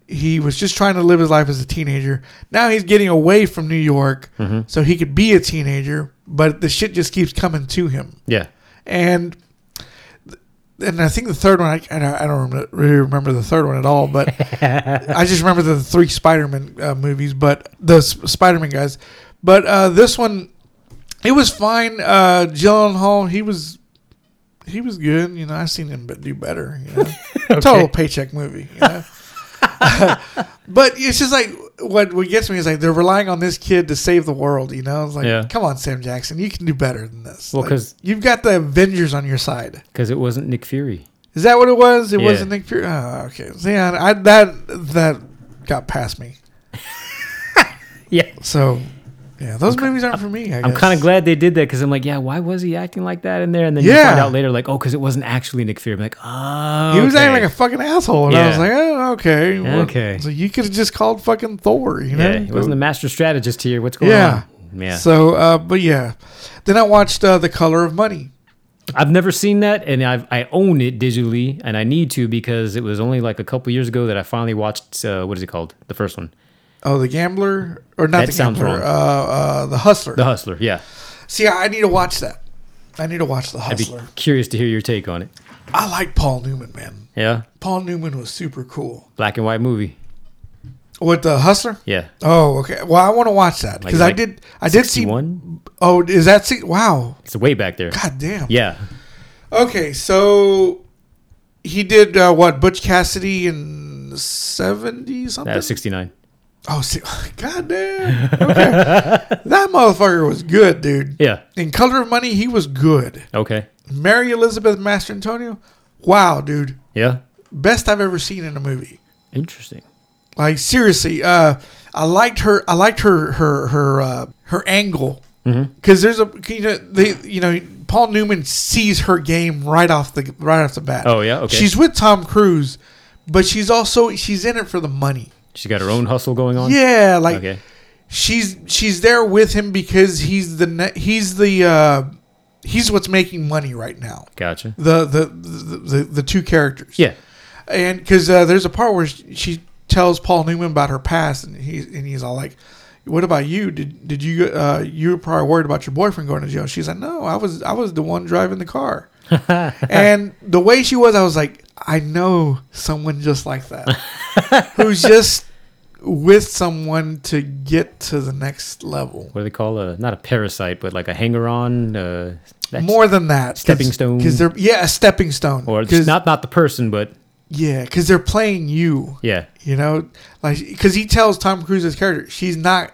He was just trying to live his life as a teenager. Now he's getting away from New York, so he could be a teenager. But the shit just keeps coming to him,
Yeah.
and and I think the third one, I, I don't- I don't remem- really remember the third one at all, but I just remember the three Spider-Man uh, movies, but the Sp- Spider-Man guys. But uh, this one, it was fine. Uh, Gyllenhaal, he was he was good. You know, I've seen him but do better. You know? Total paycheck movie. You know? <laughs> but it's just like what what gets me is like they're relying on this kid to save the world. You know, it's like
Yeah.
come on, Sam Jackson, you can do better than this.
Well,
Like,
'cause-
you've got the Avengers on your side.
Because it wasn't Nick Fury.
Is that what it was? It
Yeah.
wasn't Nick Fury. Oh, okay. So, Yeah, I, that that got past me.
<laughs> Yeah.
So, yeah, those movies aren't for me. I
I'm
guess.
kind of glad they did that because I'm like, yeah, why was he acting like that in there? And then you
Yeah.
find out later, like, oh, because it wasn't actually Nick Fury. I'm like, oh,
He was
okay.
acting like a fucking asshole, and I was
Yeah.
like, oh, okay, well,
Okay.
So you could have just called fucking Thor, you know?
yeah, he wasn't a master strategist here. What's going
yeah.
on? Yeah,
So, uh, but yeah, then I watched uh, The Color of Money.
I've never seen that, and I've I own it digitally, and I need to because it was only like a couple years ago that I finally watched. Uh, what is it called? The first one,
Oh, The Gambler, or not
That
The
sounds
Gambler,
wrong.
uh, uh, The Hustler.
The Hustler. Yeah,
See, I need to watch that. I need to watch The
I'd be
Hustler.
curious to hear your take on it.
I like Paul Newman, man.
Yeah,
Paul Newman was super cool.
black and white movie.
With the Hustler?
Yeah,
Oh, okay. Well, I want to watch that because I
like
did. I did see.
one.
Oh, is that see? Wow.
It's way
<laughs>
back there.
God damn.
Yeah,
Okay, so he did uh, what? Butch Cassidy in seventy something.
that was sixty nine.
Oh, see, <laughs> god damn. Okay.
<laughs>
that motherfucker was good, dude.
Yeah.
In Color of Money, he was good.
Okay.
Mary Elizabeth Master Antonio, wow, dude.
Yeah.
Best I've ever seen in a movie.
Interesting.
Like seriously, uh, I liked her. I liked her her her uh, her angle
Mm-hmm.
because there's a you know they you know Paul Newman sees her game right off the right off the bat.
Oh, yeah? Okay.
She's with Tom Cruise, but she's also she's in it for the money.
She got her own hustle going on.
Yeah, like
Okay.
she's she's there with him because he's the ne- he's the uh, he's what's making money right now.
Gotcha.
The the the the, the two characters
Yeah.
and because uh, there's a part where she she tells Paul Newman about her past, and he's and he's all like, "What about you? Did did you uh, you were probably worried about your boyfriend going to jail?" She's like, "No, I was I was the one driving the
<laughs>
car." and the way she was, I was like, "I know someone just like that,
<laughs>
who's just with someone to get to the next level."
What do they call a not a parasite, but like a hanger on? Uh, that's-
More than that,
Stepping stone.
because they're yeah, a stepping stone,
or it's
'Cause-
not not the person, but
yeah, because they're playing you.
yeah,
You know, like because he tells Tom Cruise's character, she's not,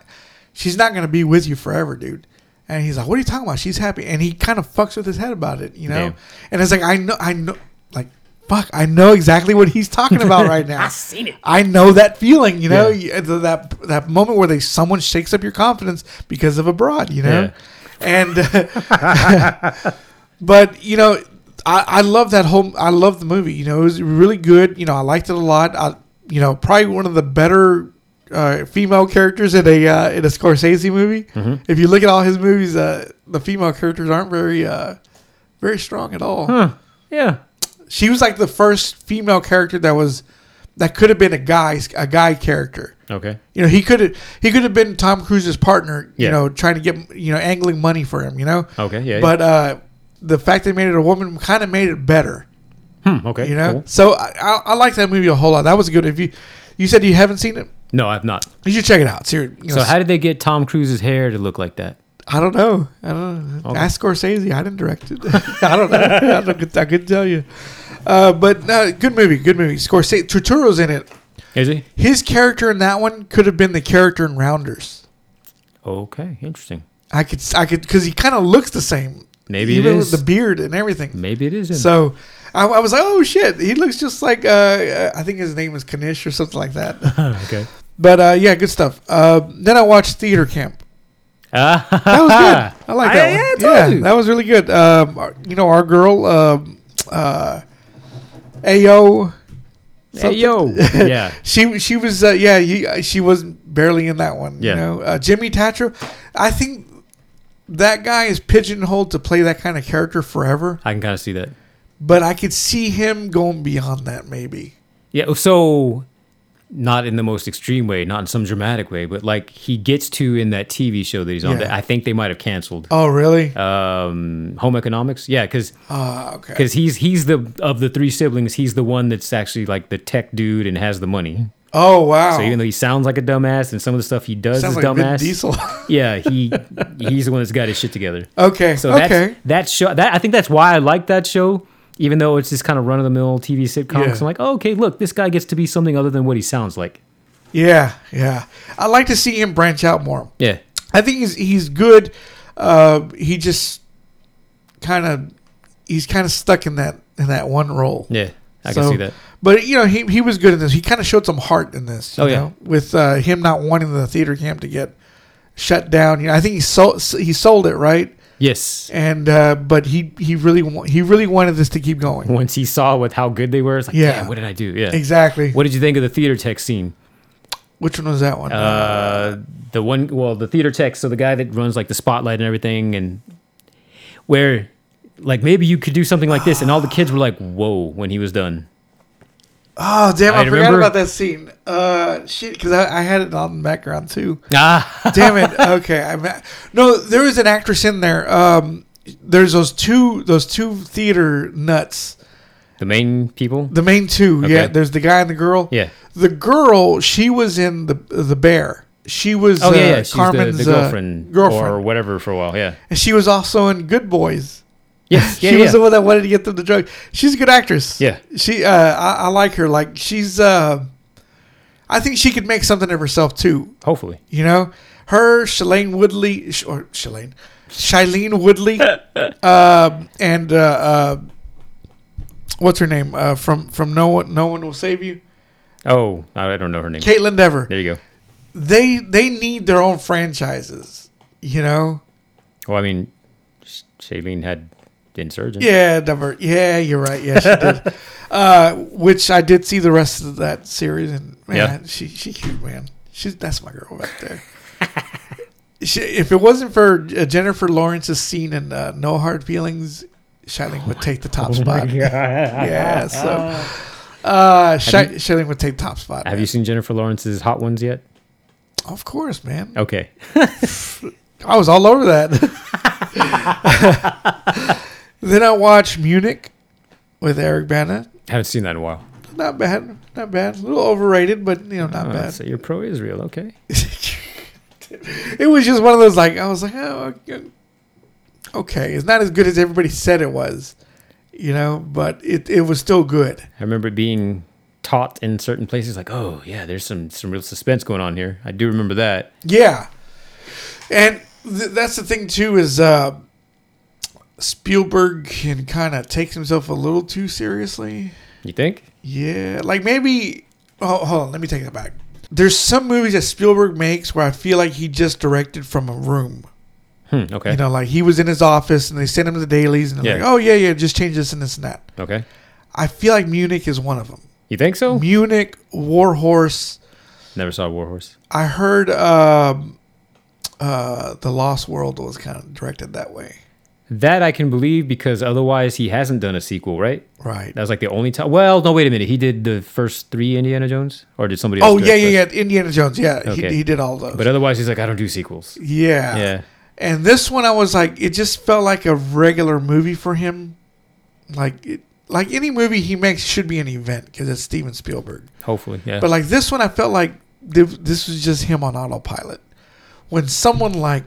she's not gonna be with you forever, dude. And he's like, "What are you talking about? She's happy." And he kind of fucks with his head about it, you know.
Damn.
And it's like, I know, I know, like, fuck, I know exactly what he's talking about
<laughs>
right now. I
seen it.
I know that feeling, you know, You- th- that that moment where they someone shakes up your confidence because of a broad, you know. And <laughs> but you know I, I love that whole i love the movie you know it was really good you know i liked it a lot i you know probably one of the better uh, female characters in a uh, in a scorsese movie if you look at all his movies uh, the female characters aren't very uh, very strong at all
yeah.
she was like the first female character that was that could have been a guy a guy character
Okay.
you know, he could have he could have been Tom Cruise's partner. You
Yeah.
know, trying to get you know angling money for him. You know.
Okay, yeah,
But uh, the fact they made it a woman kind of made it better.
Hmm, okay.
You know.
cool.
So I, I, I like that movie a whole lot. That was good. If you you said you haven't seen it,
No, I've not.
you should check it out. Seriously. You know,
So how did they get Tom Cruise's hair to look like that?
I don't know. I don't know. Ask Scorsese. I didn't direct it. <laughs> I don't know. I, don't, I couldn't tell you. Uh, but no, good movie. Good movie. Scorsese. Turturro's in it.
Is he?
His character in that one could have been the character in Rounders.
Okay, interesting.
I could, I could, because he kind of looks the same.
Maybe it
Even with
is.
the beard and everything.
Maybe it isn't.
So I, I was like, oh shit, he looks just like uh, uh, I think his name is Kanish or something like
<laughs>
that.
<laughs> okay.
but uh, yeah, good stuff. Uh, then I watched Theater Camp.
Ah,
<laughs> That was
<laughs>
good. I like that
yeah, I
one.
told
Yeah,
you.
that was really good. Um, our- you know, our girl, um, uh, Ayo.
hey, yo.
<laughs>
yeah.
She she was uh, yeah he, uh, she was barely in that one.
Yeah.
You know uh, Jimmy Tatro, I think that guy is pigeonholed to play that kind of character forever.
I can kind of see that.
But I could see him going beyond that maybe.
Yeah, oh, so not in the most extreme way, not in some dramatic way, but like he gets to in that TV show that he's on
Yeah.
that I think they might have canceled.
Oh really?
Um, home economics, yeah, because
Ah, okay.
because he's he's the of the three siblings, he's the one that's actually like the tech dude and has the money.
Oh wow.
So even though he sounds like a dumbass and some of the stuff he does
Sounds
is
like Vin
dumbass,
Diesel.
<laughs> yeah, he he's the one that's got his shit together.
okay.
So
okay.
that's that show. That I think that's why I like that show, even though it's this kind of run of the mill TV sitcom.
Yeah.
'cause I'm like, oh, okay, look, this guy gets to be something other than what he sounds like.
Yeah, yeah. I like to see him branch out more.
Yeah,
I think he's he's good. Uh, he just kind of he's kind of stuck in that in that one role.
yeah, I
So-
can see that.
But you know, he he was good in this. He kind of showed some heart in this. You
Oh, yeah.
know, with uh, him not wanting the theater camp to get shut down. You know, I think he sold he sold it right,
Yes.
and uh, but he he really wa- he really wanted this to keep going.
Once he saw with how good they were, it's like,
Yeah.
yeah, what did I do? Yeah.
Exactly.
What did you think of the theater tech scene?
Which one was that one?
Uh, the one, well, the theater tech, so the guy that runs like the spotlight and everything, and where, like, maybe you could do something like this, and all the kids were like, "Whoa!" when he was done.
oh damn! I,
I
forgot
remember-
about that scene. Uh, shit, because I, I had it on the background too.
Ah,
Damn
<laughs>
it. Okay. I'm no, there was an actress in there. Um, there's those two those two theater nuts
The main people.
The main two, yeah.
Okay.
There's the guy and the girl.
Yeah.
The girl, she was in the the bear. She was
Oh
uh,
yeah, yeah. She's
Carmen's
the, the
uh,
girlfriend,
girlfriend.
or whatever for a while. Yeah.
and she was also in Good Boys.
Yes. <laughs> Yeah.
she
yeah.
was the one that wanted to get them the drug. She's a good actress.
Yeah.
She, uh, I, I like her. Like she's, uh, I think she could make something of herself too.
Hopefully.
You know, her, Shailene Woodley, Sh- or Shailene, Shailene
<laughs>
Woodley, um, and uh, uh, what's her name uh, from from No One No One Will Save You,
Oh, I I don't know her name.
Caitlin Dever.
There you go.
They they need their own franchises. You know,
Well, I mean, Sh- Shailene had Insurgent.
yeah, Dever. Yeah, you're right. Yeah, she
<laughs>
did. Uh, which I did see the rest of that series, and man,
Yeah.
she she cute, man. She's that's my girl right there. <laughs> She, if it wasn't for uh, Jennifer Lawrence's scene in uh, No Hard Feelings, Shailene
Oh
would take the top
<laughs>
spot. yeah, so uh, Sha- Shailene would take top spot.
Have you seen Jennifer Lawrence's Hot Ones yet?
Of course, man.
Okay.
I was all over
<laughs>
that. <laughs> then I watched Munich with Eric Bana.
Haven't seen that in a while.
Not bad, not bad. A little overrated, but you know, not
Oh,
bad.
so you're pro Israel. Okay.
<laughs> It was just one of those like I was like, oh, okay. okay, it's not as good as everybody said it was, you know, but it it was still good.
I remember being taught in certain places like, oh, yeah, there's some, some real suspense going on here. I do remember that.
Yeah, and th- that's the thing too is uh, Spielberg can kind of takes himself a little too seriously.
You think?
Yeah, like maybe. Oh, hold on. Let me take that back. There's some movies that Spielberg makes where I feel like he just directed from a room.
Hmm, okay.
You know, like he was in his office and they sent him to the dailies and they're
Yeah.
like, oh yeah, yeah, just change this and this and that.
Okay.
I feel like Munich is one of them.
You think so?
Munich, War Horse.
Never saw Warhorse.
I heard um, uh, the Lost World was kind of directed that way.
That I can believe because otherwise he hasn't done a sequel, right?
Right.
That was like the only time. Well, no, wait a minute. He did the first three Indiana Jones, or did somebody? else
Oh
do
yeah,
it
yeah,
first?
yeah. Indiana Jones. Yeah,
Okay.
he, he did all those.
But otherwise, he's like, I don't do sequels.
yeah.
Yeah.
And this one, I was like, it just felt like a regular movie for him. Like, it, like any movie he makes should be an event because it's Steven Spielberg.
Hopefully, yeah.
But like this one, I felt like th- this was just him on autopilot. When someone like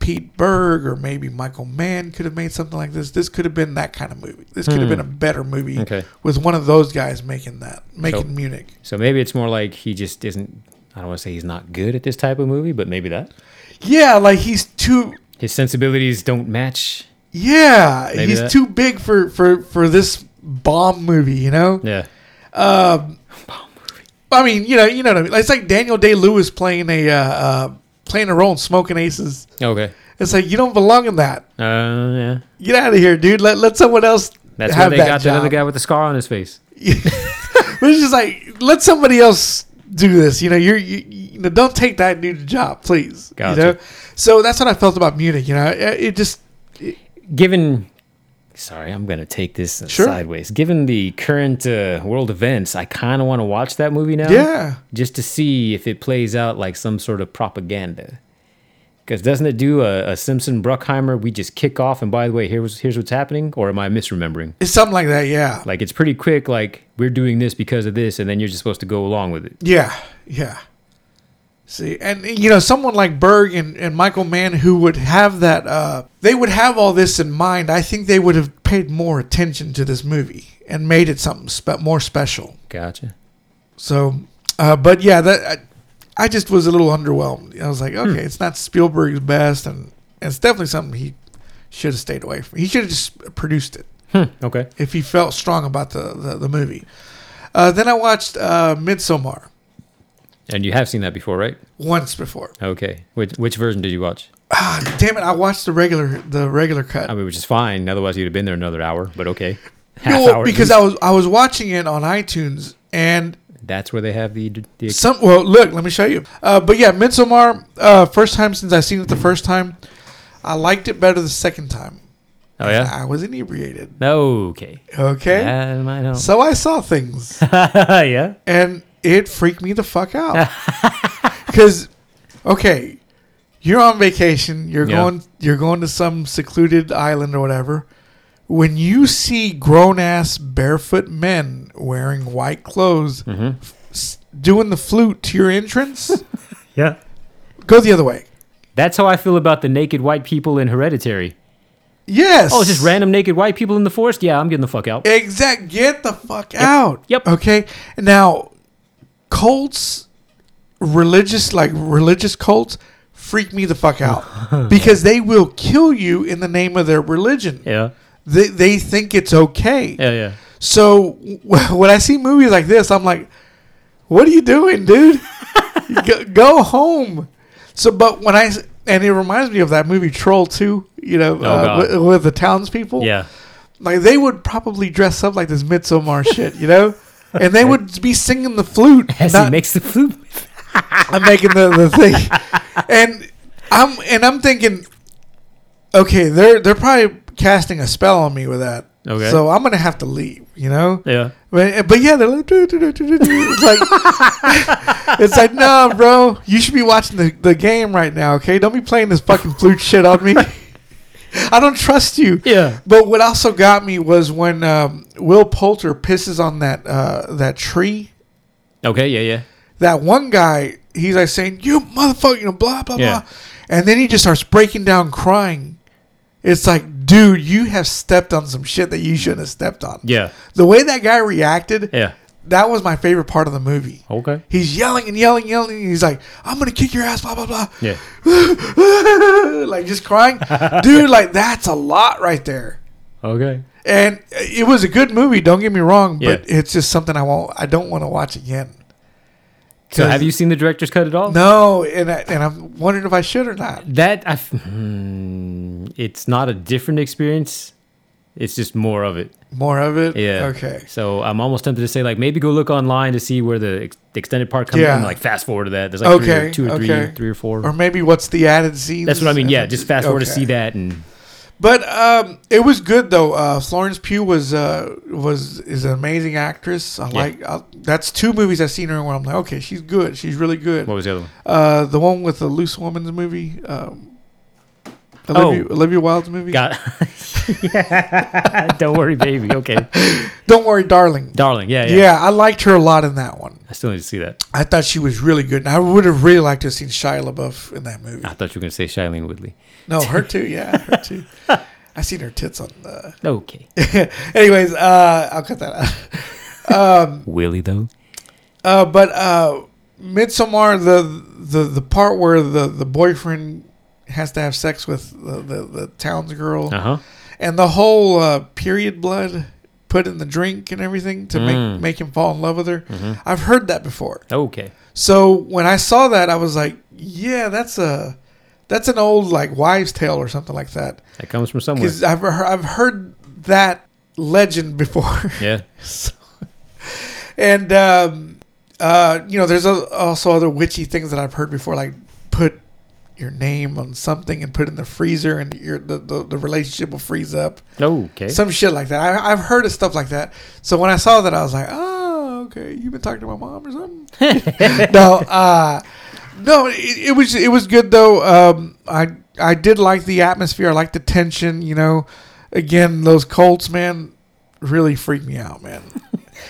Pete Berg or maybe Michael Mann could have made something like this, this could have been that kind of movie. This could have been a better movie
Hmm. Okay.
with one of those guys making that, making
So-
Munich.
so maybe it's more like he just isn't. I don't want to say he's not good at this type of movie, but maybe that
Yeah, like he's too
his sensibilities don't match.
Yeah,
Maybe
he's
that-
too big for for for this bomb movie. You know, Um,
Yeah.
I mean, you know, you know what I mean. It's like Daniel Day Lewis playing a uh, uh, playing a role in Smoking Aces.
Okay.
It's like you don't belong in that.
Uh, yeah.
Get out of here, dude. Let let someone else
That's where
have
they
that
got the
job.
other guy with the scar on his face.
<laughs> But it's just like let somebody else do this. You know, you're you, you know, don't take that dude's job, please.
Gotcha.
You know, so that's what I felt about Munich. You know, it, it just
Given, sorry, I'm gonna take this
Sure.
sideways. Given the current uh, world events, I kind of want to watch that movie now.
yeah.
just to see if it plays out like some sort of propaganda. Because doesn't it do a, a Simpson Bruckheimer? We just kick off, and by the way, here's here's what's happening, or am I misremembering?
It's something like that, yeah.
Like it's pretty quick. Like we're doing this because of this, and then you're just supposed to go along with it.
Yeah, yeah. See, and you know, someone like Berg and, and Michael Mann who would have that, uh, they would have all this in mind. I think they would have paid more attention to this movie and made it something spe- more special.
Gotcha.
So, uh, but yeah, that I, I just was a little underwhelmed. I was
Hmm.
like, okay, it's not Spielberg's best, and, and it's definitely something he should have stayed away from. He should have just produced it
Hmm. Okay.
if he felt strong about the the, the movie. Uh, then I watched uh, Midsommar
And you have seen that before, right?
once before.
Okay. Which which version did you watch?
Ah, damn it! I watched the regular the regular cut.
I mean, which is fine. Otherwise, you'd have been there another hour. But
<laughs>
okay. Half
No,
hour at
because
least.
I was I was watching it on iTunes and
that's where they have the the
some. Well, look, let me show you. Uh, but yeah, Midsommar. Uh, first time since I seen it the first time, I liked it better the second time.
oh yeah.
I was inebriated.
Okay.
Okay,
That might help.
so I saw things
<laughs> yeah.
and it freaked me the fuck
<laughs>
out. Because, okay, you're on vacation. You're
Yeah.
going. You're going to some secluded island or whatever. when you see grown ass barefoot men wearing white clothes
Mm-hmm.
s- doing the flute to your entrance, <laughs>
Yeah.
go the other way.
That's how I feel about the naked white people in Hereditary.
Yes.
Oh, it's just random naked white people in the forest? Yeah, I'm getting the fuck out.
Eh. Exact. Get the fuck out.
Yep.
Okay. Now, cults, religious like religious cults, freak me the fuck
<laughs>
out because they will kill you in the name of their religion.
Yeah.
They they think it's okay.
Yeah, yeah.
So <laughs> w- when I see movies like this, I'm like, "What are you doing,
<laughs>
dude? go, go home." So, but when I s- and it reminds me of that movie Troll Two, you know, uh,
Oh, God.
with, with the townspeople.
Yeah.
like they would probably dress up like this Midsommar shit, you
<laughs>
know, and they would be singing the flute.
As he
not-
makes the flute.
I'm making the, the thing,
<laughs>
and I'm and I'm thinking, okay, they're they're probably casting a spell on me with that.
Okay.
So I'm gonna have to leave, you know.
Yeah.
But, but yeah, they're like, "Doo, doo, doo, doo, doo, doo." it's like, it's like, <laughs> nah, bro, you should be watching the, the game right now, okay? Don't be playing this fucking flute shit on
<laughs>
me. <laughs> I don't trust you.
Yeah.
But what also got me was when um, Will Poulter pisses on that uh, that tree.
Okay, yeah, yeah.
That one guy, he's like saying, "You motherfucker," you know, blah blah
Yeah.
blah, and then he just starts breaking down, crying. It's like, dude, you have stepped on some shit that you shouldn't have stepped on.
Yeah.
The way that guy reacted,
Yeah. Oh.
that was my favorite part of the movie.
Okay.
He's yelling and yelling, yelling. And he's like, "I'm gonna kick your ass," blah blah blah.
Yeah.
<laughs> like just
<laughs>
crying, dude. Like that's a lot right there.
Okay.
And it was a good movie. Don't get me wrong, but
Yeah.
it's just something I won't. I don't want to watch again.
So
'Cause-
have you seen the director's cut at all?
No, and I, and I'm wondering if I should or not.
That I, f- hmm, it's not a different experience. It's just more of it.
More of it.
Yeah.
Okay.
So I'm almost tempted to say like maybe go look online to see where the ex- the extended part comes
Yeah.
and like fast forward to that. There's like three
Okay,
or, two or three,
okay.
three or four.
Or maybe what's the added scene?
That's what I mean. Yeah, just fast forward to see that and
But um, it was good though. Uh, Florence Pugh was uh, was is an amazing actress. I like I, that's two movies I've seen her in where I'm like, okay, she's good. She's really good.
what was the other one?
Uh, the one with the loose woman's movie. Um,
Oh.
Olivia, Olivia Wilde's movie.
Got. <laughs> yeah. Don't worry, baby.
<laughs>
Okay.
Don't worry, darling.
Darling. Yeah. Yeah.
Yeah. I liked her a lot in that one.
I still need to see that.
I thought she was really good, and I would have really liked to have seen Shia LaBeouf in that movie.
I thought you were gonna say Shailene Woodley.
No, her too. Yeah, her too. I seen her tits on. Uh...
Okay.
<laughs> Anyways, uh, I'll cut that out.
Willie though.
Uh, but uh, Midsommar, the the the part where the the boyfriend has to have sex with the the, the townsgirl,
Uh huh.
and the whole uh, period blood put in the drink and everything to make make him fall in love with her. I've heard that before.
Okay.
So when I saw that, I was like, yeah, that's a that's an old like wives' tale or something like that.
That comes from somewhere.
Because I've he- I've heard that legend <laughs> before.
Yeah.
So- and um, uh, you know, there's a, also other witchy things that I've heard before, like put your name on something and put it in the freezer, and your the, the, the relationship will freeze up.
Okay.
Some shit like that. I, I've heard of stuff like that. So when I saw that, I was like, oh, okay, you've been talking to my mom or something. no, uh, no, it, it was it was good though. Um, I I did like the atmosphere. I liked the tension. You know, again, those Colts, man, really freaked me out, man.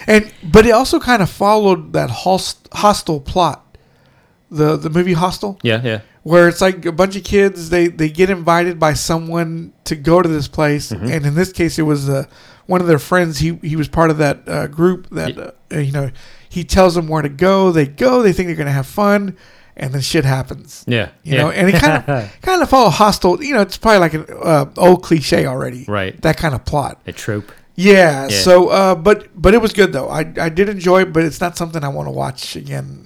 and but it also kind of followed that host, hostile plot. The, the movie Hostel
yeah. Yeah.
where it's like a bunch of kids they they get invited by someone to go to this place
Mm-hmm.
and in this case it was uh, one of their friends he he was part of that uh, group that uh, you know he tells them where to go they go they think they're going to have fun and then shit happens
Yeah.
you
yeah.
know and it kind
<laughs>
of kind of follow hostile you know it's probably like an uh, old cliche already
Right.
that kind of plot
a trope.
yeah,
Yeah.
so uh but but it was good though i i did enjoy it but it's not something i want to watch again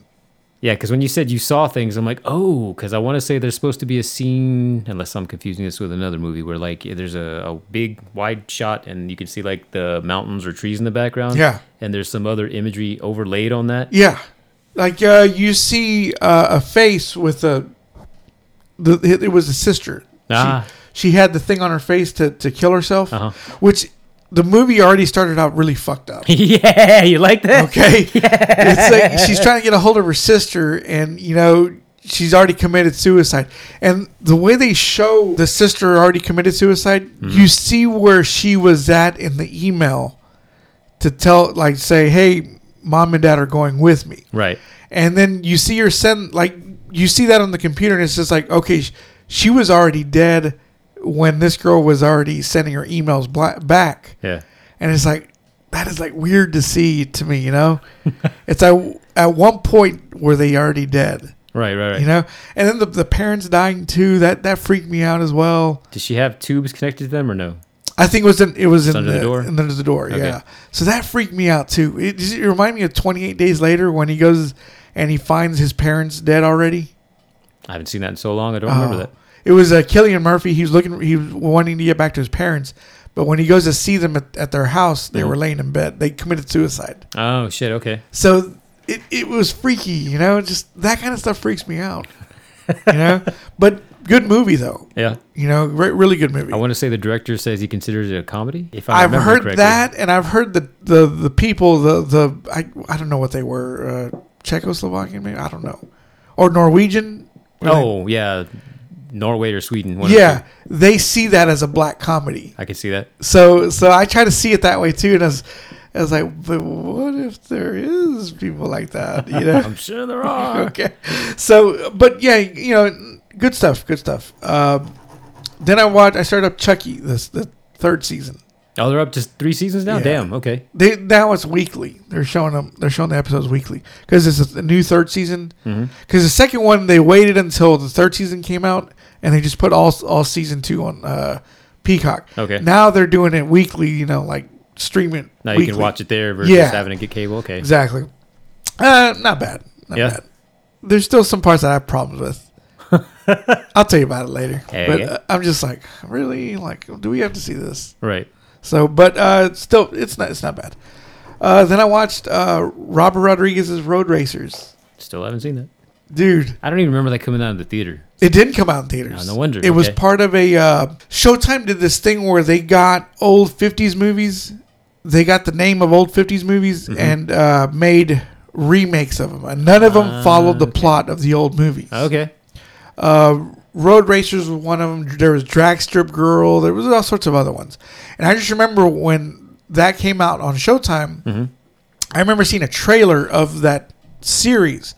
Yeah, because when you said you saw things, I'm like, oh, because I want to say there's supposed to be a scene, unless I'm confusing this with another movie, where like there's a, a big wide shot and you can see like the mountains or trees in the background.
Yeah.
And there's some other imagery overlaid on that.
Yeah, like uh, you see uh, a face with a. The, it, it was a sister.
Ah.
She, she had the thing on her face to, to kill herself,
Uh-huh.
which the movie already started out really fucked
<laughs>
up.
<laughs> yeah, you like that?
Okay, it's like she's trying to get a hold of her sister, and you know she's already committed suicide. And the way they show the sister already committed suicide,
Mm-hmm.
you see where she was at in the email to tell, like, say, hey, mom and dad are going with me.
Right.
And then you see her send, like, you see that on the computer, and it's just like, okay, sh- she was already dead when this girl was already sending her emails bla- back
Yeah.
and it's like that is like weird to see to me you know
<laughs>
it's like at one point were they already dead
Right. Right. Right.
you know and then the, the parents dying too that that freaked me out as well
Does she have tubes connected to them or no?
i think it was in it was in
under
the,
the door?
in- under the door
Okay.
yeah so that freaked me out too it, just- it reminded me of 28 days later when he goes and he finds his parents dead already
I haven't seen that in so long. I don't
Oh.
remember that.
It was uh, Killian Murphy. He was looking. He was wanting to get back to his parents, but when he goes to see them at, at their house,
Mm.
they were laying in bed. They committed suicide.
Oh shit. Okay.
So it, it was freaky, you know. Just that kind of stuff freaks me out, you
<laughs>
know. But good movie though,
Yeah.
you know, re- really good movie.
I want to say the director says he considers it a comedy. If I
I've
remember
heard
correctly.
that, and I've heard the the the people the the I, I don't know what they were uh, Czechoslovakian maybe I don't know or Norwegian. Were they-
Oh yeah, Norway or Sweden. One of the
yeah,
two.
they see that as a black comedy.
I can see that.
So so I try to see it that way too, and I was I was like, but what if there is people like that, you know? <laughs>
<laughs> I'm sure there are.
okay. So, but yeah, you know, good stuff, good stuff. Um, then I watched. I started up Chucky this the third season.
<laughs> Oh, they're up just three seasons now.
Yeah.
Damn. Okay.
They now it's weekly. They're showing them. They're showing the episodes weekly because it's a new third season. Because
Mm-hmm.
the second one they waited until the third season came out, and they just put all all season two on uh, Peacock.
Okay.
Now they're doing it weekly. You know, like stream it.
Now you can
weekly.
watch it there versus
Yeah.
having to get cable. Okay.
Exactly. Uh, not bad. Not
Yeah.
bad. There's still some parts that I have problems
<laughs>
with. I'll tell you about it later.
Hey.
but uh, I'm just like, really? Like, do we have to see this?
Right.
So, but uh, still, it's not. It's not bad. Uh, then I watched uh, Robert Rodriguez's Road Racers.
Still haven't seen that.
Dude,
I don't even remember that coming out of the theater.
it didn't come out in theaters.
No, no wonder.
It was
Okay.
part of a uh, Showtime did this thing where they got old '50s movies. They got the name of old '50s movies
Mm-hmm.
and uh, made remakes of them, and none of them
Ah,
followed the plot of the old movies.
Okay.
Uh, Road Racers was one of them. There was Drag Strip Girl. There was all sorts of other ones. And I just remember when that came out on Showtime, I remember seeing a trailer of that series,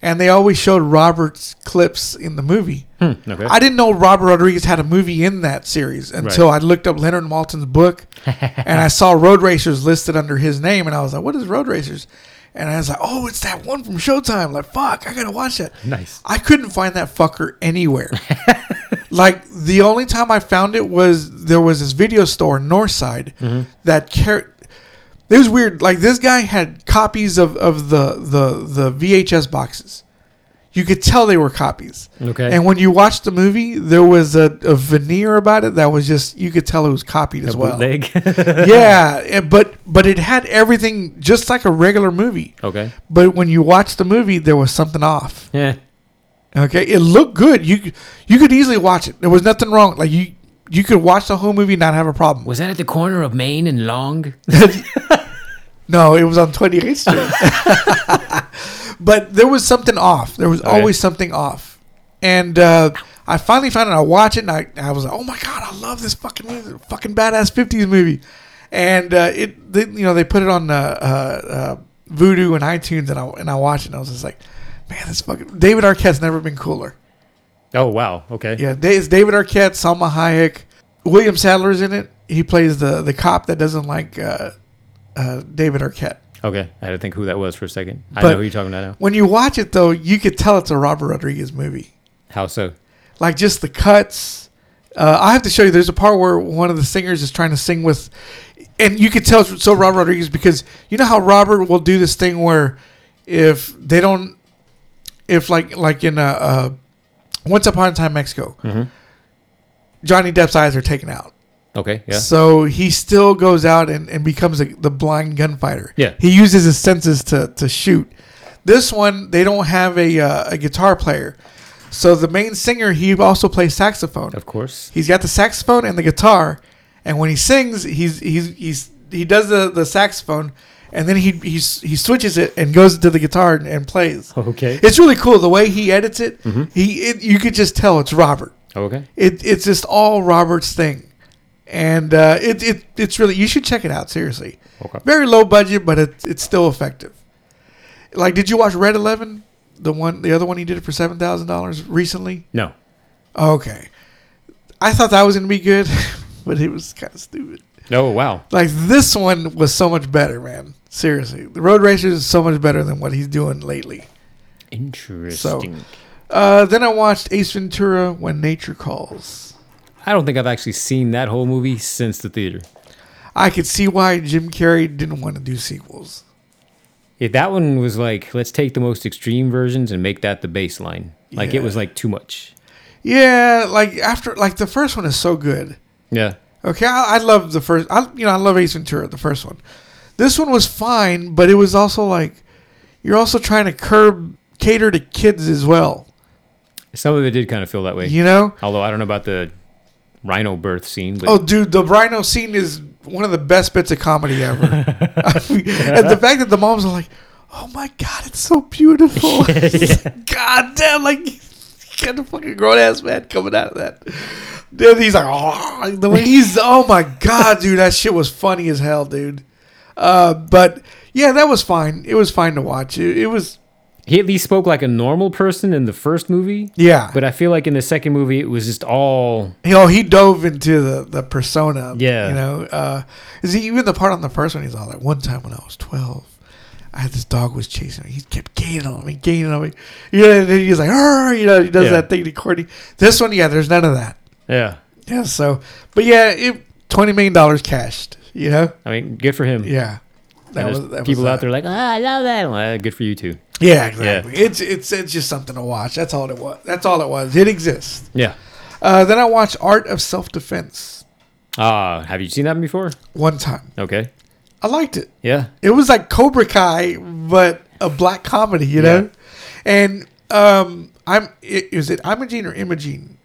and they always showed Robert's clips in the movie.
Okay.
I didn't know Robert Rodriguez had a movie in that series until I looked up Leonard Maltin's
<laughs>
book and I saw Road Racers listed under his name and I was like, What is Road Racers? And I was like, Oh, it's that one from Showtime. Like, fuck, I gotta watch that.
Nice.
I couldn't find that fucker anywhere. <laughs> like the only time I found it was there was this video store in Northside
Mm-hmm.
that car- it was weird. Like this guy had copies of, of the, the the VHS boxes. You could tell they were copies.
Okay.
And when you watched the movie, there was a, a veneer about it that was just you could tell it was copied as well.
Bootleg.
<laughs> yeah, and- but but it had everything just like a regular movie.
okay.
But when you watched the movie, there was something off.
Yeah.
Okay, it looked good. You c- you could easily watch it. There was nothing wrong. Like you you could watch the whole movie and not have a problem.
Was that at the corner of Maine and Long?
No, it was on 28th Street. but there was something off. There was always something off. And uh, I finally found it. I watched it and I, I was like, oh my God, I love this fucking movie, fucking badass 50s movie. And uh, it, they, you know, they put it on uh, uh, uh, Voodoo and iTunes and I, and I watched it and I was just like, man, this fucking. David Arquette's never been cooler.
Oh wow. Okay.
Yeah, Da- it's David Arquette, Salma Hayek, William Sadler's in it. He plays the, the cop that doesn't like uh, uh, David Arquette.
Okay. I had to think who that was for a second. I
But-
know who you're talking about now.
When you watch it though, you could tell it's a Robert Rodriguez movie.
How so?
Like just the cuts. Uh, I have to show you. There's a part where one of the singers is trying to sing with, and you could tell it's so Robert Rodriguez because you know how Robert will do this thing where if they don't, if like like in uh uh Once Upon a Time Mexico, Johnny Depp's eyes are taken out.
Okay. Yeah.
So he still goes out and, and becomes a, the blind gunfighter.
Yeah.
He uses his senses to, to shoot. This one, they don't have a, uh, a guitar player. So the main singer, he also plays saxophone.
Of course.
He's got the saxophone and the guitar. And when he sings, he's, he's, he's, he does the, the saxophone and then he he s- he switches it and goes to the guitar and, and plays.
Okay.
it's really cool the way he edits it.
Mm-hmm.
He it, you could just tell it's Robert.
Okay.
It it's just all Robert's thing, and uh, it it it's really you should check it out seriously.
Okay.
Very low budget, but it's it's still effective. Like, did you watch Red Eleven? The one, the other one he did for seven thousand dollars recently.
No.
Okay, I thought that was gonna be good, <laughs> but it was kind of stupid.
Oh wow.
Like this one was so much better, man. Seriously, the Road Racers is so much better than what he's doing lately.
Interesting.
Uh, then I watched Ace Ventura: When Nature Calls.
I don't think I've actually seen that whole movie since the theater.
I could see why Jim Carrey didn't want to do sequels.
Yeah, that one was like, let's take the most extreme versions and make that the baseline. Like
Yeah.
it was like too much.
Yeah, like after like the first one is so good.
Yeah.
Okay, I, I love the first. I you know I love Ace Ventura, the first one. This one was fine, but it was also like you're also trying to curb cater to kids as well.
Some of it did kind of feel that way.
You know?
Although I don't know about the rhino birth scene, but
Oh, dude, the Rhino scene is one of the best bits of comedy ever. and the fact that the moms are like, "Oh my god, it's so beautiful!" god damn, like you got a fucking grown ass man coming out of that. Then he's like, "Oh," like, the way he's, "Oh my god, dude, that shit was funny as hell, dude." Uh, but yeah, that was fine. It was fine to watch. It, it was,
he at least spoke like a normal person in the first movie.
yeah.
But I feel like in the second movie, it was just all
you know, he dove into the, the persona.
Yeah.
You know, uh, is he even the part on the first one? He's all like, one time when I was 12, I had this dog was chasing me. He kept gaining on me, gaining on me. You know, and then he's like, "Arr," you know, he does
Yeah.
that thing to Courtney. This one, yeah, there's none of that.
yeah.
Yeah. So, but yeah, it, $20 million cashed, you know?
I mean, good for him.
Yeah. That
And there's people out there like, ah, I love that. Well, uh, good for you too.
Yeah, exactly. It's, it's, it's just something to watch. That's all it was. That's all it was. It exists.
Yeah.
Uh, then I watched Art of Self Defense
Ah, have you seen that before?
one time.
Okay.
I liked it.
Yeah.
It was like Cobra Kai, but a black comedy, you know. And um, I'm i- is it Imogene or Imogene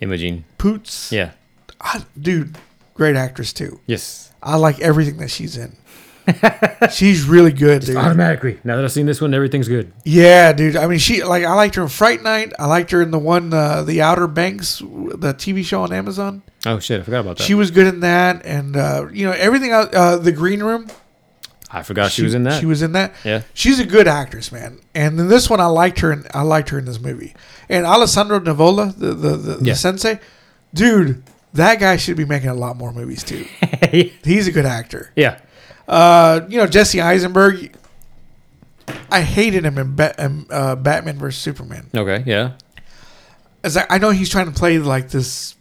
Imogene.
Poots?
Yeah.
I, dude, great actress too.
Yes.
I like everything that she's in. <laughs> she's really good, dude.
Automatically. Now that I've seen this one, everything's good.
Yeah, dude. I mean, she like I liked her in Fright Night. I liked her in the one uh, the Outer Banks, the TV show on Amazon.
Oh shit, I forgot about that.
She was good in that, and uh, you know everything. Else, uh, the Green Room.
I forgot she, was in that. <laughs>
She was in that.
Yeah.
She's a good actress, man. And in this one, I liked her. In, I liked her in this movie. And Alessandro Nivola, the the, the,
Yeah.
the sensei, dude, that guy should be making a lot more movies
<laughs>
too. He's a good actor.
yeah.
Uh, you know Jesse Eisenberg. I hated him in, Ba- in uh, Batman vs Superman.
Okay. Yeah.
As I, I know he's trying to play like this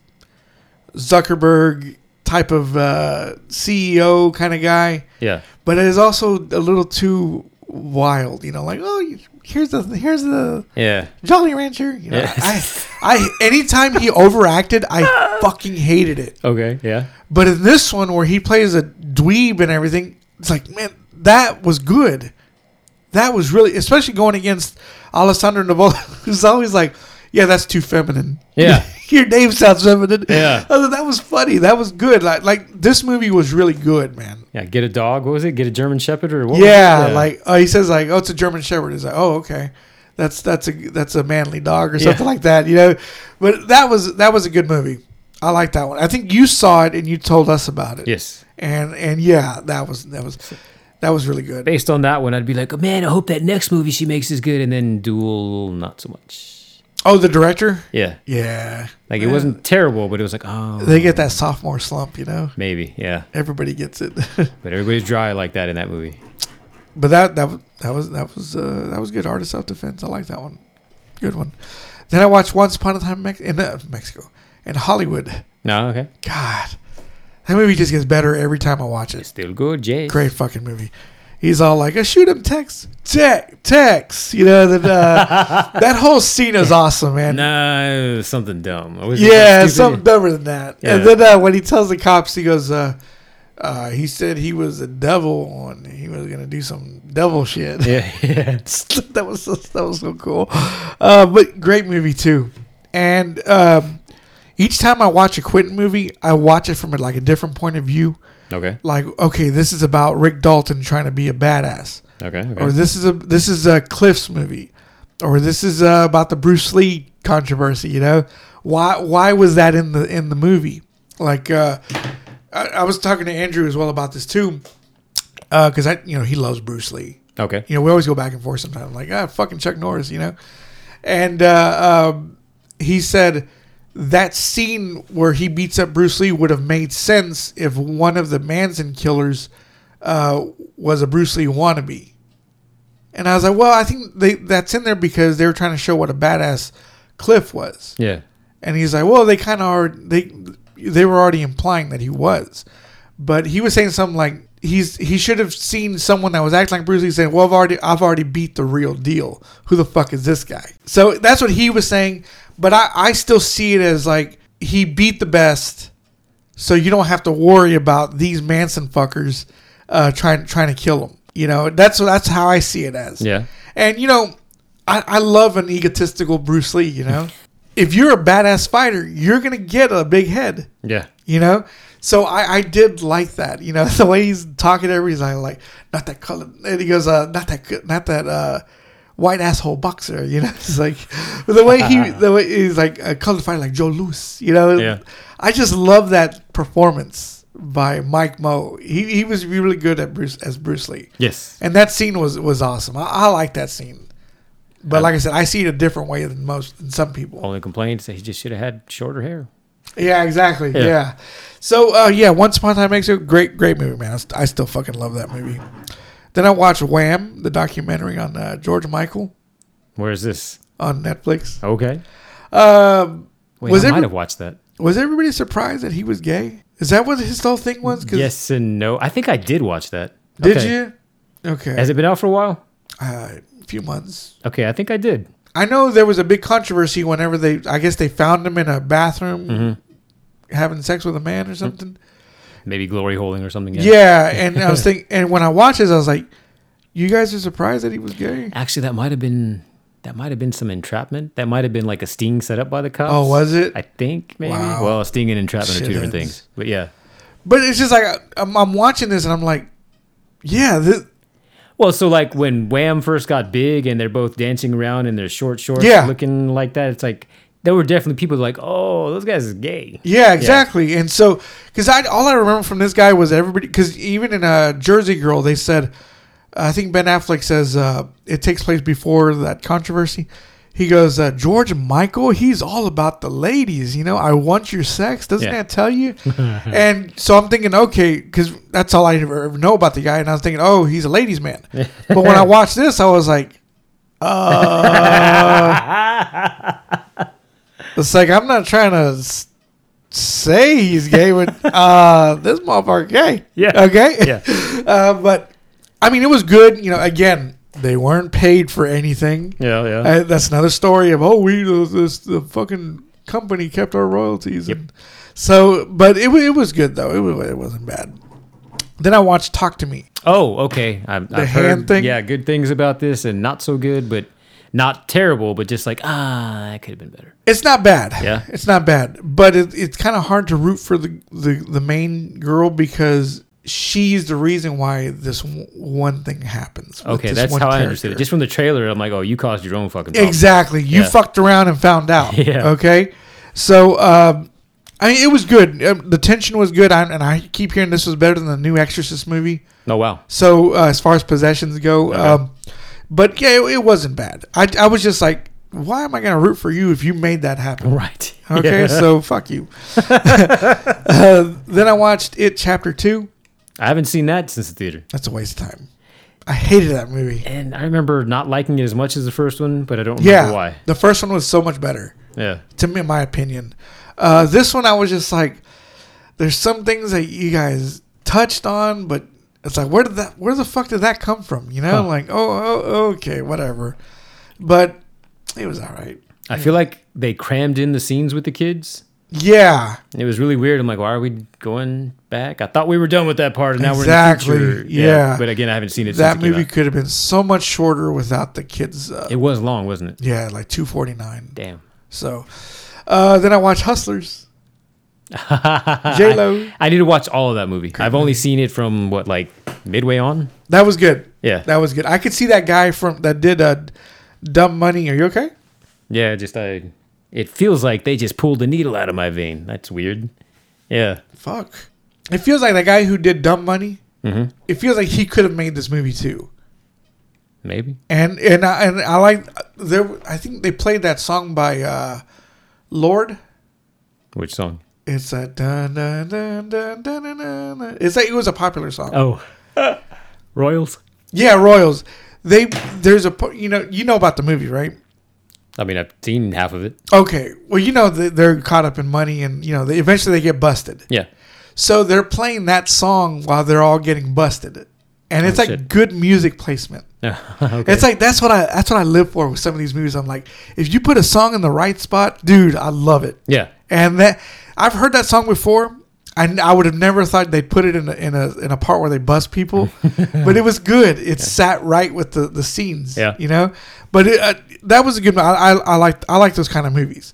Zuckerberg type of uh, CEO kind of guy
Yeah.
but it is also a little too wild, you know. Like, oh, you- here's the here's the
Yeah.
Jolly Rancher. You know,
Yeah.
I, I anytime he overacted,
<laughs>
I fucking hated it.
Okay. Yeah.
But in this one, where he plays a dweeb and everything, it's like, man, that was good. That was really, especially going against Alessandro Nivola, <laughs> who's always like, yeah, that's too feminine.
Yeah.
<laughs> Your name sounds feminine.
Yeah.
I thought that was funny. That was good. Like, like this movie was really good, man.
Yeah. Get a dog. What was it? Get a German Shepherd or what? was it?
Yeah, like oh, he says like oh, it's a German Shepherd. He's like oh, okay, that's that's a that's a manly dog or
Yeah.
something like that, you know. But that was that was a good movie. I like that one. I think you saw it and you told us about it.
Yes.
And and yeah, that was that was that was really good.
Based on that one, I'd be like, oh, man, I hope that next movie she makes is good, and then Duel, not so much.
Oh, the director.
Yeah.
Yeah,
Like it wasn't terrible, but it was like, oh,
They get that sophomore slump, you know.
maybe. Yeah.
Everybody gets it. <laughs>
But everybody's dry like that in that movie.
but that that was- that was that was uh, that was good. Art of self defense. I like that one. Good one. Then I watched Once Upon a Time in, Mex- in uh, Mexico in Hollywood.
No. Okay.
God, that movie just gets better every time I watch it.
Still good, Jay.
Great fucking movie. He's all like, "I shoot him, Tex, Tex, Tex." You know that
<laughs>
uh, that whole scene is awesome, man.
Nah, something dumb. What was it?
yeah,
Stupid-
something dumber than that. And
Yeah.
then uh, when he tells the cops, he goes, uh, uh, "He said he was a devil and he was gonna do some devil shit."
<laughs> Yeah. yeah.
<laughs> that was so, that was so cool. Uh, but great movie too. And um, each time I watch a Quentin movie, I watch it from like a different point of view.
Okay.
like okay this is about rick dalton trying to be a badass
Okay.
or
okay.
this is a this is a cliff's movie or this is uh, about the bruce lee controversy you know why why was that in the in the movie like uh i, I was talking to andrew as well about this too because i you know he loves bruce lee
Okay.
you know, we always go back and forth sometimes. Like, ah, fucking Chuck Norris, you know? And uh, um, he said that scene where he beats up Bruce Lee would have made sense if one of the Manson killers uh, was a Bruce Lee wannabe. And I was like, well, I think they, that's in there because they were trying to show what a badass Cliff was.
Yeah.
And he's like, well, they kind of are. They they were already implying that he was, but he was saying something like he's he should have seen someone that was acting like Bruce Lee saying, well, I've already I've already beat the real deal. Who the fuck is this guy? So that's what he was saying. But I I still see it as like he beat the best, so you don't have to worry about these Manson fuckers uh, trying trying to kill him. You know, that's that's how I see it as.
Yeah.
And you know, I, I love an egotistical Bruce Lee. You know, if you're a badass fighter, you're gonna get a big head.
Yeah.
You know, so I, I did like that. You know, <laughs> the way he's talking to everybody's like, like not that color. And he goes, uh, not that, co- not that uh, white asshole boxer. You know, <laughs> it's like the way he, the way he's like a colored fighter like Joe Luce. You know,
Yeah.
I just love that performance by Mike Moe. He he was really good at Bruce as Bruce Lee.
Yes.
And that scene was was awesome. I, I like that scene. But like I said, I see it a different way than most than some people.
Only complaint is that he just should have had shorter hair.
Yeah, exactly. Yeah. So uh, yeah, Once Upon a Time Mexico, great great movie, man. I, st- I still fucking love that movie. Then I watched Wham, the documentary on uh, George Michael
Where is this?
on Netflix.
Okay.
Um,
Wait,
Was
I
it-
might have watched that.
was everybody surprised that he was gay? Is that what his whole thing was? 'Cause-
Mm, Yes and no. I think I did watch that.
Did
Okay.
you? Okay.
Has it been out for a while?
uh, a few months.
Okay, I think I did.
I know there was a big controversy whenever they, I guess they found him in a bathroom having sex with a man or something.
Maybe glory holding or something.
Yeah, and I was thinking, and when I watched this, I was like, "You guys are surprised that he was gay."
Actually, that might have been that might have been some entrapment. That might have been like a sting set up by the cops.
Oh, was it?
I think maybe.
Wow.
Well, sting and entrapment are
Shit
two different
happens.
things. But yeah.
But it's just like I'm, I'm watching this, and I'm like, "Yeah, this,
Well, so like when Wham first got big and they're both dancing around in their short shorts,
Yeah.
looking like that, it's like there were definitely people like, oh, those guys is gay.
yeah, exactly." And so, because I all I remember from this guy was everybody, because even in uh, Jersey Girl, they said, I think Ben Affleck says uh, it takes place before that controversy. He goes, uh, George Michael, he's all about the ladies. You know, I want your sex. Doesn't
Yeah.
that tell you? and so I'm thinking, okay, because that's all I ever ever know about the guy. And I was thinking, oh, he's a ladies' man. but when I watched this, I was like, uh, it's like I'm not trying to s- say he's gay,
<laughs>
but uh, this motherfucker gay.
Yeah.
Okay.
Yeah.
<laughs> Uh, but I mean, it was good. You know, again, they weren't paid for anything.
Yeah, yeah.
Uh, that's another story of oh, we uh, this the fucking company kept our royalties. And so, but it wa- it was good though. It was, it wasn't bad. Then I watched Talk to Me.
Oh, okay. I've, I've
hand
heard,
thing?
Yeah, good things about this, and not so good, but not terrible, but just like ah, that could have been better.
It's not bad.
Yeah.
it's not bad. But it, it's kind of hard to root for the, the the main girl because she's the reason why this w- one thing happens. with
Okay,
this
that's how
one
I understood it.
character.
Just from the trailer, I'm like, oh, you caused your own fucking problem.
Exactly. You
Yeah.
fucked around and found out.
<laughs> Yeah.
Okay. So, um, I mean, it was good. Um, the tension was good. I, and I keep hearing this was better than the new Exorcist movie. <laughs>
Oh wow.
So, uh, as far as possessions go, um, but yeah, it, it wasn't bad. I, I was just like, why am I going to root for you if you made that happen?
Right.
Okay.
Yeah.
So, fuck you. uh, then I watched It Chapter 2.
<laughs> I haven't seen that since the theater,
That's a waste of time. I hated that movie.
and I remember not liking it as much as the first one, but I don't remember
Yeah.
why.
The first one was so much better.
Yeah.
to me, in my opinion. Uh, this one, I was just like, there's some things that you guys touched on, but it's like, where did that, where the fuck did that come from? You know, like, oh, oh, okay, whatever. But it was all right.
I feel like they crammed in the scenes with the kids.
Yeah,
It was really weird. I'm like, why are we going back? I thought we were done with that part, and now
Exactly,
we're in the future.
yeah.
But again, I haven't seen it.
that
since it came
movie
out.
could have been so much shorter without the kids. Uh,
It was long, wasn't it?
yeah, like two forty nine.
Damn.
So uh, then I watched Hustlers.
<laughs>
J Lo.
Ah, I need to watch all of that movie. I've only seen it from what like midway on.
That was good.
Yeah.
That was good. I could see that guy from that did uh, Dumb Money. Are you okay?
Yeah, just I. It feels like they just pulled a needle out of my vein. That's weird. Yeah.
Fuck. It feels like that guy who did Dumb Money.
Mm-hmm.
It feels like he could have made this movie too.
Maybe.
And and I, and I like there. I think they played that song by uh, Lord.
Which song?
It's a dun dun dun dun dun dun. dun, dun. It's like it was a popular song.
Oh. <laughs> Royals?
Yeah, Royals. They there's a po- you know you know about the movie right?
I mean, I've seen half of it.
Okay, well you know they- they're caught up in money and you know they, eventually they get busted.
Yeah.
So they're playing that song while they're all getting busted, and it's like
Oh, shit.
good music placement.
<laughs> okay.
It's like that's what I that's what I live for with some of these movies. I'm like, if you put a song in the right spot, dude, I love it.
Yeah.
And that I've heard that song before. I, I would have never thought they'd put it in a, in a in a part where they bust
<laughs>
people, but it was good. It sat right with the, the scenes.
Yeah.
you know. But it, uh, that was a good. I I, I like I like those kind of movies.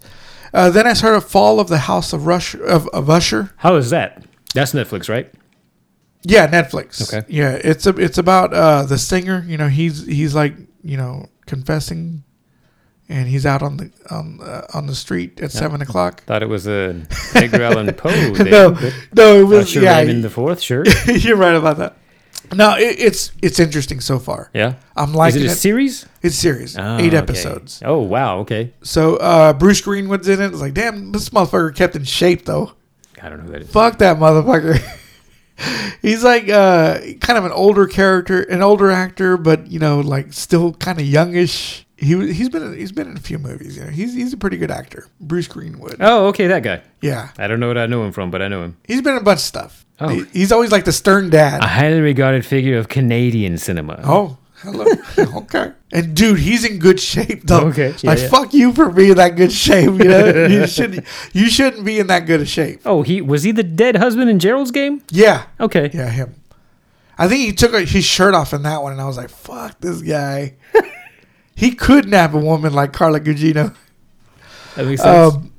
Uh, then I started Fall of the House of Rush of, of Usher.
How is that? That's Netflix, right?
Yeah, Netflix.
Okay.
Yeah, it's a, it's about uh, the singer. You know, he's he's like you know confessing, and he's out on the on uh, on the street at seven o'clock.
Thought it was a <laughs> Edgar Allan Poe. Thing,
No,
but
no, it
not
was
sure
yeah.
Raymond the Fourth, sure.
<laughs> You're right about that. No, it, it's it's interesting so far.
Yeah.
I'm
Is
liking
it a
it.
series?
It's series,
Oh,
eight
okay.
episodes.
Oh wow, okay.
So uh, Bruce Greenwood's in it. It's like, damn, this motherfucker kept in shape though.
I don't know who that is.
Fuck that motherfucker. <laughs> He's like uh, kind of an older character, an older actor, but you know, like still kind of youngish. He was- he's been he's been in a few movies. You know, he's he's a pretty good actor, Bruce Greenwood.
Oh, okay, that guy.
Yeah,
I don't know what I know him from, but I know him.
he's been in a bunch of stuff.
Oh.
He- he's always like the stern dad.
A highly regarded figure of Canadian cinema.
Oh, hello. <laughs> okay. And dude, he's in good shape though.
Okay, yeah,
like
yeah.
fuck you for being that good shape. You know,
<laughs>
you shouldn't. You shouldn't be in that good a shape.
Oh, he was he the dead husband in Gerald's game?
Yeah.
Okay.
Yeah, him. I think he took his shirt off in that one, and I was like, fuck this guy. he could nab a woman like Carla Gugino.
That makes sense.
Um,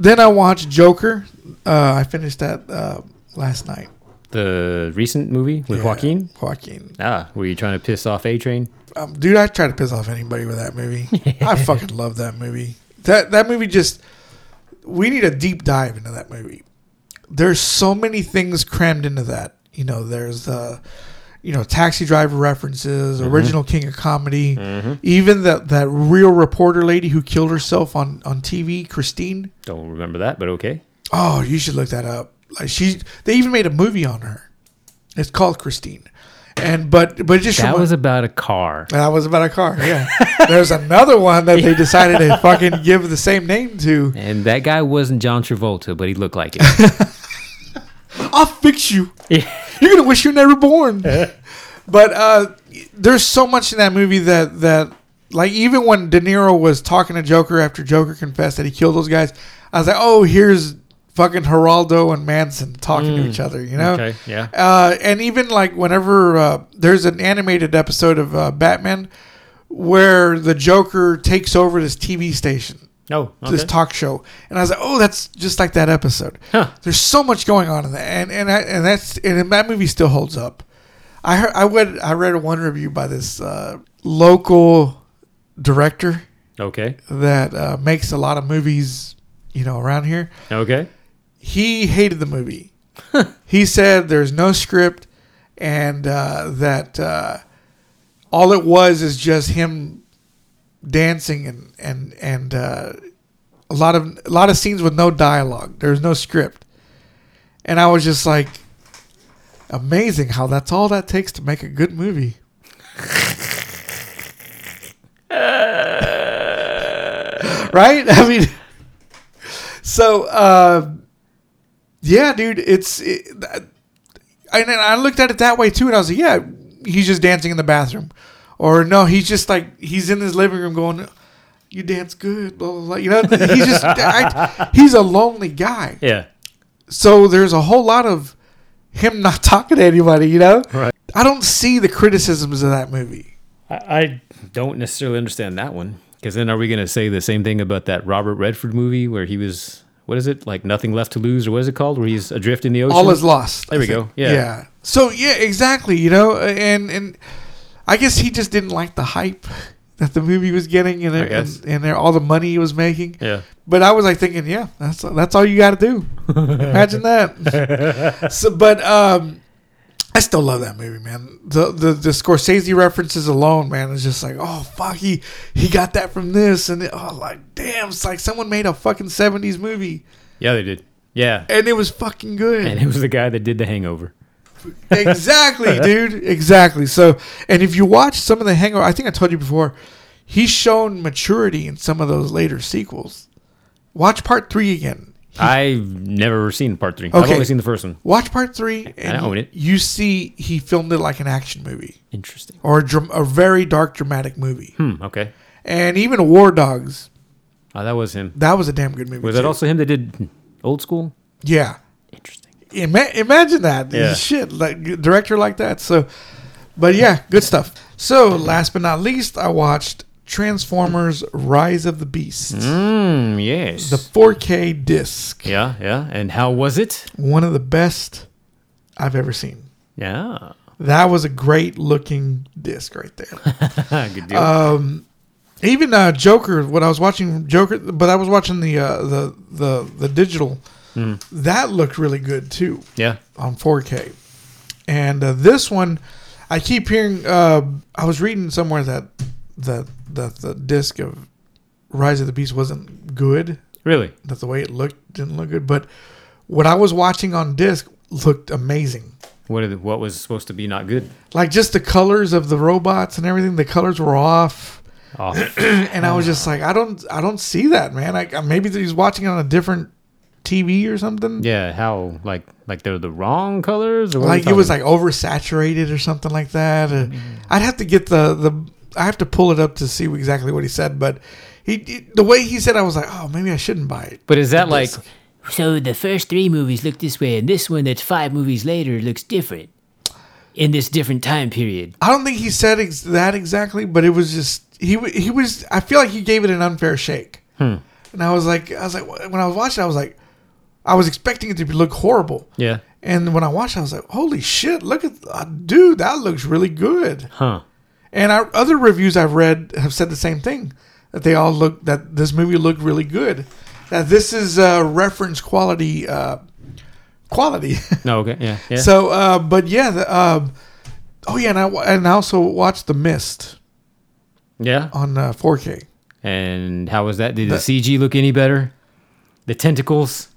then I watched Joker. Uh, I finished that uh, last night.
the recent movie with
Yeah,
Joaquin.
Joaquin.
Ah, were you trying to piss off A Train?
um, dude, I try to piss off anybody with that movie. I fucking love that movie. That that movie just we need a deep dive into that movie. There's so many things crammed into that. You know, there's the you know taxi driver references, original King of Comedy, even that that real reporter lady who killed herself on on TV, Christine.
Don't remember that, but okay.
Oh, you should look that up. Like she, they even made a movie on her. It's called Christine, and but but it just
That
remi-
was about a car.
that was about a car. Yeah. <laughs> There's another one that they decided
<laughs>
to fucking give the same name to.
And that guy wasn't John Travolta, but he looked like it.
I'll fix you.
Yeah.
You're gonna wish you were never
<laughs>
born. but uh, there's so much in that movie that that like even when De Niro was talking to Joker after Joker confessed that he killed those guys, I was like, oh, here's fucking Geraldo and Manson talking to each other. You know.
Mm. Okay, yeah.
Uh, and even like whenever uh, there's an animated episode of uh, Batman where the Joker takes over this TV station.
Oh,
to this talk show, and I was like, "Oh, that's just like that episode."
Huh.
There's so much going on in that, and and I, and that's and that movie still holds up. I heard, I read I read one review by this uh, local director
okay.
that uh, makes a lot of movies, you know, around here.
Okay.
He hated the movie. he said there's no script, and uh, that uh, all it was is just him dancing and and and uh, a lot of a lot of scenes with no dialogue. There's no script, and I was just like, amazing how that's all that takes to make a good movie. right? <laughs> I mean, so uh, yeah, dude, it's it, I- and I looked at it that way too, and I was like, yeah, he's just dancing in the bathroom, or no, he's just like he's in his living room going, you dance good, blah blah blah. You know, he's just <laughs> I, he's a lonely guy,
Yeah.
so there's a whole lot of him not <laughs> talking to anybody. You know,
Right.
I don't see the criticisms of that movie.
I, I don't necessarily understand that one because then are we going to say the same thing about that Robert Redford movie where he was what is it like? Nothing left to lose, or what is it called? Where he's adrift in the ocean.
all is lost.
There we go. Yeah.
Yeah. So yeah, exactly. You know, and and I guess he just didn't like the hype that the movie was getting, and and,
guess.
and, there- all the money he was making.
Yeah.
But I was like thinking, yeah, that's that's all you got to do. Imagine that.
<laughs>
so, but um, I still love that movie, man. The the the Scorsese references alone, man, is just like, oh fuck, he he got that from this, and oh like, damn, it's like someone made a fucking seventies movie,
Yeah, they did. Yeah.
and it was fucking good.
And it <laughs> was the guy that did the Hangover.
exactly, dude. Exactly. So, and if you watch some of the Hangover, I think I told you before, he's shown maturity in some of those later sequels. Watch part three again.
I've never seen part three. I've
Okay.
only seen the first one.
Watch part three, and
I own it.
you see he filmed it like an action movie
Interesting.
or a, dram- a very dark, dramatic movie.
Hmm. Okay.
And even War Dogs,
Oh, that was him.
that was a damn good movie.
Was that
too.
also him that did Old School?
Yeah.
Interesting.
Ima- imagine that
Yeah.
shit like director like that so but yeah good stuff so last but not least i watched transformers rise of the beast
Hmm. Yes.
the 4k disc
yeah. Yeah. And how was it?
one of the best i've ever seen
Yeah.
that was a great looking disc right there
<laughs> Good deal.
Uh, even uh joker when i was watching joker but i was watching the uh the the, the digital that looked really good too
yeah.
on 4K. And uh, this one, I keep hearing. Uh, I was reading somewhere that that that the disc of Rise of the Beast wasn't good.
Really.
That the way it looked didn't look good. But what I was watching on disc looked amazing.
What? Are the, what was supposed to be not good?
Like just the colors of the robots and everything. The colors were off.
<clears throat> Oh,
and I was just like, I don't, I don't see that, man. Like uh, maybe he's watching it on a different TV or something.
yeah. How? Like? Like they're the wrong colors? Or what are we
like it was
talking Mm-hmm.
like oversaturated or something like that. Uh, I'd have to get the the I have to pull it up to see exactly what he said, but he- he the way he said, I was like, oh, maybe I shouldn't buy it.
But is that like?
<laughs> So the first three movies look this way, and this one that's five movies later looks different in this different time period.
I don't think he said ex- that exactly, but it was just he w- he was. I feel like he gave it an unfair shake,
Hmm.
and I was like, I was like, when I was watching, I was like, I was expecting it to be, look horrible.
Yeah.
And when I watched, I was like, "Holy shit! Look at, uh, dude, that looks really good."
Huh.
And I, other reviews I've read have said the same thing that they all look that this movie looked really good. That this is uh, reference quality uh, quality. <laughs>
No. Okay. Yeah. Yeah.
so, uh, but yeah, the, um oh yeah, and I wa- and I also watched The Mist
yeah.
on uh, 4K.
And how was that? Did the CG look any better? The tentacles.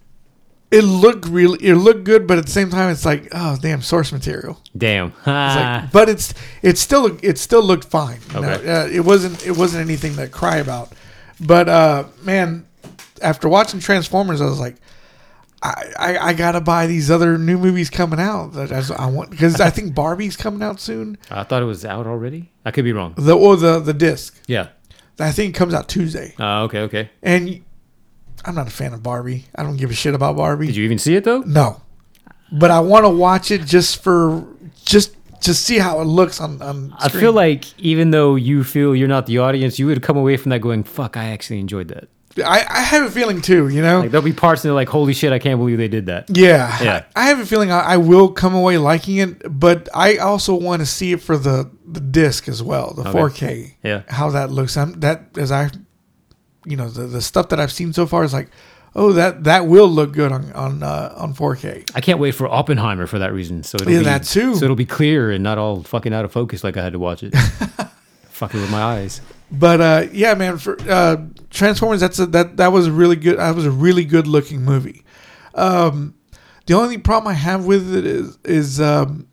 It looked really, it looked good, but at the same time, it's like, oh damn, source material.
Damn.
It's like-
Ah.
but it's it still it still looked fine. You
Okay.
know, uh, it wasn't it wasn't anything to cry about. But uh, man, after watching Transformers, I was like, I, I, I gotta buy these other new movies coming out that I, I want because I think Barbie's coming out soon.
<laughs> I thought it was out already. I could be wrong.
The or the the disc
Yeah.
I think it comes out Tuesday.
Uh, okay. Okay.
And I'm not a fan of Barbie. I don't give a shit about Barbie.
Did you even see it though?
No, but I want to watch it just for just to see how it looks on on.
I
screen.
feel like even though you feel you're not the audience, you would come away from that going, "Fuck, I actually enjoyed that."
I, I have a feeling too. You know,
Like there'll be parts that are like, "Holy shit, I can't believe they did that."
Yeah.
Yeah.
I have a feeling I, I will come away liking it, but I also want to see it for the, the disc as well, the 4K.
Yeah.
How that looks. I'm that as I you know, the, the stuff that I've seen so far is like, oh that that will look good on on uh, on 4K.
I can't wait for Oppenheimer for that reason. So it'll
Yeah,
be,
that too.
So it'll be clear and not all fucking out of focus like I had to
<laughs>
watch it. fucking with my eyes.
But uh yeah, man, for uh Transformers that's a, that that was a really good that was a really good looking movie. Um the only problem I have with it is is um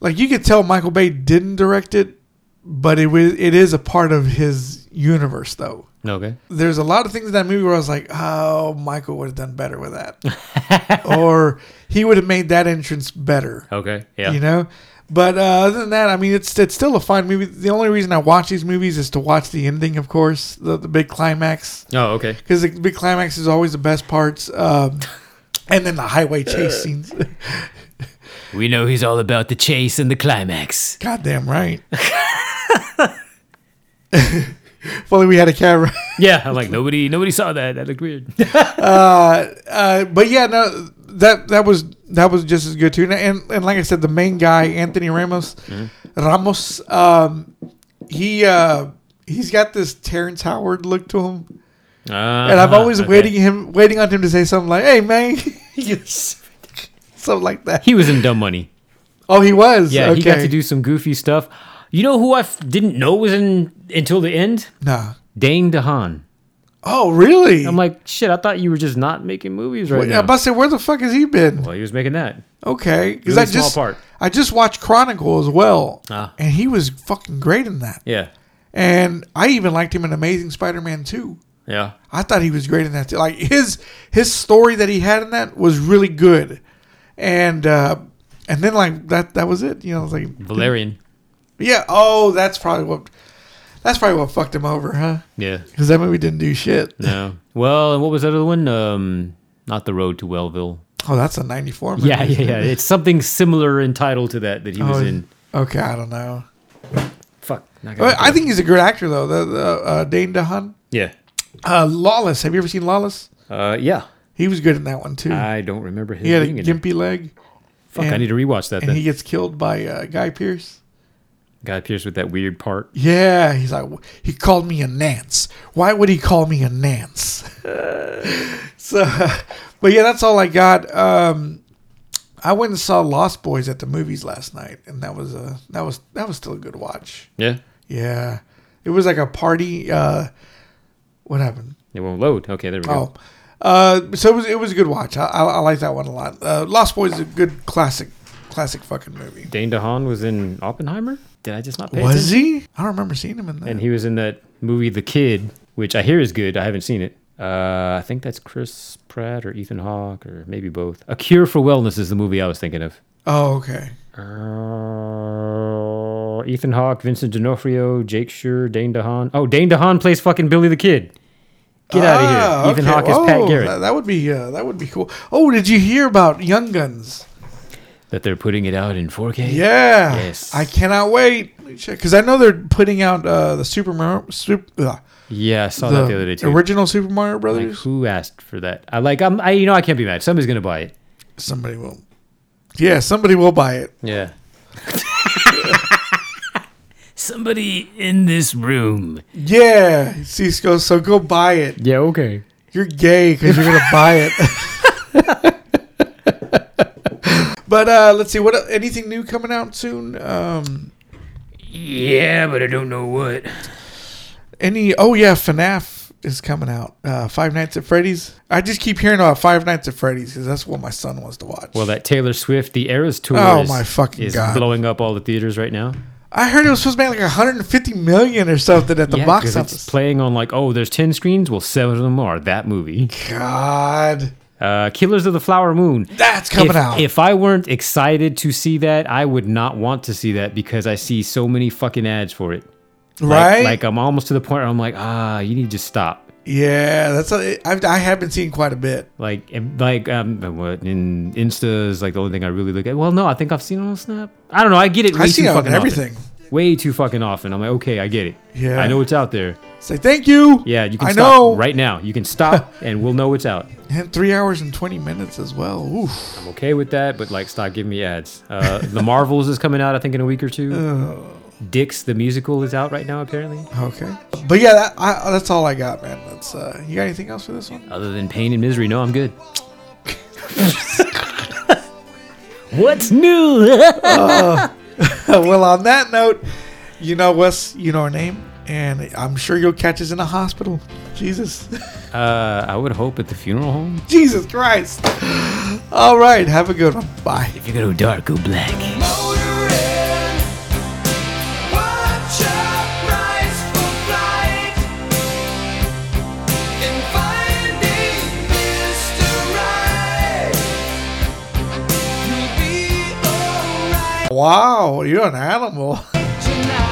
like you could tell Michael Bay didn't direct it, but it was it is a part of his universe though.
Okay.
There's a lot of things in that movie where I was like, oh, Michael would have done better with that, or he would have made that entrance better.
Okay. Yeah.
You know, but uh, other than that, I mean, it's it's still a fine movie. The only reason I watch these movies is to watch the ending, of course, the the big climax
Oh, okay.
because the big climax is always the best parts. Um, and then the highway chase scenes.
We know he's all about the chase and the climax.
<laughs> Goddamn right. if only we had a camera. <laughs>
Yeah, I'm like nobody, nobody saw that. That
<laughs>
looked weird.
uh, but yeah, no, that that was that was just as good too. And and, and like I said, the main guy, Anthony Ramos,
Mm-hmm.
Ramos, um, he uh, he's got this Terrence Howard look to him, and
Ah,
I'm always
Ah,
waiting him waiting on him to say something like, "Hey, man," <laughs> yes, something like that.
He was in Dumb Money.
Oh, he was.
<laughs> Yeah,
okay.
he got to do some goofy stuff. You know who I f- didn't know was in until the end?
Nah.
Dane DeHaan.
Oh, really?
I'm like, shit, I thought you were just not making movies right
Wait,
now.
I'm about to say, where the fuck has he been?
well, he was making that.
Okay, because
Really
I
small
just
part.
I just watched Chronicle as well,
Ah.
and he was fucking great in that.
Yeah.
And I even liked him in Amazing Spider-Man 2.
<clears throat>
Yeah.
I thought he was great in that too. Like his his story that he had in that was really good, and uh, and then like that that was it. You know, I was like
Valerian.
yeah, oh, that's probably what that's probably what fucked him over, huh?
Yeah.
Because that movie didn't do
<laughs>
shit.
No. Well, and what was that other one? Um, not the Road to Wellville.
Oh, that's a '94 movie.
Yeah, yeah, yeah. <laughs> It's something similar in title to that that he was
Oh,
in.
Okay, I don't know.
Fuck. not gonna
But I
look it
think he's a good actor though. The, the uh, Dane DeHaan,
up. Yeah.
uh, Lawless. Have you ever seen Lawless?
Uh, yeah.
He was good in that one too.
I don't remember his
Hmm. he had a
being in Uh, it.
gimpy leg,
Fuck. I
and-
need to rewatch that
and
then.
he gets killed by uh, Guy Pierce.
Guy Pierce with that weird part.
Yeah, he's like he called me a nance. Why would he call me a nance? <laughs> so, but yeah, that's all I got. Um, I went and saw Lost Boys at the movies last night, and that was a that was that was still a good watch.
Yeah.
Yeah, it was like a party. Uh, what happened?
It won't load. Okay, there we
Oh,
go.
uh, so it was it was a good watch. I, I, I like that one a lot. Uh, Lost Boys is a good classic classic fucking movie.
Dane DeHaan was in Oppenheimer. Did I just not pay
Was
attention?
he? I don't remember seeing him in that.
And he was in that movie The Kid, which I hear is good. I haven't seen it. Uh, I think that's Chris Pratt or Ethan Hawke or maybe both. A Cure for Wellness is the movie I was thinking of.
oh, okay.
Uh, Ethan Hawke, Vincent D'Onofrio, Jake Shure, Dane DeHaan. Oh, Dane DeHaan plays fucking Billy the Kid. Get out of
Ah,
here. Ethan
okay.
Hawke is
Oh,
Pat Garrett.
That, that would be uh, that would be cool. Oh, did you hear about Young Guns?
That they're putting it out in 4K.
Yeah.
Yes.
I cannot wait. Because I know they're putting out uh, the Super Mario, Sup- uh,
Yeah, I saw
the,
that the other day too.
original Super Mario
Like,
Brothers.
who asked for that? I like. I'm. I. You know, I can't be mad. Somebody's gonna buy it.
Somebody will. Yeah, somebody will buy it.
Yeah.
Somebody in this room.
Yeah, Cisco. So go buy it.
Yeah. Okay.
You're gay because you're
<laughs>
gonna buy it. <laughs> but uh, let's see what anything new coming out soon. Um,
Yeah, but I don't know what.
any oh yeah FNAF is coming out uh Five Nights at Freddy's I just keep hearing about Five Nights at Freddy's because that's what my son wants to watch
Well, that Taylor Swift, the Eras tour.
Oh,
is,
my fucking
is
God.
blowing up all the theaters right now.
I heard it was supposed to make like 150 million or something at the
Yeah, 'cause
box
it's
office
playing on like, oh, there's ten screens. Well, seven of them are that movie.
God
Uh, Killers of the Flower Moon.
that's coming
if,
out
If I weren't excited to see that, I would not want to see that because I see so many fucking ads for it. Like-
right
Like I'm almost to the point where I'm like, ah, you need to just stop.
yeah that's a, I've, I have been seeing quite a bit
Like, em- like, um, what in Insta is like the only thing I really look at. Well, no, I think I've seen it on Snap. I don't know. I get it. Way
I see
too
it on
fucking
everything
Often. Way too fucking often. I'm like, okay, I get it.
Yeah.
I know it's out there.
say thank you
Yeah, you can
I
stop
know
right now. You can
<laughs>
stop, and we'll know it's out.
and three hours and 20 minutes as well Oof.
I'm okay with that, but like, stop giving me ads. Uh, the Marvels is coming out, I think, in a week or two. Dix the musical is out right now, apparently.
okay but yeah that, I, that's all I got man that's uh you got anything else for this one
Other than pain and misery, no, I'm good.
What's
<laughs>
new?
<laughs> well, on that note, you know us, you know our name, and I'm sure you'll catch us in a hospital. Jesus. <laughs>
Uh, I would hope at the funeral home.
Jesus Christ. All right. Have a good one. Bye.
if you're gonna go dark, go black.
Motorin', watch out, rise for flight. In finding Mr. Right, you'll be alright
Wow. You're an animal. <laughs>
tonight.